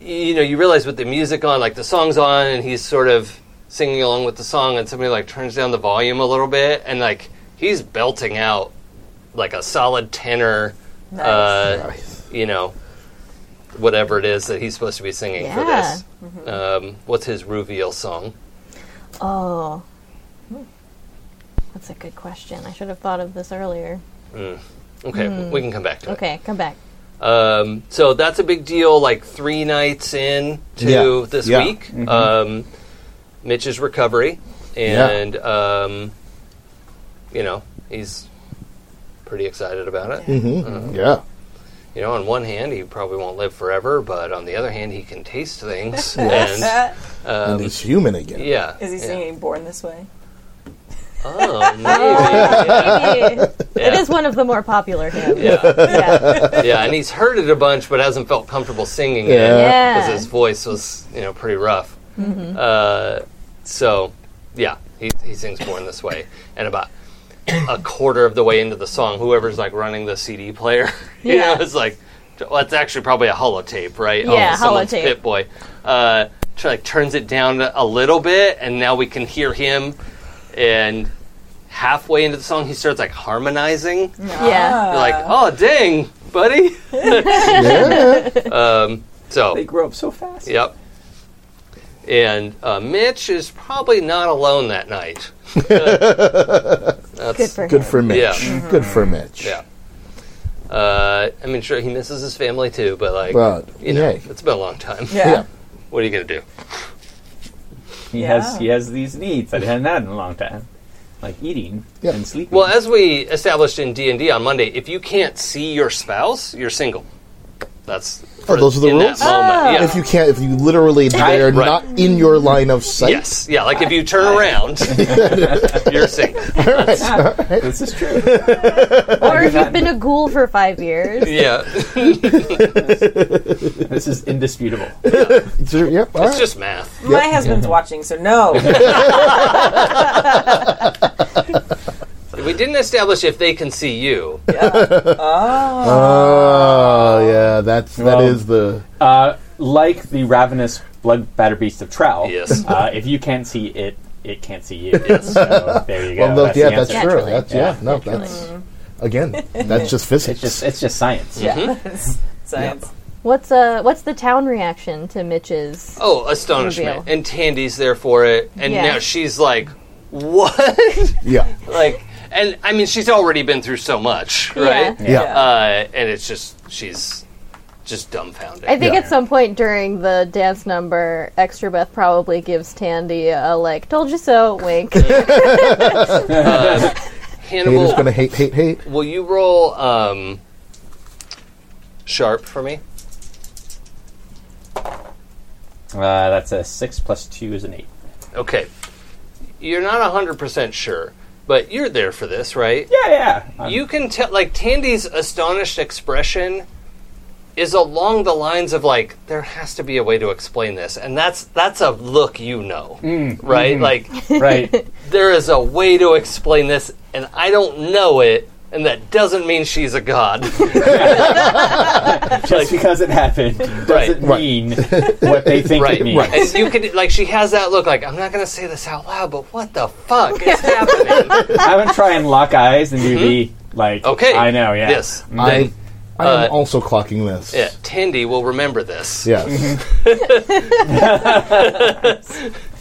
C: you know you realize with the music on like the song's on and he's sort of singing along with the song and somebody like turns down the volume a little bit and like he's belting out like a solid tenor uh,
D: Nice.
C: you know whatever it is that he's supposed to be singing for
F: Yeah. Mm-hmm.
C: this um, what's his reveal song
F: Oh. That's a good question. I should have thought of this earlier.
C: okay we can come back to it
F: Hmm. Okay, come back.
C: Um, so that's a big deal. Like three nights in to
D: Yeah.
C: this
D: Yeah. Mm-hmm.
C: week, um, Mitch's recovery, and um, you know he's pretty excited about it.
D: Mm-hmm. Yeah.
C: You know, on one hand, he probably won't live forever, but on the other hand, he can taste things. and
B: Yes.
D: and he's human again.
C: Um, yeah,
B: Is he
C: yeah.
B: singing Born This Way?
C: Oh, maybe.
F: It is one of the more popular hymns.
C: yeah,
F: Yeah.
C: yeah, and he's heard it a bunch, but hasn't felt comfortable singing it.
D: Yeah.
F: Yeah. Mm-hmm.
C: because his voice was you know pretty rough. Uh, so yeah, he, he sings "Born This Way," and about a quarter of the way into the song, whoever's like running the CD player, you
F: Yeah.
C: know, is like, well, it's actually probably a holotape, right? Oh,
F: Yeah,
C: someone's
F: holotape.
C: Pit Boy. Uh, tr- like turns it down a little bit, and now we can hear him. And halfway into the song, he starts like harmonizing.
F: Mm-hmm. Yeah.
C: You're like, oh dang, buddy.
D: Yeah.
C: Um, so
E: They grow up so fast.
C: Yep. And uh, Mitch is probably not alone that night. That's,
F: Good for
D: Good
F: him.
D: for Mitch.
C: Yeah. Mm-hmm.
D: Good for Mitch.
C: Yeah. Uh, I mean, sure, he misses his family too, but like,
D: But
C: you know,
D: yay.
C: it's been a long time.
D: Yeah.
B: Yeah.
C: What are you gonna do?
E: He
B: Yeah.
E: has he has these needs that he hadn't had in a long time, like eating
D: Yeah.
E: and sleeping.
C: Well, as we established in D and D on Monday, if you can't see your spouse, you're single. That's
D: Oh, those are the
C: in that
D: rules? Ah.
C: moment, yeah.
D: If you can't, if you literally they are
C: Right.
D: not in your line of sight.
C: yes, yeah, like if you turn around, you're single.
E: this is true.
F: Or if you've been a ghoul for five years.
C: Yeah.
E: this is indisputable.
D: It's, yep. all
C: It's
D: right.
C: just math.
B: My husband's
C: Mm-hmm.
B: watching, so no.
C: We didn't establish if they can see you.
D: Oh yeah, that's that
E: Well-
D: is the
E: Uh, like the ravenous blood batter beast of Trowel.
C: Yes.
E: Uh, if you can't see it, it can't see you. So there you go.
D: well, no,
E: that's
D: yeah,
E: the
D: that's
E: answer.
D: true.
F: Naturally.
D: That's yeah,
E: Yeah,
D: no, that's
C: Mm-hmm.
D: again, that's just
E: It's
D: physics.
E: just it's just science.
B: yeah. Science.
F: What's uh what's the town reaction to Mitch's?
C: Oh, astonishment.
F: Reveal.
C: And Tandy's there for it. And
F: Yeah.
C: now she's like, what?
D: yeah,
C: like, and I mean, she's already been through so much, right?
F: Yeah.
D: yeah,
C: Uh, and it's just, she's just dumbfounded.
F: I think
D: Yeah.
F: at some point during the dance number, Extra Beth probably gives Tandy a like, told you so wink.
C: Hannibal,
D: Haters gonna hate, hate, hate.
C: will you roll um, sharp for me?
E: Uh, that's a six plus two is an eight.
C: Okay. You're not 100% sure, but you're there for this, right?
E: Yeah, yeah. I'm-
C: You can tell, like, Tandy's astonished expression is along the lines of like there has to be a way to explain this and that's that's a look you know right like
E: right.
C: there is a way to explain this, and I don't know it, and that doesn't mean she's a god.
E: Just because it happened doesn't
C: Right.
D: Right.
E: mean what they think
C: right.
E: it means.
C: And you could like she has that look like I'm not gonna say this out loud, but what the fuck is happening?
E: I would try and lock eyes and do the like.
C: Mm-hmm. Okay.
E: I know. Yeah.
C: This.
D: I, Mm-hmm.
C: Then,
D: I
C: uh,
D: am also clocking this.
C: yeah, Tandy will remember this.
D: Yes.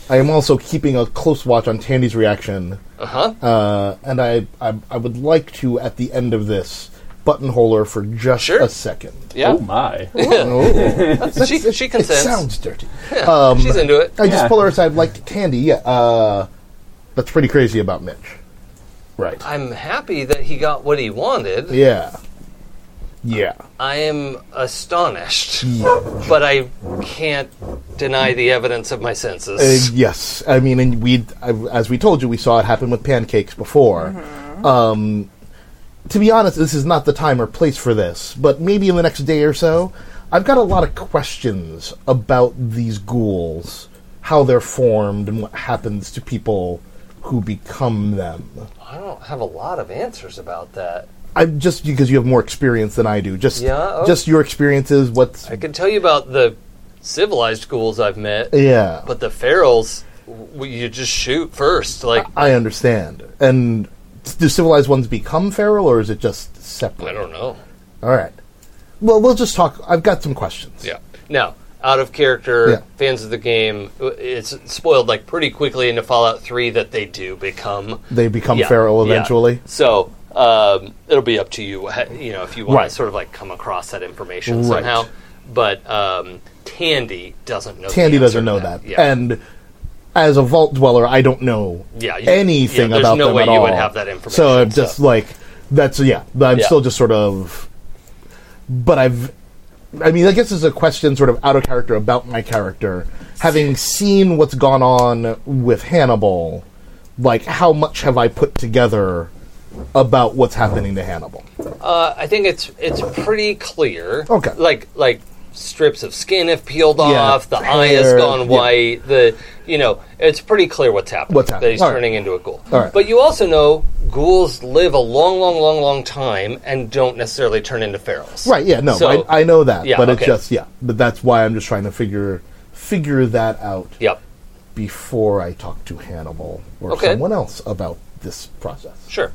D: I am also keeping a close watch on Tandy's reaction,
C: Uh-huh.
D: uh, and I, I I would like to at the end of this buttonhole her for just
C: Sure.
D: a second.
C: Yeah.
E: Oh my.
D: Oh,
C: she she
D: it
C: consents.
D: sounds dirty.
C: She's into it.
D: I just
E: Yeah.
D: pull her aside like Tandy. Yeah, uh, that's pretty crazy about Mitch. Right.
C: I'm happy that he got what he wanted.
D: Yeah. Yeah.
C: I am astonished, but I can't deny the evidence of my senses.
D: Uh, yes, I mean, and we, as we told you, we saw it happen with pancakes before.
C: Mm-hmm.
D: Um, to be honest, this is not the time or place for this, but maybe in the next day or so, I've got a lot of questions about these ghouls, how they're formed, and what happens to people who become them.
C: I don't have a lot of answers about that.
D: I'm just because you have more experience than I do. Just,
C: Yeah, oh.
D: just your experiences. What's
C: I can tell you about the civilized ghouls I've met,
D: yeah?
C: but the ferals, w- you just shoot first. Like
D: I understand. And do civilized ones become feral, or is it just separate?
C: I don't know.
D: All right. Well, we'll just talk. I've got some questions.
C: Yeah. Now, out of character,
D: Yeah.
C: fans of the game, w- it's spoiled like pretty quickly into Fallout Three that they do become
D: They become
C: Yeah,
D: feral
C: yeah.
D: eventually.
C: So um, it'll be up to you, ha- you know, if you want
D: Right.
C: to sort of like come across that information
D: Right.
C: somehow. But um, Tandy doesn't know. the
D: Tandy
C: answer
D: doesn't
C: to
D: know that.
C: Yeah.
D: And as a vault dweller, I don't know
C: Yeah, you-
D: anything
C: yeah, there's
D: about
C: no
D: them
C: way
D: at
C: you would
D: all.
C: have that information,
D: So I'm just
C: so.
D: like, that's yeah. I'm
C: Yeah.
D: still just sort of, but I've, I mean, I guess it's a question sort of out of character about my character, having seen what's gone on with Hannibal, like how much have I put together about what's happening to Hannibal?
C: Uh, I think it's it's pretty clear.
D: Okay.
C: Like like strips of skin have peeled off. The eye has
D: Hair,
C: gone
D: yeah.
C: white. The you know it's pretty clear what's happening.
D: What's happening.
C: That he's
D: All right.
C: turning into a ghoul.
D: All right.
C: But you also know ghouls live a long, long, long, long time and don't necessarily turn into ferals.
D: Right. Yeah. No.
C: So-
D: I, I know that.
C: Yeah,
D: but it's
C: okay.
D: just yeah. But that's why I'm just trying to figure figure that out
C: Yep.
D: before I talk to Hannibal or
C: Okay.
D: someone else about this process.
C: Sure.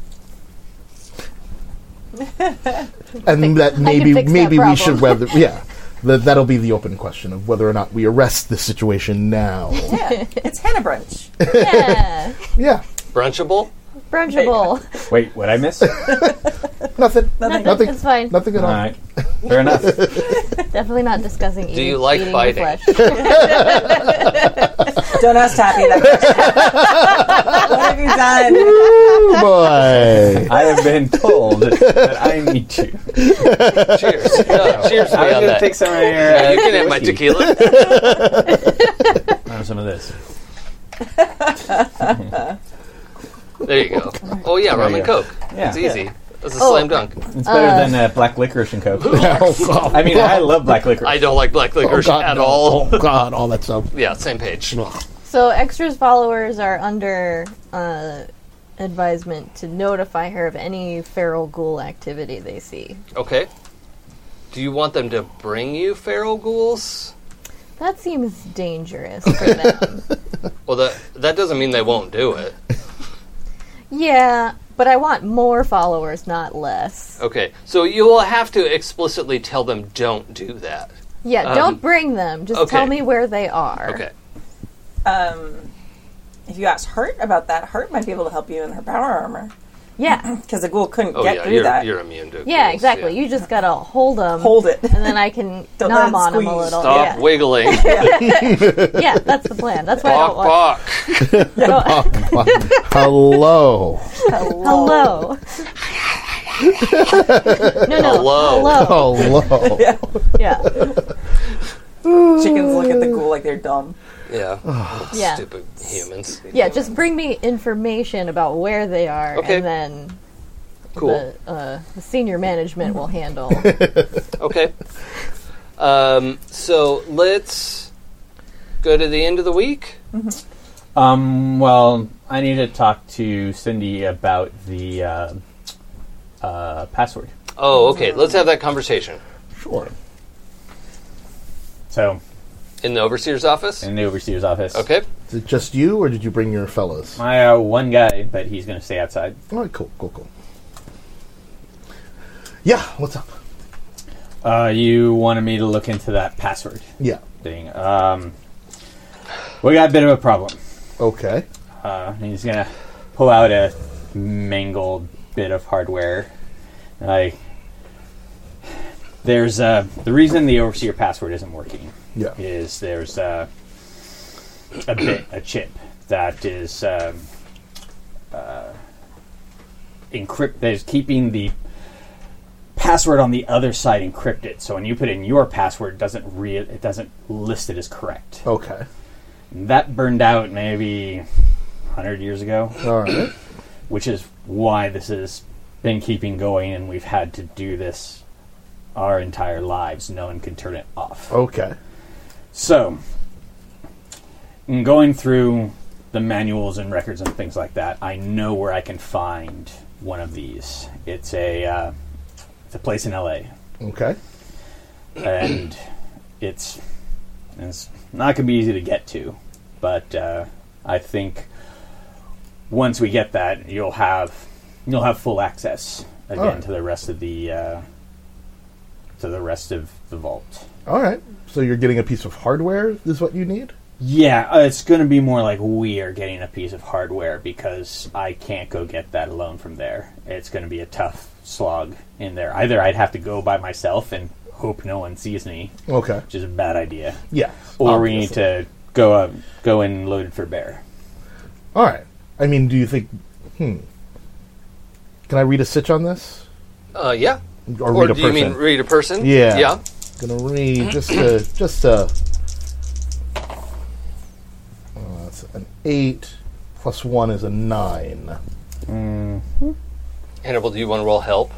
D: And that maybe
F: fix that
D: maybe we
F: problem.
D: should whether yeah. That, that'll be the open question of whether or not we arrest the situation now.
B: Yeah, it's Hannah Brunch.
F: Yeah.
D: yeah,
C: Brunchable.
F: Brunchable.
E: Wait, what I miss? All
D: nothing,
B: Nothing.
D: nothing,
F: It's fine.
D: nothing at all.
E: right. Fair enough.
F: Definitely not discussing eating.
C: you like
F: eating the
C: biting?
F: flesh.
B: Don't ask Tappy that question. what have you done?
D: Ooh, boy.
E: I have been told that I need to.
C: Cheers. No, cheers to me
E: I was
C: on
E: gonna
C: that.
E: take some of your. Uh,
C: you can have my
E: whiskey.
C: tequila.
E: I have some of this.
C: There you go. Oh yeah, rum
E: you
C: and
E: go.
C: coke.
E: Yeah.
C: It's easy. It's a slam dunk.
E: It's better than uh, black licorice and coke.
D: Oh, God.
E: I mean, I love black licorice.
C: I don't like black
D: Oh,
C: licorice
D: God,
C: at
D: no.
C: all.
D: Oh, God, all that stuff.
C: Yeah, same page.
F: So extras followers are under uh, advisement to notify her of any feral ghoul activity they see.
C: Okay. Do you want them to bring you feral ghouls?
F: That seems dangerous for them.
C: Well, that that doesn't mean they won't do it.
F: yeah, but I want more followers, not less.
C: Okay. So you will have to explicitly tell them don't do that.
F: Yeah, don't bring them. Just
C: Um, okay.
F: tell me where they are.
C: Okay.
B: Um, if you ask Hurt about that, Hurt might be able to help you in her power armor.
F: Yeah,
B: because the ghoul couldn't
C: Oh
B: get
C: yeah,
B: through
C: you're,
B: that.
C: you're immune to.
F: yeah,
C: ghouls,
F: exactly. You just gotta hold them,
B: Hold it.
F: and then I can
B: Don't let
F: nom
B: it
F: on them a
B: squeeze.
F: little.
C: Stop wiggling.
F: Yeah. yeah, that's the plan. That's why I don't
C: Bok
F: want.
C: bok.
D: Hello.
F: Hello. no, no.
C: Hello. Oh,
F: Hello.
D: Hello.
F: Yeah.
B: Chickens look at the ghoul like they're dumb.
C: Yeah.
F: Yeah.
C: Stupid humans.
F: Yeah. Just bring me information about where they are,
C: Okay.
F: and then
C: cool.
F: the, uh, the senior management will handle.
C: Okay. Um, so let's go to the end of the week.
E: Um, well, I need to talk to Cindy about the uh, uh, password.
C: Oh, okay. Let's have that conversation
D: Sure.
E: So,
C: in the overseer's office.
E: in the overseer's office.
C: Okay.
D: Is it just you, or did you bring your fellas? All
E: My uh, one guy, but he's going to stay outside.
D: right, cool, cool, cool. Yeah, what's up?
E: Uh, you wanted me to look into that password
D: Yeah.
E: thing. Um, we got a bit of a problem.
D: Okay.
E: Uh, he's gonna pull out a mangled bit of hardware. Like, there's uh, the reason the overseer password isn't working
D: Yeah.
E: is there's uh, a bit a chip that is um, uh, encrypt. That is keeping the password on the other side encrypted. So when you put in your password, it doesn't re- it doesn't list it as correct.
D: Okay.
E: That burned out maybe 100 years ago,
D: All right.
E: which is why this has been keeping going and we've had to do this our entire lives. No one can turn it off.
D: Okay.
E: So, in going through the manuals and records and things like that, I know where I can find one of these. It's a uh, it's a place in LA,
D: Okay.
E: and it's it's not going to be easy to get to, but uh, I think once we get that, you'll have you'll have full access again
D: Alright.
E: to the rest of the uh, to the rest of the vault.
D: All right. So you're getting a piece of hardware is what you need?
E: Yeah, uh, it's going to be more like we are getting a piece of hardware because I can't go get that alone from there. It's going to be a tough slog in there. Either I'd have to go by myself and hope no one sees me,
D: Okay.
E: which is a bad idea.
D: Yeah.
E: or we need
D: obviously.
E: to go up, go in loaded for bear.
D: All right. I mean, do you think? Hmm. Can I read a sitch on this?
C: Uh, yeah.
D: Or
C: Or
D: read a
C: do you
D: person?
C: mean read a person?
D: Yeah.
C: Yeah.
D: Gonna read just a just a. Oh, that's an eight plus one is a nine.
C: Hannibal, do you want to roll help?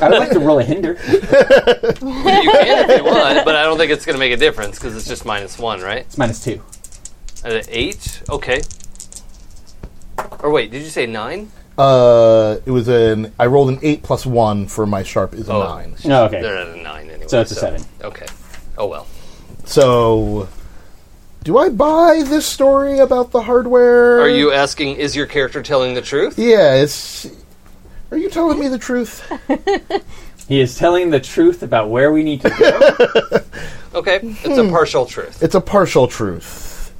E: I would like to roll a hinder. It's
C: You can if you want, but I don't think it's going to make a difference because it's just minus one, right?
E: minus two.
C: At an eight? Okay. Or wait, did you say nine?
D: Uh, it was an. I rolled an eight plus one for my sharp is a
C: Oh.
D: nine.
E: No, okay.
C: They're at a nine anyway.
E: So it's a seven.
C: Okay. Oh well.
D: So, do I buy this story about the hardware?
C: Are you asking, is your character telling the truth?
D: Yeah, it's. Are you telling me the truth?
E: He is telling the truth about where we need to go.
C: Okay. It's
D: Hmm.
C: a partial truth.
D: It's a partial truth.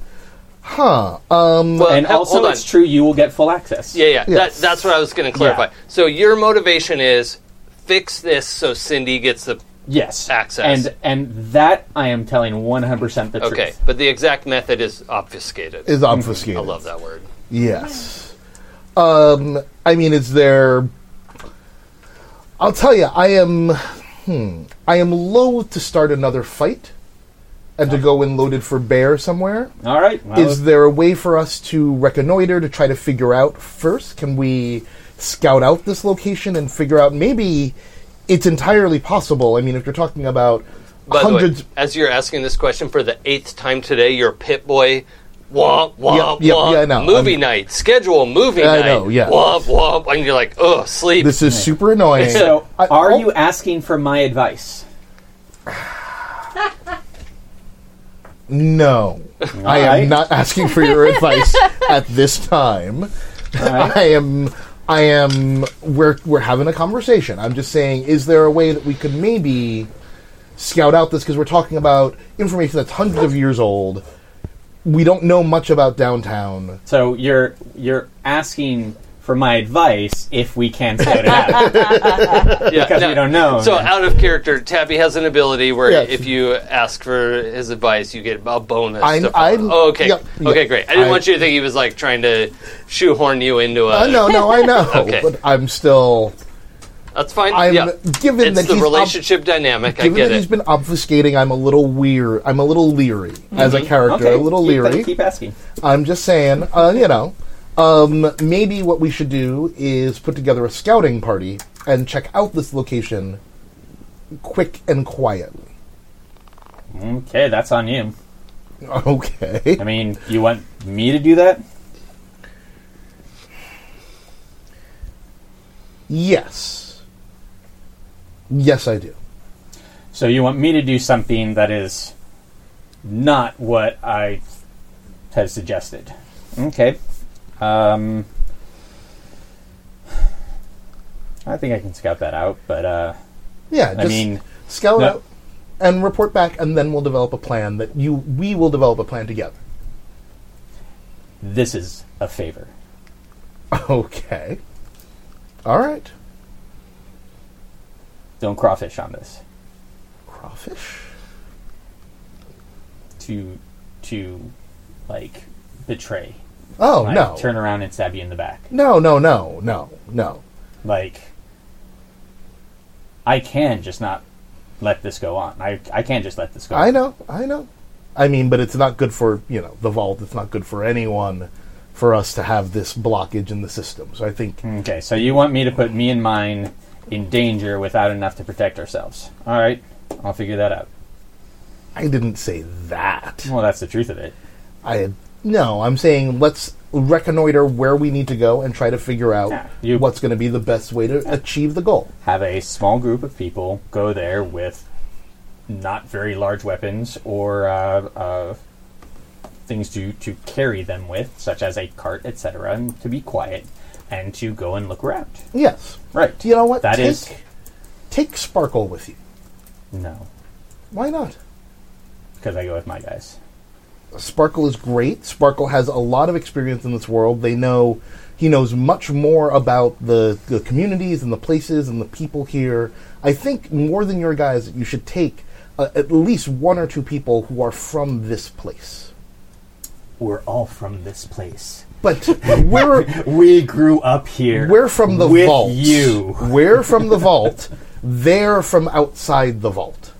D: Huh. Um.
C: Well,
E: and
C: hel-
E: also,
C: hold on.
E: it's true you will get full access.
C: Yeah, yeah.
D: Yes.
C: That, that's what I was going to clarify.
E: Yeah.
C: So your motivation is fix this so Cindy gets the
E: Yes.
C: Access.
E: And and that I am telling 100% the
C: okay,
E: truth.
C: but the exact method is obfuscated.
D: Is obfuscated.
C: I love that word.
D: Yes. Um. I mean, is there? I'll tell you. I am. Hmm. I am loath to start another fight, and to go in loaded for bear somewhere.
E: All right. Well,
D: Is there a way for us to reconnoiter to try to figure out first? Can we scout out this location and figure out maybe it's entirely possible? I mean, if you're talking about
C: By
D: hundreds,
C: the way, as you're asking this question for the eighth time today, your Pit Boy. Womp womp
D: Yep, yep,
C: womp.
D: yeah, I know.
C: Movie
D: I'm-
C: night schedule. Movie
D: I
C: night.
D: know, yeah.
C: Womp womp, and you're like, ugh, sleep.
D: this is super annoying.
E: so,
D: I- oh,
E: are
D: I'll-
E: you asking for my advice?
D: No, I
E: Alright.
D: am not asking for your advice at this time. I am. I am. We're we're having a conversation. I'm just saying, is there a way that we could maybe scout out this because we're talking about information that's hundreds of years old. We don't know much about downtown.
E: So, you're you're asking for my advice if we can set it out
C: Yeah,
E: because
C: no.
E: we don't know.
C: So out of character, Tappy has an ability where
D: Oh, Yes.
C: if you ask for his advice, you get a bonus.
D: I'm-
C: to follow.
D: I'm-
C: oh, okay,
D: yep, yep.
C: okay, great. I didn't
D: I-
C: want you to think he was like trying to shoehorn you into a.
D: Uh, no, no, I know,
C: Okay.
D: but I'm still.
C: that's fine.
D: I'm
C: yeah,
D: given
C: it's
D: that
C: the
D: he's ob-
C: relationship dynamic. I
D: Given
C: get
D: that he's
C: it.
D: been obfuscating, I'm a little weird. I'm a little leery as
C: Mm-hmm.
D: a character.
E: Mm-hmm. okay,
D: a little
E: keep,
D: leery.
E: Keep asking.
D: I'm just saying, uh, you know, um, maybe what we should do is put together a scouting party and check out this location quick and quietly.
E: Okay, that's on you.
D: Okay.
E: I mean, you want me to do that?
D: Yes. Yes, I do.
E: So you want me to do something that is not what I have suggested. Okay. Um, I think I can scout that out, but uh,
D: Yeah,
E: I
D: just
E: mean,
D: scout
E: no.
D: out and report back, and then we'll develop a plan that you we will develop a plan together.
E: this is a favor.
D: Okay. All right.
E: Don't crawfish on this.
D: Crawfish.
E: To, to, like, betray.
D: Oh
E: Like,
D: no!
E: Turn around and stab you in the back.
D: No, no, no, no, no.
E: like I can just not let this go on. I I can't just let this go.
D: I
E: on.
D: know, I know. I mean, but it's not good for you know the vault. It's not good for anyone for us to have this blockage in the system. So I think
E: Okay, so you want me to put me and mine in danger without enough to protect ourselves. All right, I'll figure that out.
D: I didn't say that.
E: Well, that's the truth of it.
D: I no. I'm saying let's reconnoiter where we need to go and try to figure out
E: Yeah, you-
D: what's going to be the best way to achieve the goal.
E: Have a small group of people go there with not very large weapons or uh, uh, things to to carry them with, such as a cart, etc., and to be quiet and to go and look around.
D: Yes.
E: Right.
D: You know what?
E: That
D: take,
E: is
D: take Sparkle with you.
E: no,
D: Why not?
E: because I go with my guys.
D: Sparkle is great. Sparkle has a lot of experience in this world. They know he knows much more about the, the communities and the places and the people here. I think more than your guys, you should take uh, at least one or two people who are from this place.
E: we're all from this place.
D: But we're
E: We grew up here.
D: we're from the
E: with
D: vault.
E: you.
D: We're from the vault. They're from outside the vault.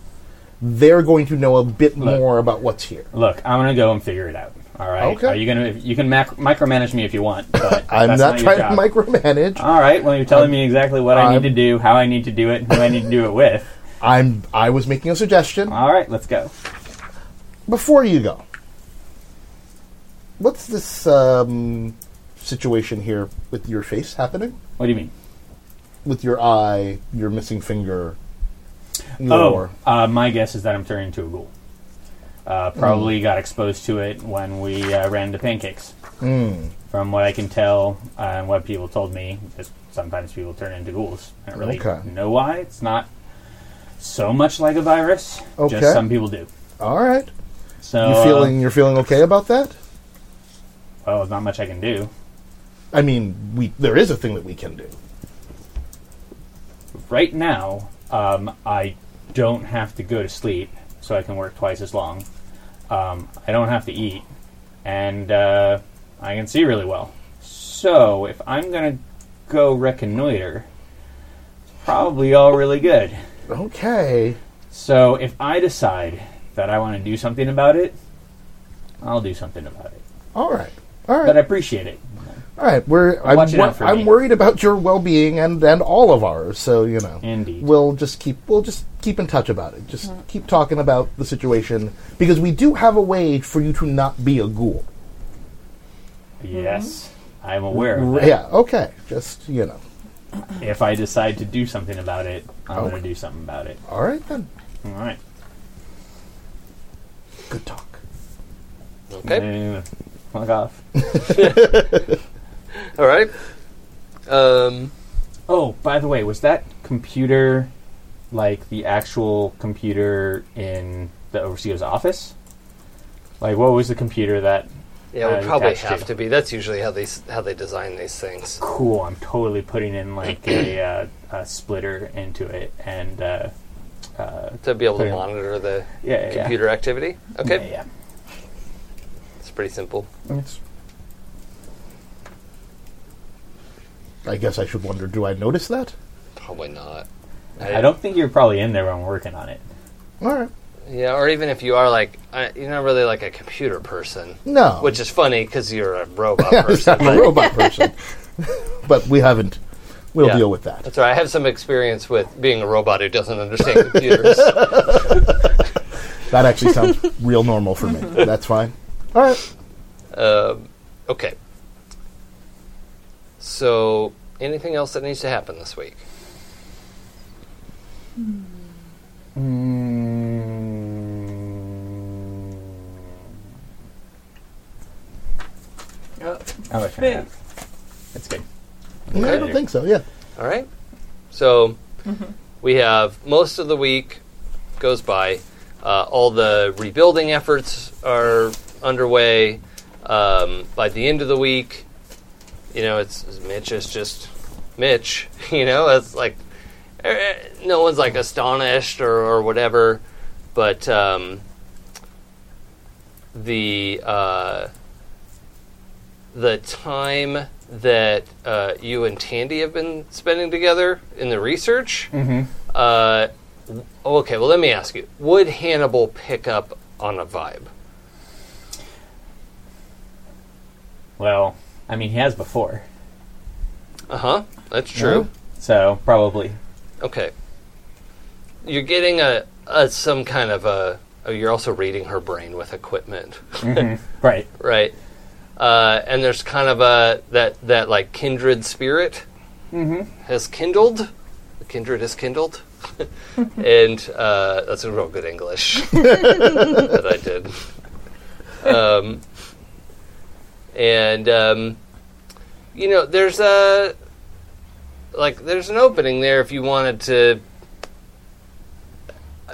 D: They're going to know a bit more about what's here.
E: Look, I'm gonna go and figure it out. All right.
D: Okay.
E: Are you gonna? You can mac- micromanage me if you want, but
D: I'm
E: that's
D: not
E: your
D: trying to
E: job. Uh.
D: micromanage.
E: All right. Well, you're telling me exactly what i
D: I'm-
E: need to do, how I need to do it, and who I need to do it with.
D: I'm I was making a suggestion.
E: All right. Let's go.
D: before you go, what's this um, situation here with your face happening?
E: What do you mean?
D: With your eye, your missing finger.
E: Oh,
D: your-
E: uh, my guess is that I'm turning into a ghoul. Uh,
D: Hmm.
E: probably got exposed to it when we uh, ran to pancakes.
D: Hmm.
E: From what I can tell uh, and what people told me, just sometimes people turn into ghouls. I don't really
D: Okay.
E: know why. It's not so much like a virus.
D: Okay.
E: Just some people do.
D: All right,
E: So
D: you feeling you're feeling okay about that?
E: Uh, well, there's not much I can do.
D: I mean, we there is a thing that we can do.
E: Right now, um, I don't have to go to sleep, so I can work twice as long. Um, I don't have to eat, and uh, I can see really well. So if I'm gonna go reconnoiter, it's probably all really good.
D: Okay,
E: So if I decide that I want to do something about it, I'll do something about it.
D: all right, all right,
E: But I appreciate it.
D: all right. We're I'm,
E: Watch it
D: wor-
E: out for
D: I'm
E: me.
D: worried about your well-being and and all of ours. So you know,
E: Indeed.
D: we'll just keep we'll just keep in touch about it. Just keep talking about the situation because we do have a way for you to not be a ghoul.
E: Yes, I'm aware. Of that.
D: Yeah. Okay. Just you know.
E: If I decide to do something about it, I'm
D: Okay.
E: gonna do something about it.
D: All right then.
E: All right.
D: Good talk.
C: Okay,
E: Yeah. Fuck off.
C: all right. Um,
E: Oh, by the way, was that computer like the actual computer in the overseer's office? Like, what was the computer that
C: Yeah, we
E: Uh,
C: probably
E: attached
C: have
E: to.
C: to be. That's usually how they s- how they design these things.
E: cool. I'm totally putting in like a, uh, a splitter into it, and uh,
C: to be able to
E: Yeah.
C: monitor the
E: Yeah, yeah, yeah.
C: computer activity. Okay,
E: yeah, yeah.
C: it's pretty simple.
D: I guess I should wonder do I notice that?
C: Probably not.
E: I don't think you're probably in there when I'm working on it.
D: All right.
C: Yeah, or even if you are like, I, you're not really like a computer person,
D: No.
C: which is funny because you're a robot person.
D: I'm a
C: but
D: robot person. but we haven't. We'll
C: Yeah.
D: deal with that.
C: that's all right. I have some experience with being a robot who doesn't understand computers.
D: That actually sounds real normal for me. That's fine. All right.
C: Um okay. So, anything else that needs to happen this week?
B: Oh,
E: Oh, that's
B: Yeah.
E: right. That's good.
D: No, I don't think so. Yeah.
C: All right. So we have most of the week goes by. Uh, all the rebuilding efforts are underway. Um, by the end of the week, you know, it's, it's Mitch is just Mitch. You know, it's like eh, eh, no one's like astonished or, or whatever, but um, the uh, the time that uh, you and Tandy have been spending together in the research. Uh, w- okay, well, let me ask you: Would Hannibal pick up on a vibe?
E: Well, I mean, he has before,
C: Uh huh. That's true.
E: so probably.
C: Okay. You're getting a, a some kind of a. Oh, you're also reading her brain with equipment.
E: Right.
C: right? Uh, and there's kind of a that that like kindred spirit has kindled. The kindred has kindled, and uh, that's a real good English that I did. Um, and um, you know, there's a like there's an opening there if you wanted to.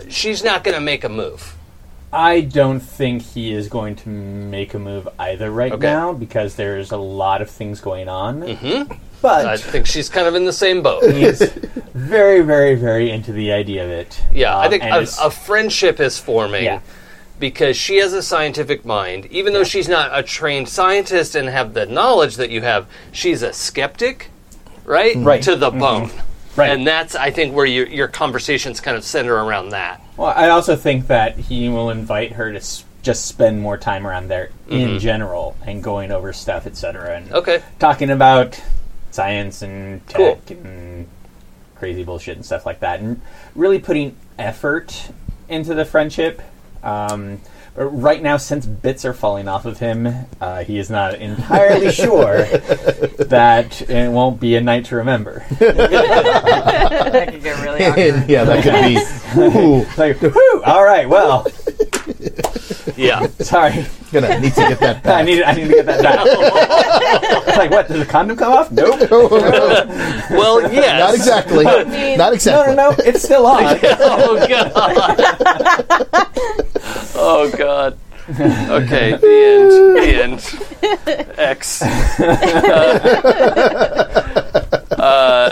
C: She's not going to make a move.
E: I don't think he is going to make a move either right
C: Okay.
E: now because there's a lot of things going on. Mm-hmm. But
C: I think she's kind of in the same boat.
E: he's very, very, very into the idea of it.
C: Yeah, I
E: Um,
C: think
E: and
C: a,
E: is-
C: a friendship is forming
E: Yeah.
C: because she has a scientific mind. Even though she's not a trained scientist and have the knowledge that you have, she's a skeptic, right?
E: Mm-hmm. Right.
C: To the bone.
E: Right.
C: And that's, I think, where your your conversations kind of center around that.
E: Well, I also think that he will invite her to s- just spend more time around there in general and going over stuff, etc., and
C: Mm-hmm. Okay.
E: talking about science and
C: Cool.
E: tech and crazy bullshit and stuff like that, and really putting effort into the friendship. Um, but right now, since bits are falling off of him, uh, he is not entirely sure that it won't be a night to remember.
B: that could get really awkward.
D: yeah, that could be. Ooh,
E: Like, whew, all right, well,
C: Yeah.
E: sorry.
D: gonna need to get that
E: I
D: back.
E: need I need to get that done. it's like what? Does the condom come off? Nope.
D: Oh,
E: No,
C: Well, yes.
D: Not exactly. Not exactly.
E: no, no. It's still on.
C: oh god. oh god. Okay, the end. The end. X. Uh, uh,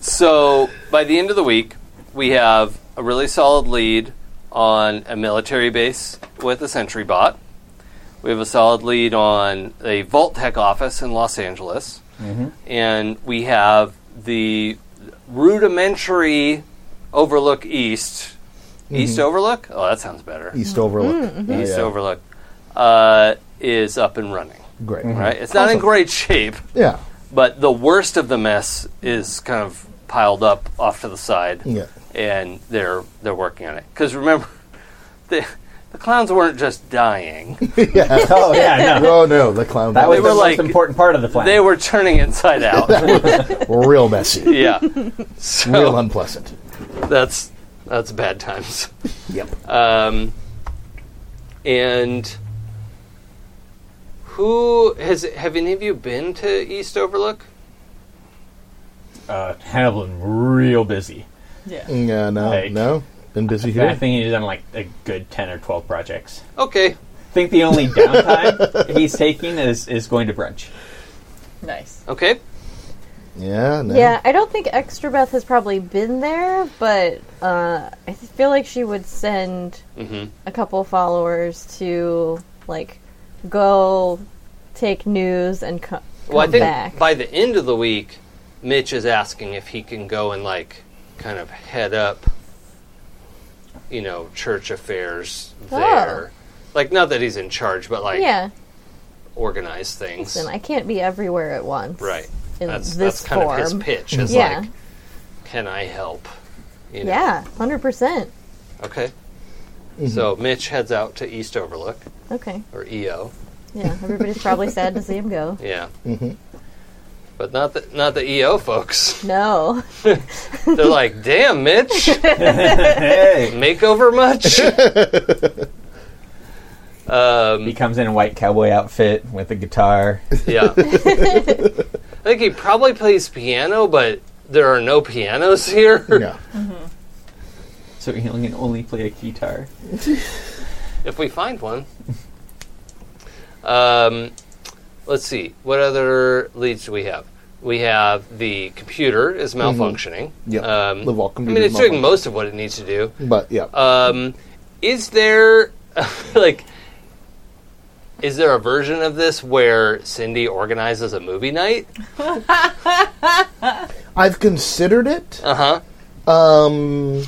C: so by the end of the week, we have a really solid lead on a military base with a sentry bot. We have a solid lead on a Vault Tech office in Los Angeles, and we have the rudimentary Overlook East. East Overlook? Oh, that sounds better. East,
D: East Overlook. Yeah,
E: Mm, mm-hmm.
D: yeah.
C: Overlook uh, is up and running.
D: Great.
C: Right? It's not in great shape,
D: Yeah.
C: but the worst of the mess is kind of piled up off to the side,
D: Yeah.
C: and they're they're working on it. Because remember, the the clowns weren't just dying;
E: Oh yeah, no.
D: Oh no, the clown.
E: That was
C: were
E: the
C: like-
E: most important part of the plan.
C: they were turning inside out.
D: real messy.
C: yeah, so
D: Real unpleasant.
C: that's that's bad times.
D: Yep.
C: Um, and who has have any of you been to East Overlook?
E: uh, Hannibal real busy.
B: Yeah.
D: Yeah. No.
E: Like-
D: no. Been busy
E: Yeah, I
D: here.
E: think he's done like a good ten or twelve projects.
C: Okay,
E: think the only downtime he's taking is, is going to brunch.
B: Nice.
C: Okay.
D: Yeah, no.
F: Yeah, I don't think Extra Beth has probably been there, but uh, I th- feel like she would send
C: Mm-hmm.
F: a couple followers to like go take news and co- come
C: Well, I think
F: back.
C: by the end of the week, Mitch is asking if he can go and like kind of head up, you know, church affairs
F: Oh.
C: there. Like not that he's in charge, but like
F: yeah,
C: organize things.
F: listen, I can't be everywhere at once.
C: right.
F: In
C: That's
F: this
C: that's kind
F: form.
C: of his pitch. Is
F: Yeah.
C: like, can I help? You know?
F: Yeah, hundred percent.
C: Okay. So Mitch heads out to East Overlook
F: Okay.
C: or EO.
F: Yeah, everybody's probably sad to see him go.
C: Yeah. But not the not the EO folks.
F: No.
C: They're like, damn, Mitch.
E: Hey!
C: makeover much?
E: He comes in a white cowboy outfit with a guitar.
C: yeah. I think he probably plays piano, but there are no pianos here.
D: No.
E: So he can only play a guitar.
C: If we find one. Um, let's see. What other leads do we have? We have the computer is malfunctioning.
D: Mm-hmm. Yep.
C: Um,
D: The wall
C: I
D: computer
C: mean,
D: is
C: it's doing
D: malfunctioning.
C: most of what it needs to do.
D: But yeah.
C: Um, is there like is there a version of this where Cindy organizes a movie night?
D: I've considered it.
C: Uh huh.
D: Um,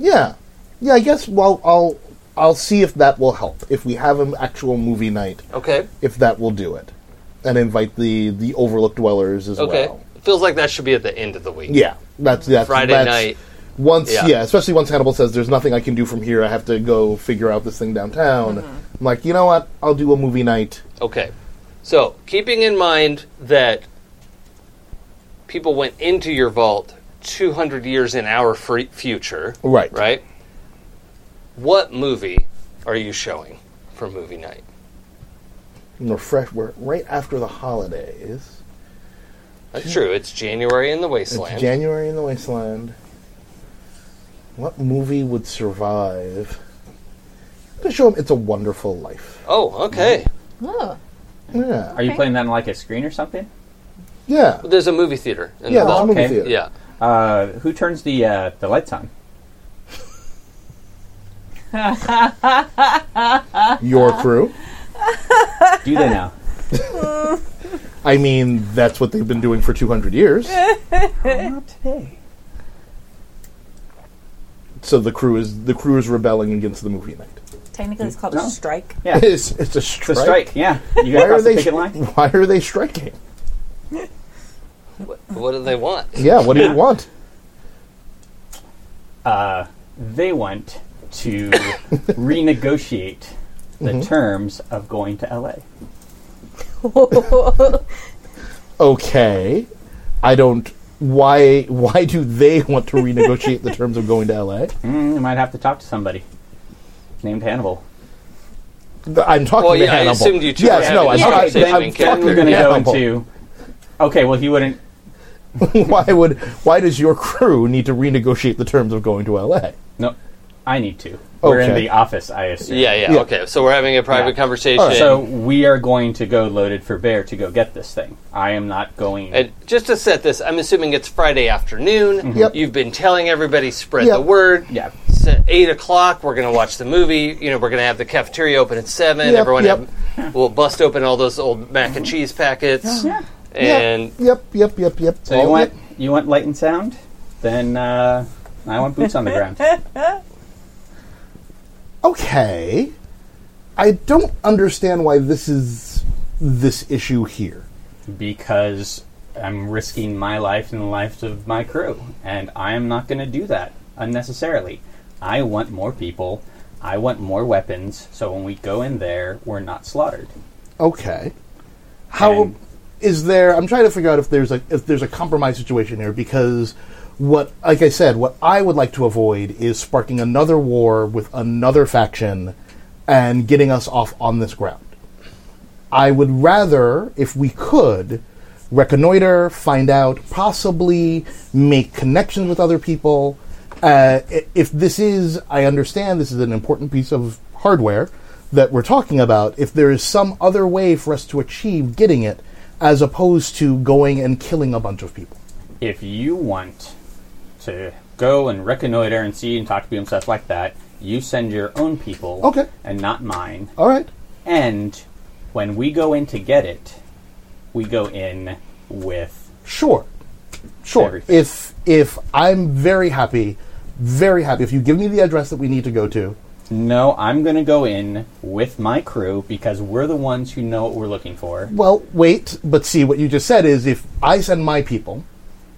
D: yeah, yeah. I guess. Well, I'll I'll see if that will help. If we have an actual movie night,
C: Okay.
D: if that will do it, and invite the the Overlook dwellers as
C: Okay.
D: well.
C: It feels like that should be at the end of the week.
D: Yeah, that's that's
C: Friday
D: that's-
C: night.
D: Once,
C: Yeah.
D: yeah. especially once Hannibal says, "There's nothing I can do from here. I have to go figure out this thing downtown." I'm like, you know what? I'll do a movie night.
C: Okay. So, keeping in mind that people went into your vault 200 years in our free future,
D: Right.
C: right? What movie are you showing for movie night?
D: And we're fresh. We're right after the holidays.
C: That's true. It's January in the
D: Hmm. It's
C: wasteland.
D: January in the Wasteland. What movie would survive? I'm gonna show him It's a Wonderful Life.
C: oh, okay.
F: Oh,
D: Yeah.
E: Are you
F: Okay.
E: playing that on like a screen or something?
D: Yeah.
C: There's a movie theater in
D: Yeah,
C: the
D: that's a
C: vault.
D: movie
E: okay.
D: theater.
C: Yeah.
E: Uh, who turns the uh, the lights on?
D: Your
E: Uh-huh.
D: crew.
E: Do they now?
D: I mean, that's what they've been doing for 200 years.
E: Eh. Not today.
D: So the crew is the crew is rebelling against the movie night.
B: Technically, it's called
E: No.
B: a strike.
E: Yeah, it's
D: It's it's a strike.
E: a strike. Yeah, you
D: Why
E: gotta
D: are
E: cross the
D: they
E: picket
D: stri-
E: line.
D: Why are they striking?
C: What, what do they want?
D: Yeah. What do you want?
E: Uh, they want to renegotiate the
D: Mm-hmm.
E: terms of going to LA.
D: Okay. I don't. Why? Why do they want to renegotiate the terms of going to LA?
E: Mm, you might have to talk to somebody named Hannibal.
D: Th- I'm talking
C: Well,
D: to
C: yeah, I
D: Hannibal.
C: assumed you two were
D: Yes,
C: having
D: no,
C: this
D: I'm,
C: conversation
D: I'm,
C: in
D: I'm
C: character.
D: talking
E: We're gonna go
D: Hannibal.
E: into. Okay, well, he wouldn't.
D: why would why does your crew need to renegotiate the terms of going to LA?
E: No, I need to. We're in
D: Okay.
E: the office, I assume.
C: Yeah, yeah,
D: Yeah.
C: Okay, so we're having a private
E: Yeah.
C: conversation.
E: So we are going to go loaded for bear to go get this thing. I am not going.
C: And Uh, just to set this, I'm assuming it's Friday afternoon.
D: Mm-hmm. Yep.
C: You've been telling everybody spread
D: Yep.
C: the word.
E: yeah,
C: It's at eight o'clock. We're gonna watch the movie. You know, we're gonna have the cafeteria open at seven.
D: Yep,
C: Everyone
D: yep.
C: Have, will bust open all those old mac and cheese packets. And
D: yep, yep, yep, yep, yep.
E: So
D: All
E: you want
D: yep.
E: you want light and sound? Then uh, I want boots on the ground.
D: okay. I don't understand why this is this issue here.
E: Because I'm risking my life and the lives of my crew, and I am not going to do that unnecessarily. I want more people. I want more weapons. So when we go in there, we're not slaughtered.
D: Okay. How is
E: And-
D: there? I'm trying to figure out if there's a if there's a compromise situation here because what, like I said, what I would like to avoid is sparking another war with another faction and getting us off on this ground. I would rather, if we could, reconnoiter, find out, possibly make connections with other people. Uh, i- if this is, I understand this is an important piece of hardware, that we're talking about, if there is some other way for us to achieve getting it, as opposed to going and killing a bunch of people.
E: if you want to go and reconnoiter and see and talk to people and stuff like that, you send your own people
D: Okay.
E: and not mine.
D: All right.
E: And when we go in to get it, we go in with
D: Sure. Sure.
E: Everything.
D: If if I'm very happy, very happy if you give me the address that we need to go to.
E: no, I'm going to go in with my crew because we're the ones who know what we're looking for.
D: Well, wait, but see what you just said is if I send my people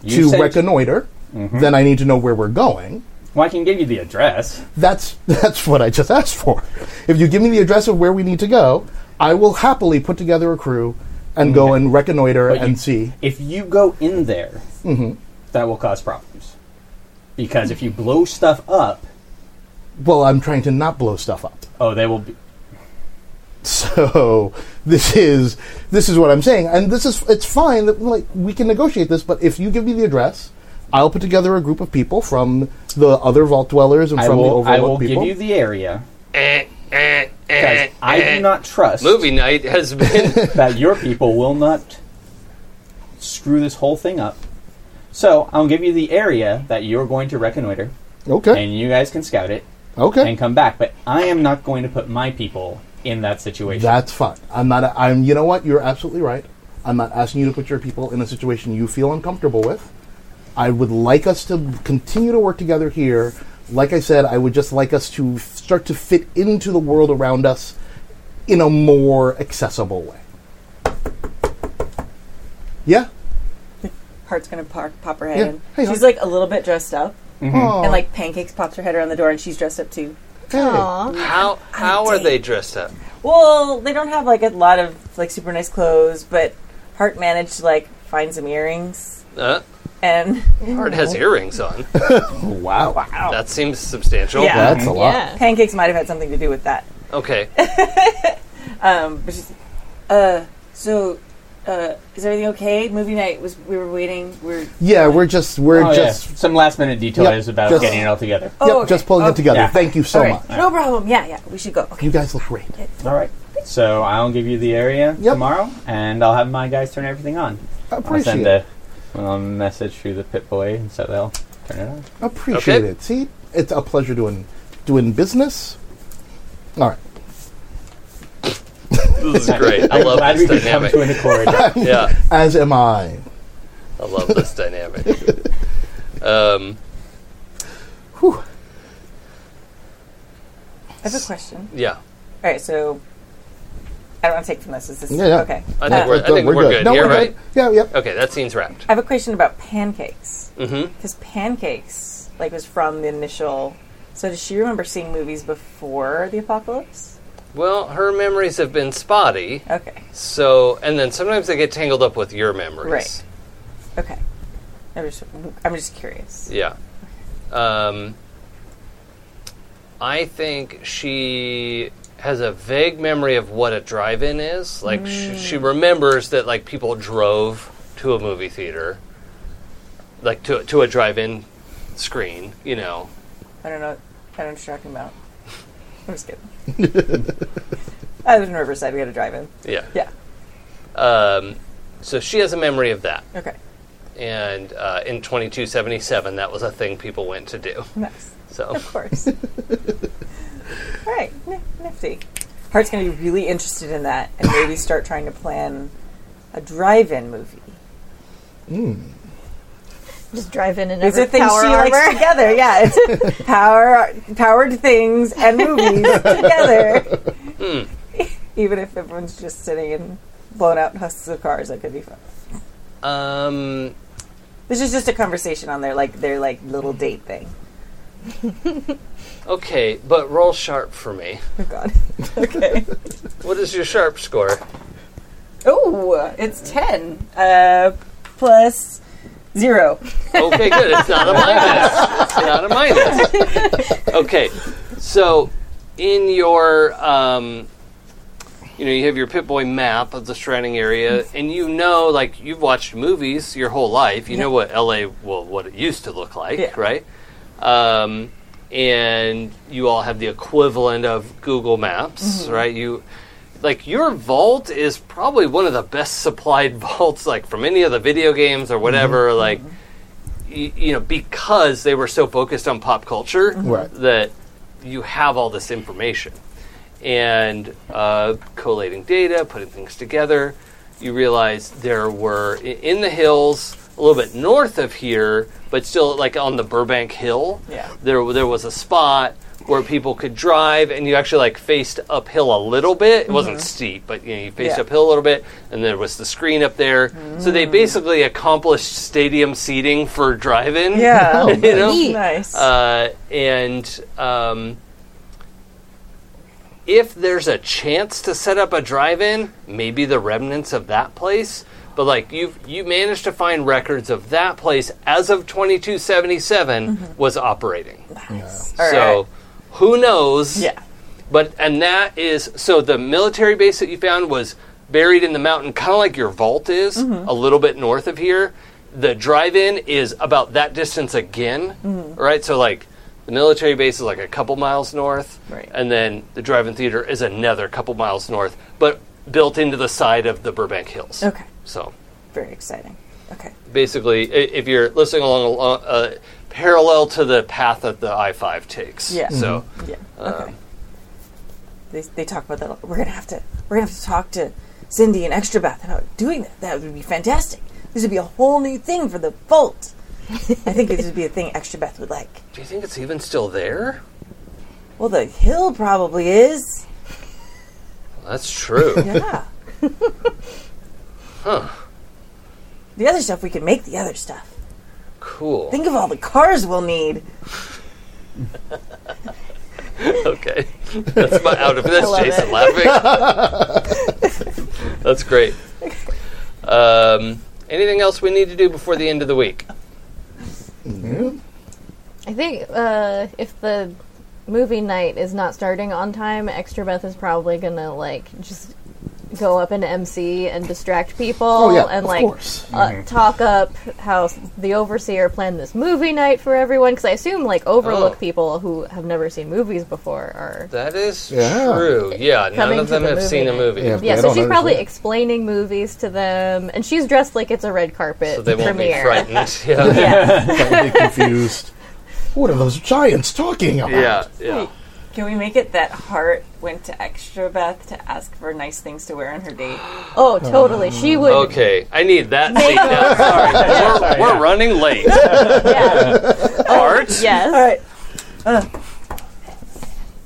E: You Mm-hmm.
D: to
E: send-
D: reconnoiter, then I need to know where we're going.
E: Well, I can give you the address.
D: That's that's what I just asked for. If you give me the address of where we need to go, I will happily put together a crew and go and reconnoiter
E: Mm-hmm. But
D: and see.
E: you- If you go in there, that will cause problems. Because if you blow stuff up,
D: Well, I'm trying to not blow stuff up.
E: oh, they will be.
D: So this is this is what I'm saying, and this is it's fine that like we can negotiate this, but if you give me the address, I'll put together a group of people from the other vault dwellers and
E: I
D: from
E: will,
D: the
E: I
D: overlook
E: will
D: people.
E: give you the area.
C: Eh, eh, eh,
E: Because I
C: eh.
E: do not trust
C: Movie night has been.
E: that your people will not screw this whole thing up. So I'll give you the area that you're going to reconnoiter,
D: okay,
E: and you guys can scout it
D: okay,
E: and come back. But I am not going to put my people in that situation.
D: that's fine. I'm not. I'm. You know what? You're absolutely right. I'm not asking you to put your people in a situation you feel uncomfortable with. I would like us to continue to work together here. Like I said, I would just like us to f- start to fit into the world around us in a more accessible way. Yeah.
B: Heart's gonna par- pop her head
D: Yeah.
B: in.
D: Hey, Heart.
B: she's
D: Mm-hmm.
B: like a little bit dressed up,
D: Aw,
B: and like pancakes pops her head around the door, and she's dressed up too.
D: hey.
F: Aw.
C: How how are they dressed up?
B: Well, they don't have like a lot of like super nice clothes, but Hart managed to like find some earrings
C: Uh,
B: and
C: Hart has earrings on.
D: Wow. Wow.
C: That seems substantial.
B: Yeah.
D: That's a lot.
F: Yeah.
B: pancakes might have had something to do with that.
C: Okay.
B: Um, but she's, uh, so uh, is everything okay? Movie night was we were waiting. We are
D: Yeah, we're just we're
E: Oh, yeah.
D: just
E: Some last minute details
D: Yep,
E: about
D: just-
E: getting it all together.
B: Oh,
D: yep,
B: okay.
D: just pulling
B: Oh,
D: it together.
E: yeah.
D: Thank you so
B: all
D: much.
B: right. No problem. Yeah, yeah. We should go. Okay.
D: You guys look great.
E: All right. So I'll give you the area
D: Yep.
E: tomorrow, and I'll have my guys turn everything on.
D: I
E: I'll
D: appreciate
E: send
D: it.
E: a, a message through the pit boy, and so they'll turn it on.
D: Appreciate
C: Okay.
D: it. See, it's a pleasure doing doing business. All right.
C: This is great. I
E: I'm
C: love
E: glad
C: this
E: we could come
C: dynamic.
E: to an accord.
C: Yeah.
D: As am I.
C: I love this dynamic. Um,
D: Whew.
B: I have a question.
C: yeah.
B: All right, so I don't want to take from this. Is this
D: Yeah, yeah.
B: okay?
C: I
B: Uh,
C: think we're I think we're, good.
D: No,
C: You're
D: we're
C: right.
D: good. Yeah, yeah.
C: Okay, that scene's wrapped.
B: I have a question about pancakes
C: Mm-hmm.
B: because pancakes like was from the initial. So does she remember seeing movies before the apocalypse?
C: Well, her memories have been spotty,
B: Okay,
C: so and then sometimes they get tangled up with your memories.
B: Right. okay. I'm just I'm just curious.
C: Yeah. Um, I think she has a vague memory of what a drive-in is. Like
D: Mm.
C: she, she remembers that like people drove to a movie theater, like to to a drive-in screen. You know.
B: I don't know. I don't know what you're talking about. I'm just kidding. I live in Riverside. We had a drive-in.
C: Yeah.
B: Yeah.
C: Um, so she has a memory of that,
B: Okay.
C: and uh, in 2277, that was a thing people went to do.
B: Nice.
C: So
B: Of course. All right, n- nifty. Hart's going to be really interested in that and maybe start trying to plan a drive-in movie.
F: Just drive in and
B: These are
F: every
B: things
F: power
B: she likes
F: armor.
B: together. Yeah, it's power, powered things and movies together. Even if everyone's just sitting in blown out husks of cars, that could be fun.
C: um,
B: This is just a conversation on their like their like little date thing.
C: okay, but roll sharp for me.
B: Oh God. okay.
C: What is your sharp score?
B: Oh, it's ten uh, plus zero.
C: Okay, good. It's not a minus. It's not a minus. Okay, so in your, um, you know, you have your Pit Boy map of the surrounding area, and you know, like you've watched movies your whole life. You know what LA, well, what it used to look like,
B: Yeah.
C: right? Um, and you all have the equivalent of Google Maps, right? You like your vault is probably one of the best supplied vaults like from any of the video games or whatever like y- you know because they were so focused on pop culture
D: Right.
C: that you have all this information and uh, collating data putting things together you realize there were i- in the hills a little bit north of here but still like on the burbank hill
B: Yeah.
C: there there was a spot where people could drive and you actually like faced uphill a little bit it wasn't steep but you know you faced
B: Mm-hmm. Yeah. Mm.
C: uphill a little bit and there was the screen up there so they basically accomplished stadium seating for drive-in
B: Yeah.
D: Oh,
C: you know
F: Neat.
B: Nice.
C: uh, and um, if there's a chance to set up a drive-in, maybe the remnants of that place. But like you, have you managed to find records of that place as of 2277
B: Mm-hmm.
C: was operating.
B: All
C: so
B: right.
C: who knows?
B: yeah.
C: But and that is so the military base that you found was buried in the mountain, kind of like your vault is,
B: Mm-hmm.
C: a little bit north of here. The drive-in is about that distance again,
B: Mm-hmm.
C: right? So like the military base is like a couple miles north,
B: Right.
C: and then the drive-in theater is another couple miles north, but built into the side of the Burbank Hills.
B: Okay.
C: So
B: Very exciting. Okay.
C: basically, i- if you're listening along a lo- uh, parallel to the path that the I-5 takes,
B: Yeah. Mm-hmm.
C: So
B: Yeah.
C: Um,
B: Okay. They, they talk about that. We're gonna have to we're gonna have to talk to Cindy and Extra Bath about doing that. That would be fantastic. This would be a whole new thing for the vault. I think this would be a thing Extra Bath would like.
C: do you think it's even still there?
B: Well, the hill probably is.
C: That's true.
B: Yeah.
C: Huh.
B: The other stuff we can make the other stuff.
C: Cool.
B: Think of all the cars we'll need.
C: Okay. That's my out of this,
B: love
C: Jason laughing. That's great. Um, anything else we need to do before the end of the week?
F: I think uh, if the movie night is not starting on time, Extra Beth is probably gonna like just go up and MC and distract people
D: Oh, yeah,
F: and
D: of
F: like
D: course.
C: Mm-hmm.
F: uh, talk up how s- the overseer planned this movie night for everyone because I assume like overlook
C: Oh.
F: people who have never seen movies before are.
C: That is
D: Yeah.
C: true. Yeah, none
F: Coming
C: of
F: to
C: them
F: the
C: have
F: movie
C: seen a
F: night.
C: movie.
D: Yeah.
F: Yeah,
D: I
F: so
D: don't
F: she's probably
D: understand.
F: explaining movies to them, and she's dressed like it's a red carpet
C: So they won't be
F: premiere.
C: frightened. Yeah.
F: yeah,
D: Don't be confused. What are those giants talking about?
C: yeah. yeah.
B: Can we make it that Hart went to Extra Beth to ask for nice things to wear on her date?
F: oh, totally. She would.
C: Okay. I need that scene now. Sorry. We're, we're running late.
F: Yeah.
C: Art?
F: yes.
B: All right. Uh.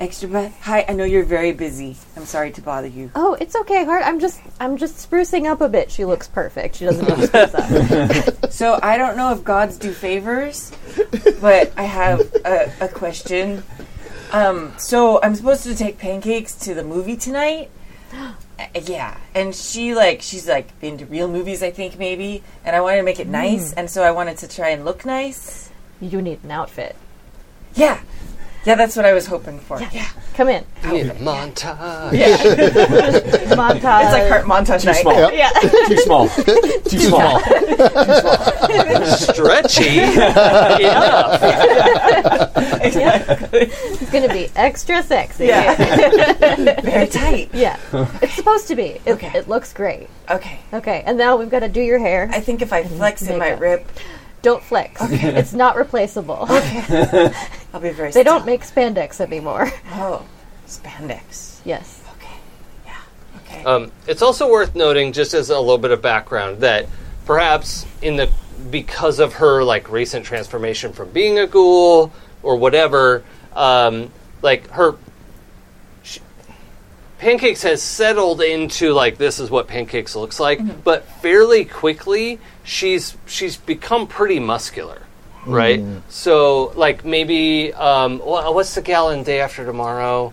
B: Extra Beth, hi. I know you're very busy. I'm sorry to bother you.
F: Oh, it's okay, Hart. I'm just I'm just sprucing up a bit. She looks perfect. She doesn't need to spruce up.
B: So I don't know if gods do favors, but I have a, a question. Um, so I'm supposed to take pancakes to the movie tonight. Uh, yeah, and she like she's like been to real movies, I think maybe, and I wanted to make it nice, and so I wanted to try and look nice.
F: You need an outfit.
B: Yeah, yeah, that's what I was hoping for. Yeah,
F: Come in.
C: I need a montage.
F: Montage.
B: it's like heart montage night.
E: small.
F: Yeah.
E: Too small. Too small.
C: Stretchy enough.
F: It's gonna be extra sexy.
B: Yeah, very tight.
F: Yeah. It's supposed to be. It,
B: Okay.
F: it looks great.
B: Okay,
F: Okay. And now we've got to do your hair.
B: I think if I flex, it might
F: Makeup.
B: rip.
F: Don't flex. It's not replaceable.
B: I'll be very.
F: They don't
B: still.
F: make spandex anymore.
B: Oh, spandex.
F: Yes.
B: Okay. Yeah. Okay.
C: Um, it's also worth noting, just as a little bit of background, that perhaps in the because of her like recent transformation from being a ghoul or whatever, um, like her sh pancakes has settled into like this is what pancakes looks like, but fairly quickly she's she's become pretty muscular. Right, so like maybe um, wha- what's the gal in Day After Tomorrow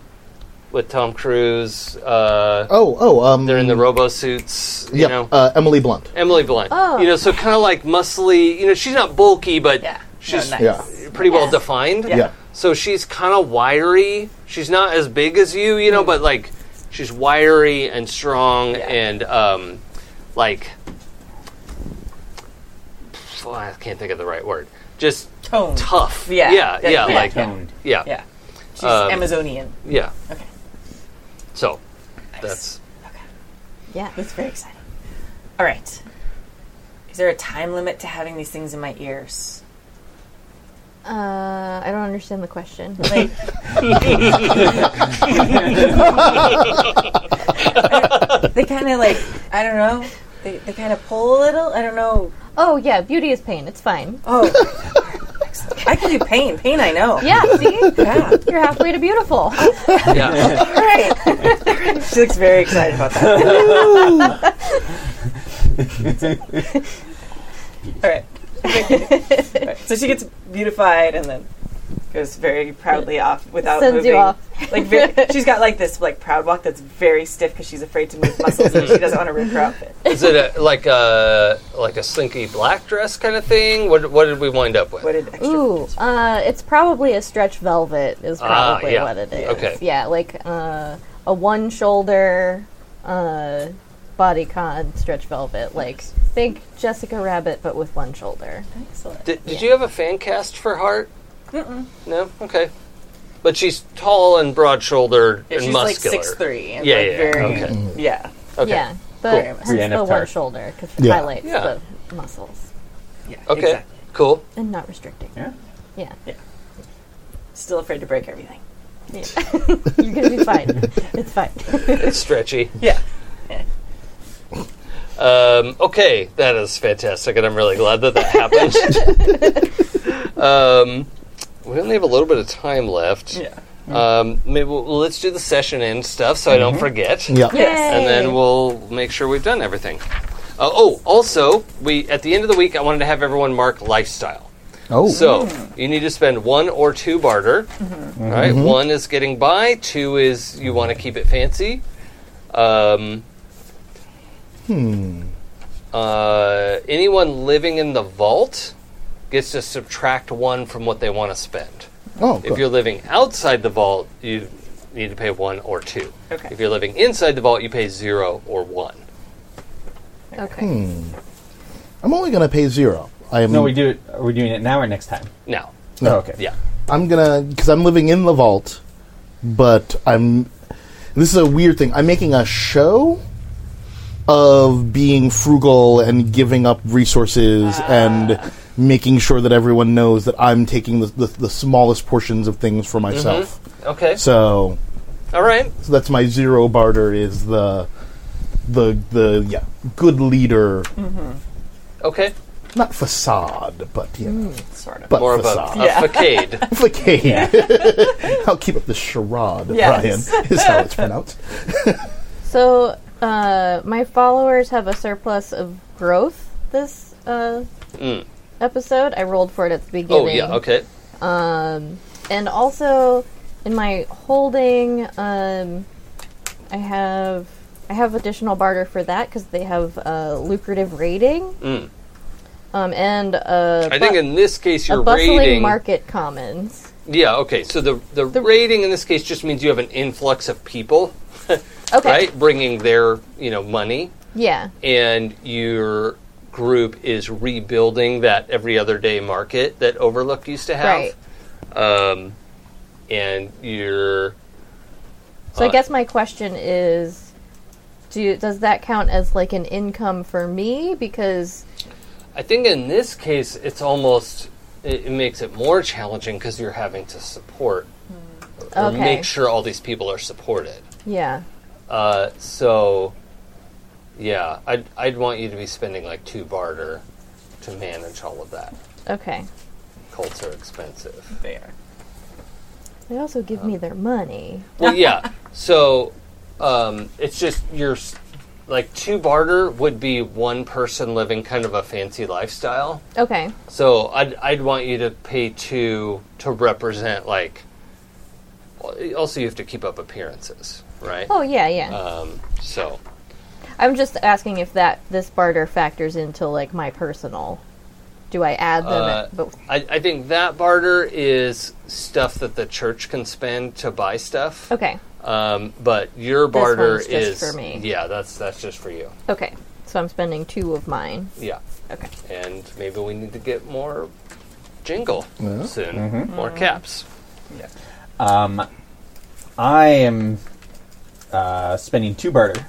C: with Tom Cruise? Uh,
D: Oh, oh, um.
C: they're in the robo suits, you
D: Yep,
C: know.
D: uh, Emily Blunt.
C: Emily Blunt.
F: Oh.
C: You know, so kind of like muscly, you know, she's not bulky, but
B: Yeah.
C: she's
B: No, nice.
D: Yeah.
C: pretty well defined.
D: Yeah.
C: So she's kind of wiry. She's not as big as you, you know, but like she's wiry and strong and um like oh, I can't think of the right word. Just
B: tone.
C: tough.
B: Yeah,
C: yeah,
B: that-
C: yeah,
B: yeah,
C: like um,
B: yeah.
E: Toned.
C: yeah, yeah.
B: Yeah. She's
C: Um,
B: Amazonian. Okay.
C: So that's
F: Yeah.
B: That's very exciting. All right. Is there a time limit to having these things in my ears?
F: Uh, I don't understand the question.
B: Like, they kind of like I don't know. They, they kind of pull a little. I don't know.
F: Oh yeah, beauty is pain. It's fine.
B: Oh, I can do pain. Pain, I know.
F: Yeah. See,
B: Yeah.
F: you're halfway to beautiful.
C: yeah.
B: All right. She looks very excited about that. All right. All right. So she gets beautified and then goes very proudly off without
F: Sends
B: moving.
F: you off.
B: Like very, she's got like this like proud walk that's very stiff because she's afraid to move muscles and she doesn't want to rip her outfit.
C: Is it a, like a like a slinky black dress kind of thing? What what did we wind up with?
B: What did extra?
F: Ooh, uh, it's probably a stretch velvet is
C: Ah,
F: probably
C: yeah.
F: what it is.
C: Okay.
F: Yeah, like uh, a one shoulder uh, bodycon stretch velvet. Like think Jessica Rabbit, but with one shoulder.
B: Excellent.
C: Did, did you have a fan cast for Hart? Mm-mm. No. Okay. But she's tall and broad-shouldered
B: Yeah,
C: and
B: she's like
C: muscular.
B: six three and
C: Yeah,
B: like
C: yeah,
B: very
C: okay.
B: yeah.
C: Okay.
F: Yeah,
C: Cool.
F: but hence
E: Brienne of
F: the one
E: Tarth.
F: shoulder because it
D: Yeah.
F: highlights
C: Yeah.
F: the muscles
B: Yeah.
C: Okay.
B: exactly.
C: Cool.
F: and not restricting.
E: Yeah.
F: Yeah,
B: Still afraid to break everything.
F: you're gonna be fine. it's fine.
C: It's stretchy.
B: Yeah.
C: Um, okay, that is fantastic, and I'm really glad that that happened. um, we only have a little bit of time left.
B: Yeah.
C: Um, maybe we'll, well, let's do the session end stuff so I
B: Mm-hmm.
C: don't forget.
D: Yeah.
B: Yes.
C: And then we'll make sure we've done everything. Uh, oh, also, we at the end of the week, I wanted to have everyone mark lifestyle.
D: Oh,
C: So you need to spend one or two barter. All right, one is getting by. Two is you want to keep it fancy. Um, hmm. Uh, anyone living in the vault gets to subtract one from what they want to spend.
D: oh,
C: If you're living outside the vault, you need to pay one or two.
B: Okay.
C: If you're living inside the vault, you pay zero or one.
F: Okay.
D: I'm only gonna pay zero. I am.
E: No, we do it. Are we doing it now or next time?
C: Now,
E: Oh, okay.
C: yeah,
D: I'm gonna because I'm living in the vault, but I'm. This is a weird thing. I'm making a show of being frugal and giving up resources and making sure that everyone knows that I'm taking the, the, the smallest portions of things for myself.
C: okay,
D: So,
C: all right,
D: so that's my zero barter is the the the yeah good leader,
C: okay.
D: not facade, but you know,
B: Sort of.
D: but
C: More of a,
D: facade.
C: a facade.
D: Flickade. I'll keep up the charade,
B: Yes.
D: Brian, is how it's pronounced.
F: So, uh, my followers have a surplus of growth this uh, episode. I rolled for it at the beginning.
C: Mm. Oh yeah, okay.
F: Um, and also, in my holding, um, I have I have additional barter for that because they have a lucrative rating. Um, and uh,
C: Mm. I think in this case
F: a
C: you're
F: bustling
C: rating.
F: market commons.
C: Yeah, okay. So the, the rating in this case just means you have an influx of people,
F: Okay.
C: right? Bringing their you know money,
F: Yeah.
C: and your group is rebuilding that every other day market that Overlook used to have.
F: Right.
C: Um, and you're
F: So
C: Uh,
F: I guess my question is, do does that count as like an income for me? Because
C: I think in this case, it's almost it, it makes it more challenging because you're having to support or
F: Okay.
C: make sure all these people are supported.
F: yeah,
C: Uh, so, yeah, I'd I'd want you to be spending like two barter to manage all of that.
F: okay.
C: Colts are expensive.
B: there.
F: They also give
C: Um,
F: me their money.
C: Well, yeah. So, um, it's just you're s- like two barter would be one person living kind of a fancy lifestyle.
F: Okay,
C: So I'd I'd want you to pay two to represent like. well, Also, you have to keep up appearances, right?
F: Oh yeah, yeah.
C: Um, so,
F: I'm just asking if that this barter factors into like my personal. Do I add them?
C: Uh,
F: at- but,
C: I, I think that barter is stuff that the church can spend to buy stuff.
F: okay,
C: Um, but your barter
F: one's
C: is
F: just for me.
C: Yeah, that's that's just for you.
F: okay. So I'm spending two of mine.
C: Yeah,
F: Okay.
C: and maybe we need to get more jingle soon.
E: Mm-hmm.
C: More
F: Mm-hmm.
C: caps.
E: Um, I am uh, spending two barter,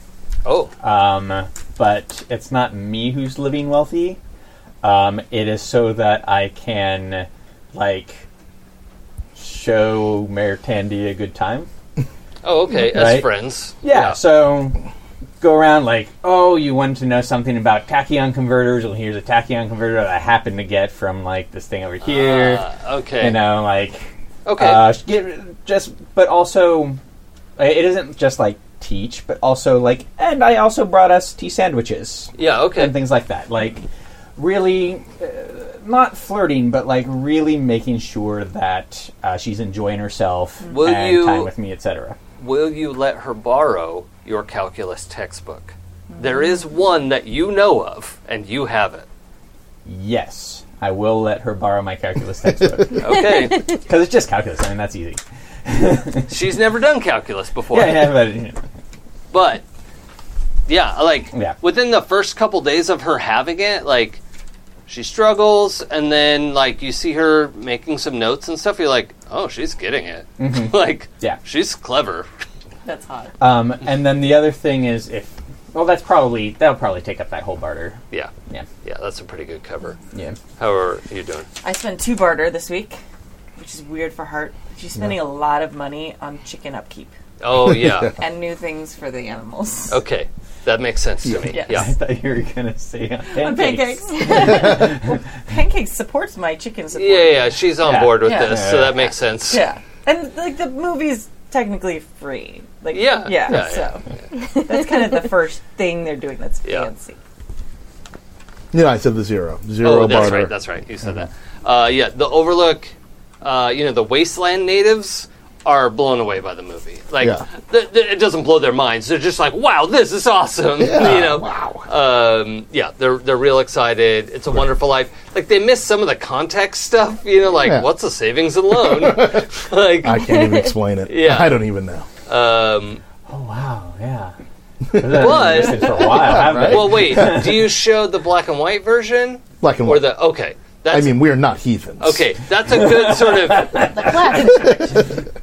C: Oh,
E: um, but it's not me who's living wealthy. Um, it is so that I can, like, show Mayor Tandy a good time.
C: oh, okay. As
E: Mm-hmm. Right.
C: friends.
E: Yeah, so go around like, oh, you want to know something about tachyon converters? Well, here's a tachyon converter that I happened to get from like this thing over here.
C: Ah, okay.
E: you know, like
C: Okay.
E: uh, sh- get, just, but also, uh, it isn't just like teach, but also like, and I also brought us tea sandwiches
C: yeah. Okay.
E: and things like that. Like, really, uh, not flirting, but like really making sure that uh, she's enjoying herself
C: Will
E: and
C: you-
E: time with me, etc.
C: Will you let her borrow your calculus textbook? There is one that you know of, and you have it.
E: Yes, I will let her borrow my calculus textbook
C: Okay.
E: because it's just calculus. I mean, that's easy.
C: She's never done calculus before.
E: Yeah, yeah, but, you know,
C: But yeah, like
E: Yeah.
C: within the first couple days of her having it, like she struggles, and then like you see her making some notes and stuff. You're like, oh, she's getting it.
E: Mm-hmm.
C: like,
E: Yeah.
C: she's clever.
B: That's hot.
E: um, and then the other thing is if well, that's probably that'll probably take up that whole barter.
C: Yeah,
E: Yeah,
C: yeah, that's a pretty good cover.
E: yeah.
C: How are you doing?
B: I spent two barter this week, which is weird for Hart. She's spending a lot of money on chicken upkeep
C: Oh yeah,
B: and new things for the animals.
C: okay, that makes sense to me.
B: Yes.
E: I
C: Yeah,
E: thought you were gonna say on pancakes.
B: On pancakes. Well, pancakes supports my chicken support.
C: yeah, yeah. She's on
E: Yeah.
C: board with
B: Yeah.
C: this,
E: Yeah.
C: so that makes sense.
B: Yeah. And like the movie's technically free. Like
C: Yeah,
B: yeah.
C: yeah,
B: so that's kind of the first thing they're doing that's
C: Yeah.
B: fancy.
D: You know, I said the zero. Zero
C: Oh, that's
D: barter.
C: right. That's right. You said that. Uh, yeah, the Overlook. Uh, you know, the wasteland natives are blown away by the movie. Like,
D: Yeah.
C: th- th- it doesn't blow their minds. They're just like, "Wow, this is awesome!"
D: Yeah,
C: you know. Wow. Um, yeah, they're they're real excited. It's a Wonderful Life. Like they miss some of the context stuff. You know, like
D: Yeah.
C: what's a savings and loan? like,
D: I can't even explain it.
C: Yeah.
D: I don't even know.
C: um,
E: Oh wow, yeah. But for a while, haven't they?
C: well, wait. do you show the black and white version
D: Black and
C: or
D: white.
C: the okay?
D: I
C: That's
D: mean, we're not heathens.
C: okay. That's a good sort of
F: The classic.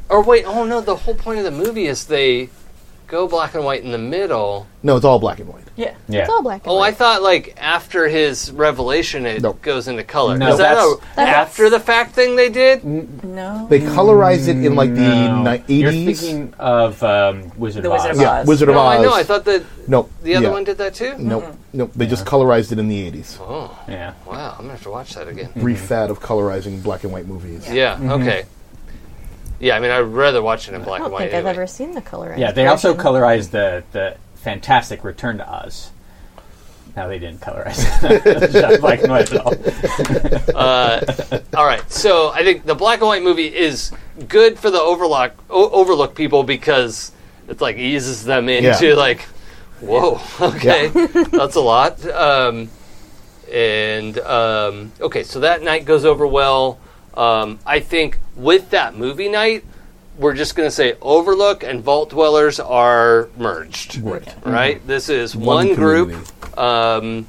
C: Or wait, oh no, the whole point of the movie is they go black and white in the middle.
D: No, it's all black and white.
B: Yeah.
E: yeah.
F: It's all black and
C: Oh, I
F: white.
C: thought like after his revelation it
D: Nope.
C: goes into color.
E: No,
C: is that
E: that's-
C: a after the fact thing they did?
B: No.
D: They colorize it in like the
C: Mm,
E: No.
D: ni- 80s.
E: Oh. You're thinking of um, Wizard
B: The
E: of Oz.
B: Wizard of
D: yeah,
B: Oz.
D: Wizard of
C: no,
D: Oz.
C: I know. I thought that
D: no,
C: the other
D: yeah.
C: one did Mm-hmm. that too.
D: Nope, nope. They just colorized it in the 80s.
C: Oh,
E: Yeah.
C: wow. I'm gonna have to watch that again.
D: Brief fad of colorizing black and white movies.
C: Mm-hmm. Yeah. Okay. Yeah, I mean, I'd rather watch it in black and
F: I don't
C: white.
F: think I've
C: anyway.
F: ever seen the colorized.
E: Yeah, they also
F: version.
E: colorized the the fantastic Return to Oz. No, they didn't colorize. it. Just black and white at all.
C: All right, so I think the black and white movie is good for the overlook o- overlook people because it's like eases them into
D: Yeah.
C: like, whoa, okay, that's a lot. Um, and um, okay, so that night goes over well. Um, I think with that movie night, we're just going to say Overlook and Vault Dwellers are merged.
D: Right.
C: Right? This is one,
D: Mm-hmm. One
C: group, um,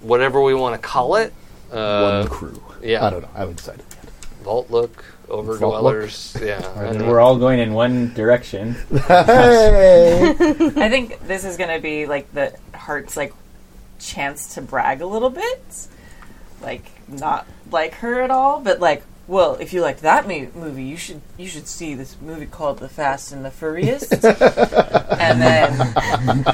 C: whatever we want to call it. Uh,
D: one crew.
C: yeah.
D: I don't know. I haven't decided.
C: Vault look, over
D: Vault
C: dwellers. Yeah. I
E: And
C: don't
E: we're
C: know.
E: all going in one direction.
D: Hey!
B: I think this is gonna be like the Hart's like chance to brag a little bit. Like not like her at all, but like well, if you liked that mo- movie, you should you should see this movie called The Fast and the Furious, and then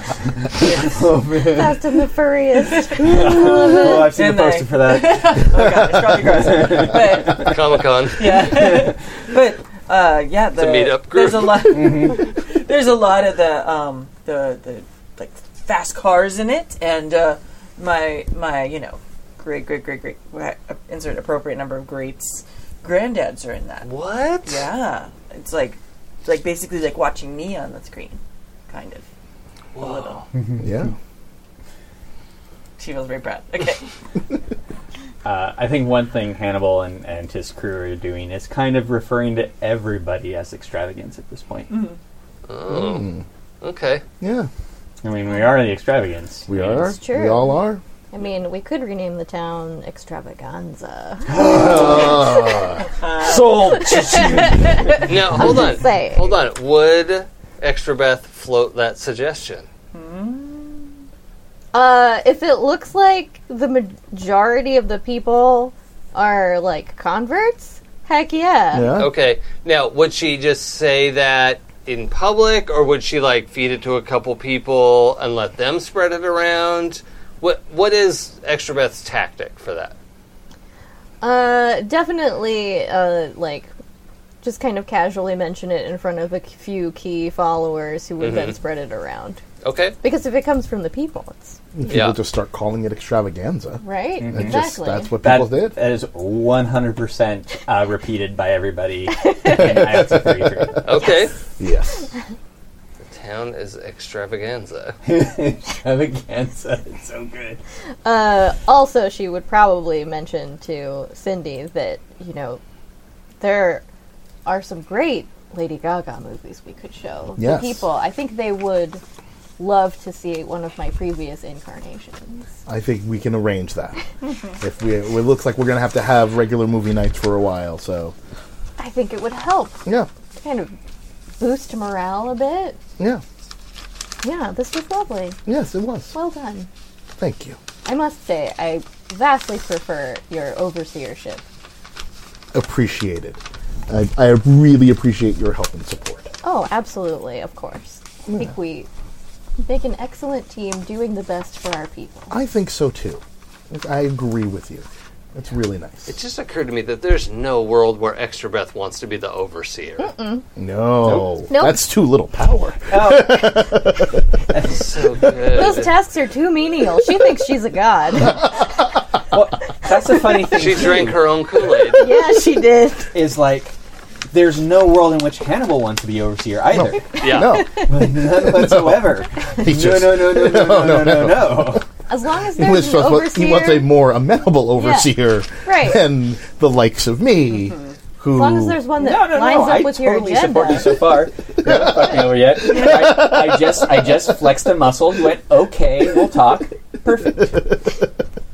D: Oh,
F: Fast and the Furious.
E: Oh, I've seen
B: And
E: the poster
B: they-
E: for that.
B: oh god, it's probably gross. But
C: Comic Con.
B: yeah, but uh, yeah, the,
C: made-up
B: There's a
C: group.
B: lot. there's a lot of the um, the the like fast cars in it, and uh, my my you know great great great great wha- insert appropriate number of greats granddads are in that.
C: What?
B: Yeah, it's like like basically like watching me on the screen, kind of. A little.
D: yeah.
B: She feels very proud. Okay.
E: Uh, I think one thing Hannibal and, and his crew are doing is kind of referring to everybody as extravagance at this point.
B: Mm.
C: Okay.
D: Yeah.
E: I mean, we are the extravagance.
D: We are.
F: It's true.
D: We all are.
F: I mean, we could rename the town Extravaganza.
E: Sold.
C: Now, hold on.
F: just saying.
C: Hold on. Would Extra Beth float that suggestion?
F: Uh, if it looks like the majority of the people are like converts, heck yeah.
D: Yeah.
C: Okay. Now, would she just say that in public, or would she like feed it to a couple people and let them spread it around? What What is Extra Beth's tactic for that?
F: Uh, definitely. Uh, like, just kind of casually mention it in front of a few key followers who would then spread it around.
C: Okay.
F: Because if it comes from the people, it's
D: People
C: Yeah.
D: just start calling it extravaganza.
F: right.
D: And just
F: Exactly.
D: that's what people
E: That,
D: did.
E: that is 100% uh, repeated by everybody in IOTA 33.
C: Okay.
D: Yes.
C: The town is extravaganza.
E: Extravaganza. It's so good.
F: Uh, also, she would probably mention to Cindy that, you know, there are some great Lady Gaga movies we could show the
D: Yes.
F: people. I think they would love to see one of my previous incarnations.
D: I think we can arrange that. if we, it looks like we're gonna have to have regular movie nights for a while. So
F: I think it would help
D: yeah,
F: to kind of boost morale a bit.
D: yeah,
F: Yeah, this was lovely.
D: yes, it was.
F: Well done.
D: Thank you.
F: I must say, I vastly prefer your overseership.
D: Appreciate it. I, I really appreciate your help and support.
F: Oh, absolutely, of course. I think we make an excellent team doing the best for our people.
D: I think so too. I agree with you. That's really nice.
C: It just occurred to me that there's no world where Extra Beth wants to be the overseer.
D: No,
F: Nope.
D: that's too little power.
E: Oh,
C: So good.
F: Those tasks are too menial. She thinks she's a god.
E: Well, that's the funny thing.
C: She
E: too,
C: drank her own Kool Aid.
F: yeah, she did.
E: Is like, there's no world in which Hannibal wants to be overseer either.
C: Yeah.
D: No,
E: None whatsoever.
D: he's
E: No,
D: just
E: no, no, no, no, no, no, no, no.
F: As long as
D: he,
F: there's
D: was
F: an
D: just what-
F: overseer,
D: he wants a more amenable overseer
F: right. Mm-hmm.
D: than the likes of me, who
F: as long as there's one that
E: No, no,
F: lines
E: no.
F: up
E: I
F: with your
E: totally support you
F: agenda.
E: so far. You haven't fucked me over yet. I, I just, I just flexed a muscle. You went, okay, we'll talk. Perfect.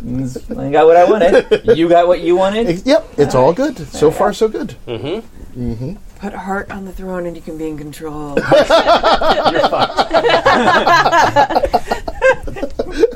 E: I got what I wanted. You got what you wanted.
D: Yep, it's all good. So far, so good.
C: Mm-hmm.
G: Put heart on the throne and you can be in control.
E: You're fucked.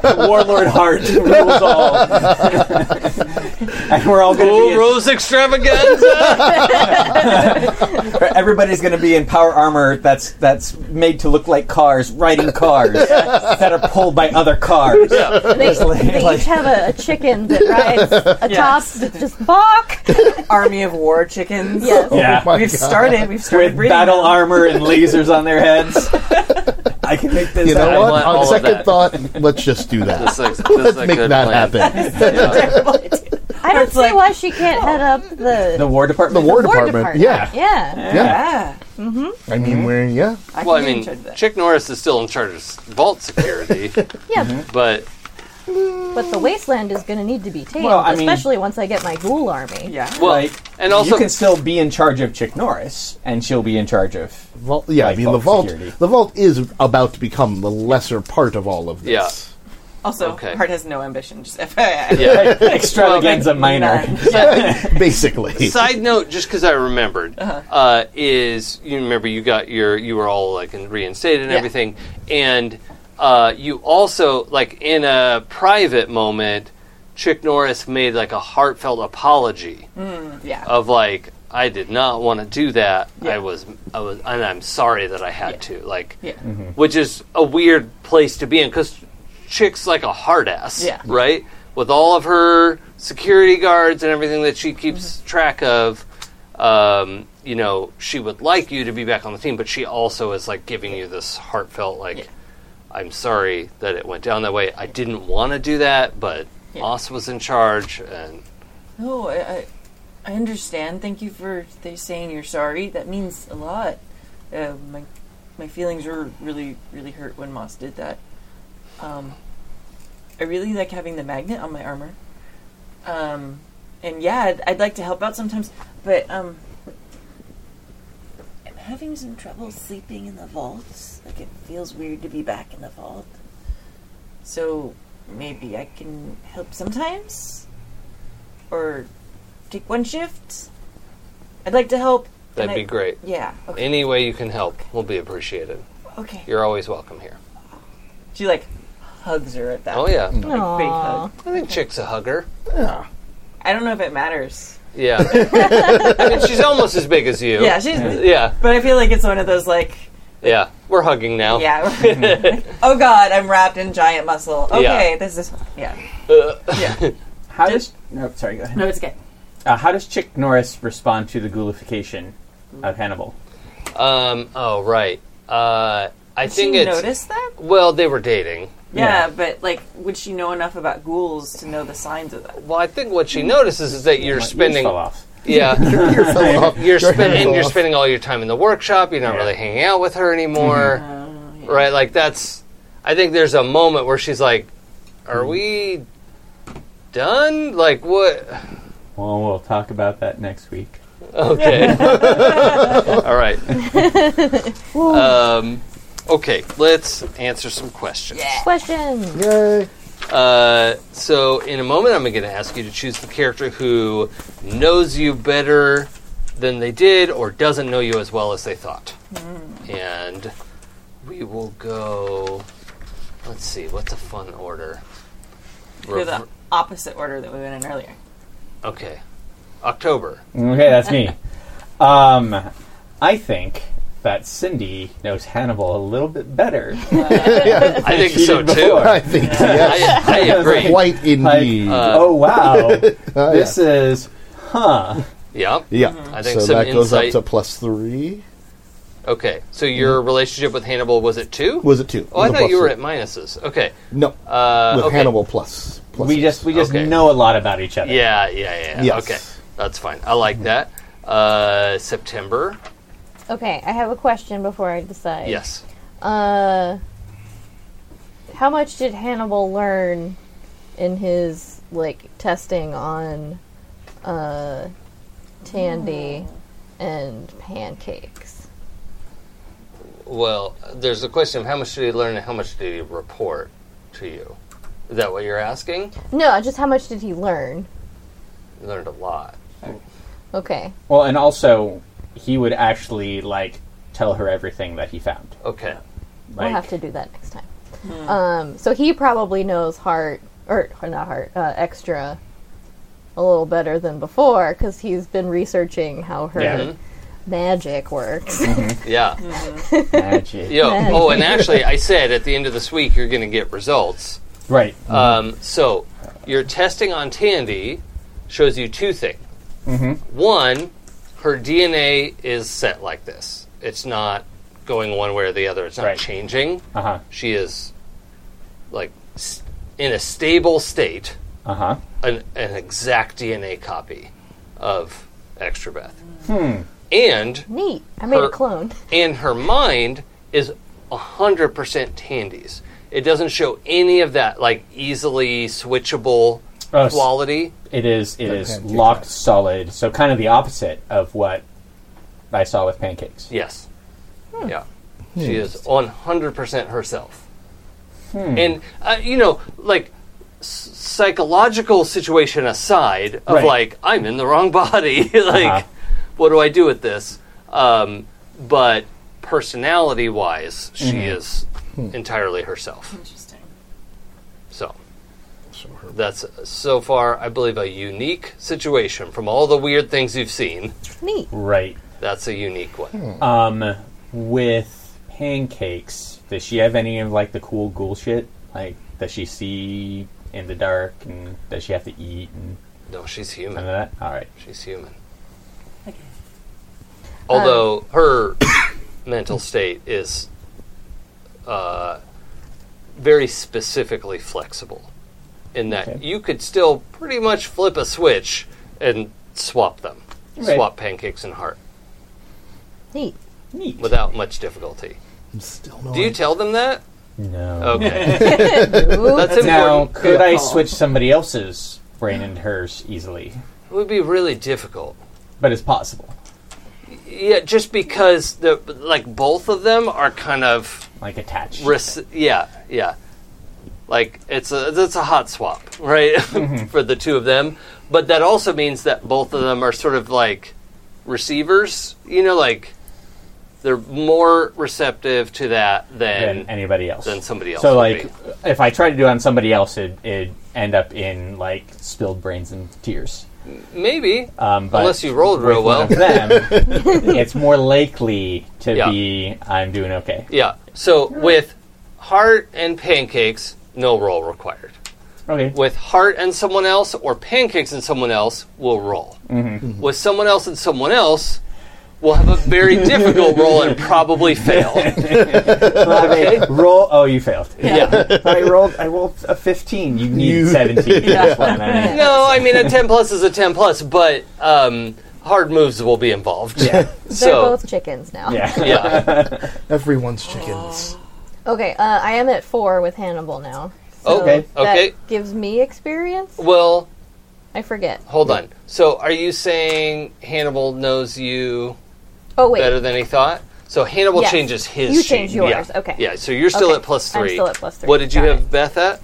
E: Warlord Heart rules all, and we're all going to be.
C: Ooh,
E: in-
C: Rose extravaganza!
E: Everybody's going to be in power armor that's that's made to look like cars, riding cars that are pulled by other cars.
F: They, they
E: like-
F: each have a, a chicken that rides atop
B: Yes.
F: that just bark.
B: Army of war chickens.
F: Yes.
E: Yeah,
D: my
B: We've started. We've started
E: Oh with
B: breeding
E: battle
B: them.
E: armor and lasers on their heads. I can make this.
D: You know
E: happen.
C: I
D: what?
C: want
D: On
C: all of
D: second
C: that.
D: thought, let's just do that.
C: This is- this is a
D: Make
C: good
D: that
C: plan.
D: happen.
F: I don't see
B: like-
F: why she can't head up the,
E: The war
D: The
E: department.
D: War
F: War
D: Department. Yeah.
F: Yeah.
D: yeah,
B: Yeah.
D: I mean, we're yeah.
B: I
C: Well, I
B: can get in
C: mean,
B: charge of that.
C: Chick Norris is still in charge of vault security,
F: Yeah.
D: Mm-hmm.
C: but
F: But the wasteland is going to need to be tamed,
E: Well, I mean-
F: especially once I get my ghoul army.
B: Yeah.
C: well,
E: Like,
C: and also
E: you can still be in charge of Chick Norris, and she'll be in charge of.
D: Vault, yeah,
E: Like
D: I mean
E: vault
D: the vault.
E: security.
D: The vault is about to become the lesser part of all of this.
B: Also,
C: Okay.
B: Hart has no ambition. Just FYI.
C: yeah.
E: Extravaganza minor.
B: None.
D: Basically,
C: Side note, just because I remembered,
B: Uh-huh.
C: uh is you remember you got your you were all like in- reinstated and
B: Yeah.
C: everything, and uh, you also like in a private moment, Chick Norris made like a heartfelt apology
B: Yeah.
C: of like I did not want to do that.
B: Yeah.
C: I was I was and I'm sorry that I had to like,
B: Yeah.
C: which is a weird place to be in because Chick's like a hard ass,
B: Yeah.
C: right? With all of her security guards and everything that she keeps
B: Mm-hmm.
C: track of, um, you know, she would like you to be back on the team, but she also is like giving you this heartfelt like. I'm sorry that it went down that way. I didn't want to do that, but
B: Yeah.
C: Moss was in charge, and
B: No, I, I, I understand. Thank you for th- saying you're sorry. That means a lot. Uh, my, my feelings were really, really hurt when Moss did that. Um, I really like having the magnet on my armor. Um, and yeah, I'd, I'd like to help out sometimes, but um, I'm having some trouble sleeping in the vaults. Like it feels weird to be back in the vault. So maybe I can help sometimes, or take one shift. I'd like to help. and
C: That'd
B: I-
C: be great.
B: Yeah. Okay.
C: Any way you can help will be appreciated.
B: okay.
C: You're always welcome here.
B: She like hugs her at that.
C: Oh yeah,
B: Like, big hug.
F: Aw.
C: I think Chick's a hugger.
B: I don't know if it matters.
C: Yeah, I mean she's almost as big as you.
B: Yeah, she's.
C: yeah,
B: But I feel like it's one of those like.
C: yeah. We're hugging now.
B: Yeah. oh God, I'm wrapped in giant muscle. Okay,
C: Yeah.
B: this is. Yeah.
C: Uh,
E: How does no? Sorry, go ahead.
B: No, it's okay.
E: Uh, how does Chick Norris respond to the ghoulification of Hannibal?
C: um. Oh right. Uh. I
B: Did
C: think
B: she
C: it's
B: notice that?
C: well they were dating.
B: Yeah,
E: Yeah.
B: but like, would she know enough about ghouls to know the signs of that?
C: Well, I think what
B: Mm.
C: she notices is that you're
E: My ears
C: spending.
E: fell off.
C: Yeah, you're
D: Your hands
C: spending. You're
D: off.
C: spending all your time in the workshop. You're not
E: Yeah.
C: really hanging out with her
B: Mm-hmm.
C: anymore,
B: Uh,
C: right? Like that's. I think there's a moment where she's like, "Are we done? Like what?
E: Well, we'll talk about that next week.
C: Okay. all right. Um, okay, let's answer some questions.
F: Question.
D: Yay.
C: Uh, so in a moment, I'm going to ask you to choose the character who knows you better than they did, or doesn't know you as well as they thought. And we will go. Let's see. What's a fun order?
B: They're the
C: Rever-
B: opposite order that we went in earlier.
C: okay. October.
E: Okay, that's me. um, I think that Cindy knows Hannibal a little bit better.
C: I think
E: She
C: so
E: did
C: too.
E: before.
D: I think yes.
C: I, I agree. uh,
D: Quite
E: Like,
D: indeed.
E: oh wow,
D: Uh,
E: this is huh?
C: Yeah.
D: yeah.
C: I think
D: so
C: some
D: that goes up
C: insight-
D: to plus three.
C: Okay. So your relationship with Hannibal was it two?
D: Mm-hmm. Was it two?
C: oh, I
D: The
C: thought
D: plus
C: you
D: three.
C: were at minuses. Okay.
D: No,
C: Uh,
D: with
C: okay.
D: Hannibal plus. plus
E: We just we just
C: Okay.
E: know a lot about each other.
C: Yeah, yeah, yeah.
D: Yes.
C: Okay, that's fine. I like that. Uh, September.
F: Okay, I have a question before I decide.
C: Yes.
F: Uh, how much did Hannibal learn in his like testing on uh, Tandy and pancakes?
C: Well, there's a question of how much did he learn and how much did he report to you? Is that what you're asking?
F: No, just how much did he learn?
C: He learned a lot.
F: Okay,
E: Well, and also he would actually like tell her everything that he found.
C: Okay.
E: Like,
F: we'll have to do that next time. Um, so he probably knows Hart or not Hart uh, extra a little better than before because he's been researching how her
E: Yeah.
C: Mm-hmm.
F: magic works.
C: Yeah.
E: magic.
C: Yo. Oh, and actually, I said at the end of this week you're going to get results.
E: Right.
C: Um, so your testing on Tandy shows you two things. One, her DNA is set like this. It's not going one way or the other. It's not
E: Right.
C: changing.
E: Uh huh.
C: She is like s- in a stable state,
E: Uh huh.
C: an, an exact DNA copy of Extrabeth. And
F: Neat. I made
C: Her-
F: a clone.
C: and her mind is 100% Tandy's. It doesn't show any of that like easily switchable
E: Oh, s-
C: quality.
E: It is it
D: Like
E: is
D: pancake
E: locked
D: ice.
E: solid. So kind of the opposite of what I saw with pancakes.
C: Yes. Yeah.
E: Hmm.
C: She is 100% herself.
E: Hmm.
C: And, uh, you know, like, s- psychological situation aside, of
E: Right.
C: like, I'm in the wrong body. like,
E: Uh-huh.
C: what do I do with this? Um, but personality wise, she
E: Mm-hmm.
C: is
E: Hmm.
C: entirely herself.
B: Interesting.
C: So. That's so far, I believe, a unique situation from all the weird things you've seen.
F: Neat.
E: Right.
C: That's a unique one.
E: Um, with pancakes, does she have any of like the cool ghoul shit? Like, does she see in the dark, and does she have to eat and
C: No, she's
E: none
C: human.
E: of that? All right.
C: She's human. Although her mental state is uh, very specifically flexible, in that
E: Okay.
C: you could still pretty much flip a switch and swap them,
E: Right.
C: swap pancakes and heart
F: Neat.
E: Neat.
C: without much difficulty.
D: Still no
C: Do you tell them that?
E: no.
C: Okay,
F: Ooh,
C: that's important.
E: Now, could I
B: call.
E: switch somebody else's brain into hers easily?
C: It would be really difficult.
E: But it's possible.
C: Yeah, just because the like both of them are kind of
E: Like attached.
C: Rec- yeah, yeah. Like it's a it's a hot swap, right,
E: Mm-hmm.
C: for the two of them. But that also means that both of them are sort of like receivers. You know, like they're more receptive to that than
E: than anybody else.
C: than somebody else
E: So,
C: would
E: like, if I try to do it on somebody else, it, it'd end up in, like, spilled brains and tears.
C: maybe
E: Um, but
C: Unless you rolled real
E: with one
C: well.
E: of them, it's more likely to
C: Yeah.
E: be I'm doing okay.
C: yeah. So with heart and pancakes, no roll required.
E: Okay.
C: with heart and someone else or pancakes and someone else will roll. With someone else and someone else, we'll have a very difficult roll and probably fail.
E: Okay. roll. Oh, you failed.
C: Yeah.
E: I rolled. I rolled a 15. You need
D: You-
E: 17. That's what I need.
C: No, I mean a ten plus is a ten plus, but um, hard moves will be involved.
E: Yeah.
F: They're
C: So
F: both chickens now.
E: Yeah.
C: yeah.
D: Everyone's chickens.
F: Okay, uh, I am at four with Hannibal now.
E: Okay.
F: That
C: Oh, Okay.
F: gives me experience.
C: Well,
F: I forget.
C: hold on. So are you saying Hannibal knows you
F: Oh wait,
C: better than he thought? So Hannibal
F: Yes.
C: changes his.
F: You change
C: sheet.
F: yours.
C: Yeah.
F: Okay.
C: Yeah. So you're still
F: Okay.
C: at plus
F: I'm
C: three.
F: still at plus three.
C: What did you
F: Got
C: have
F: it.
C: Beth at?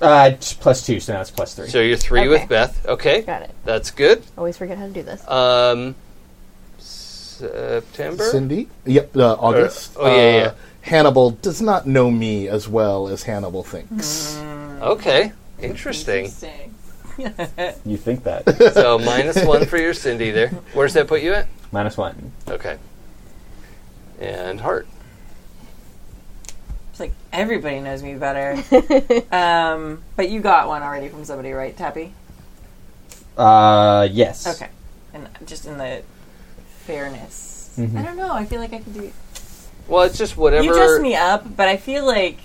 E: Uh, it's plus two, so now it's plus three.
C: So you're three
F: Okay.
C: with Beth. Okay.
F: got it.
C: That's good.
F: Always forget how to do this.
C: Um, September.
D: Cindy? Yep, uh, August.
C: Or- oh, yeah,
D: Uh,
C: yeah.
D: Hannibal does not know me as well as Hannibal thinks.
C: okay, interesting.
B: Interesting.
E: You think that
C: so minus one for your Cindy there. Where's that put you at?
E: minus one?
C: Okay. And heart.
B: It's like everybody knows me better. um, but you got one already from somebody, right, Tappy?
E: Uh, yes.
B: Okay. And just in the fairness,
D: Mm-hmm.
B: I don't know. I feel like I could do.
C: Well, it's just whatever.
B: You dressed me up, but I feel like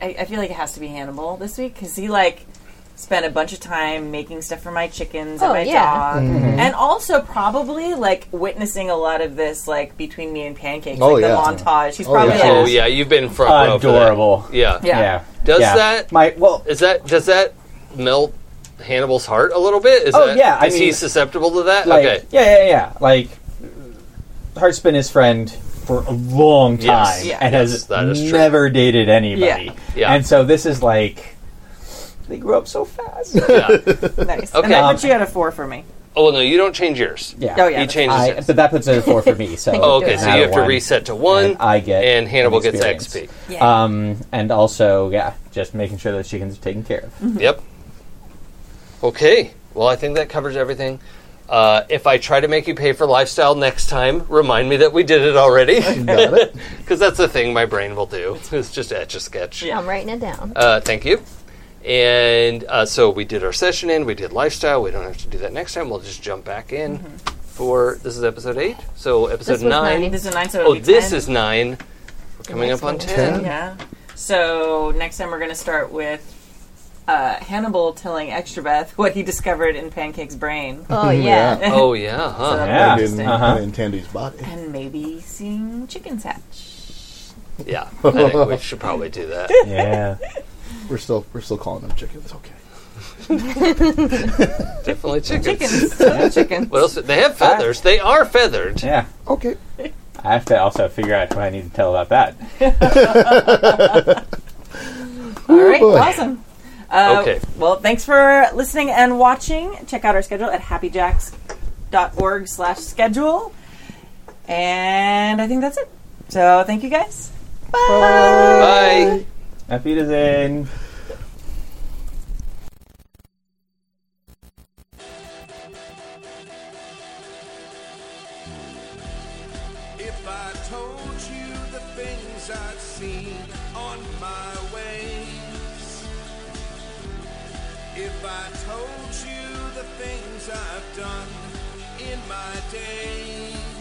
B: I, I feel like it has to be Hannibal this week because he like spent a bunch of time making stuff for my chickens and
F: Oh,
B: my
F: yeah.
B: dog,
D: Mm-hmm.
B: and also probably like witnessing a lot of this like between me and pancakes,
D: Oh,
B: like
D: yeah.
B: the montage. He's
D: Oh,
B: probably
D: yeah.
C: Oh
B: like,
C: yeah, you've been front row for that.
E: Adorable.
C: Yeah.
B: Yeah.
C: Does that-
E: my well?
C: Is that does that melt Hannibal's heart a little bit? Is
E: Oh,
C: that,
E: yeah, I
C: Is he
E: mean-
C: susceptible to that?
E: Like,
C: okay.
E: Yeah, yeah, yeah. Like, Hart's been his friend for a long time
C: Yes.
B: Yeah.
E: and
C: Yes,
E: has
C: that is true.
E: never dated anybody.
B: Yeah.
C: Yeah.
E: And so this is like they grew up so fast.
C: Yeah.
B: nice.
C: Okay.
B: And that
C: Um,
B: puts you at a four for me.
C: Oh well, no, you don't change yours.
E: yeah.
B: Oh, yeah.
C: He
B: that's
C: changes
E: I-
C: his.
E: but that puts it at four for me. So
C: Oh, okay. So
E: now
C: you have to
E: one.
C: reset to
E: And
C: one,
E: I get
C: and Hannibal gets
E: experience.
C: XP.
B: Yeah.
E: Um, and also, yeah, just making sure those chickens are taken care of.
C: Yep. Okay. Well, I think that covers everything. Uh, if I try to make you pay for lifestyle next time, remind me that we did it already.
D: Got it?
C: Because that's the thing my brain will do. It's just etch a sketch.
B: Yeah.
F: I'm writing it down.
C: Uh, thank you. And uh, so we did our session in, we did lifestyle. We don't have to do that next time. We'll just jump back in for this is episode eight. So episode
F: This was
C: nine.
F: nine.
B: this is a nine, so it'll
C: Oh,
B: be
C: this
B: 10.
C: is nine. We're coming
F: next
C: up on
F: one.
C: ten.
B: Yeah. So next time we're going to start with uh, Hannibal telling Extra Beth what he discovered in Pancake's brain,
F: Oh yeah.
C: Oh yeah, huh?
E: Yeah.
D: And in,
E: Uh-huh.
D: and in Tandy's body.
B: and maybe seeing chickens hatch.
C: Yeah, I think we should probably do that.
E: Yeah.
D: We're still we're still calling them chickens. Okay.
C: Definitely chickens.
B: Chickens, Still chickens.
C: What else? They have feathers. They are feathered.
E: yeah.
D: Okay.
E: I have to also figure out what I need to tell about that.
B: All right,
D: boy.
B: awesome. Uh,
C: Okay.
B: Well, thanks for listening and watching. Check out our schedule at happyjacks.org slash schedule. And I think that's it. So thank you guys.
C: Bye.
E: Auf Wiedersehen.
A: If I told you the things I've seen on my ways, if I told you the things I've done in my days.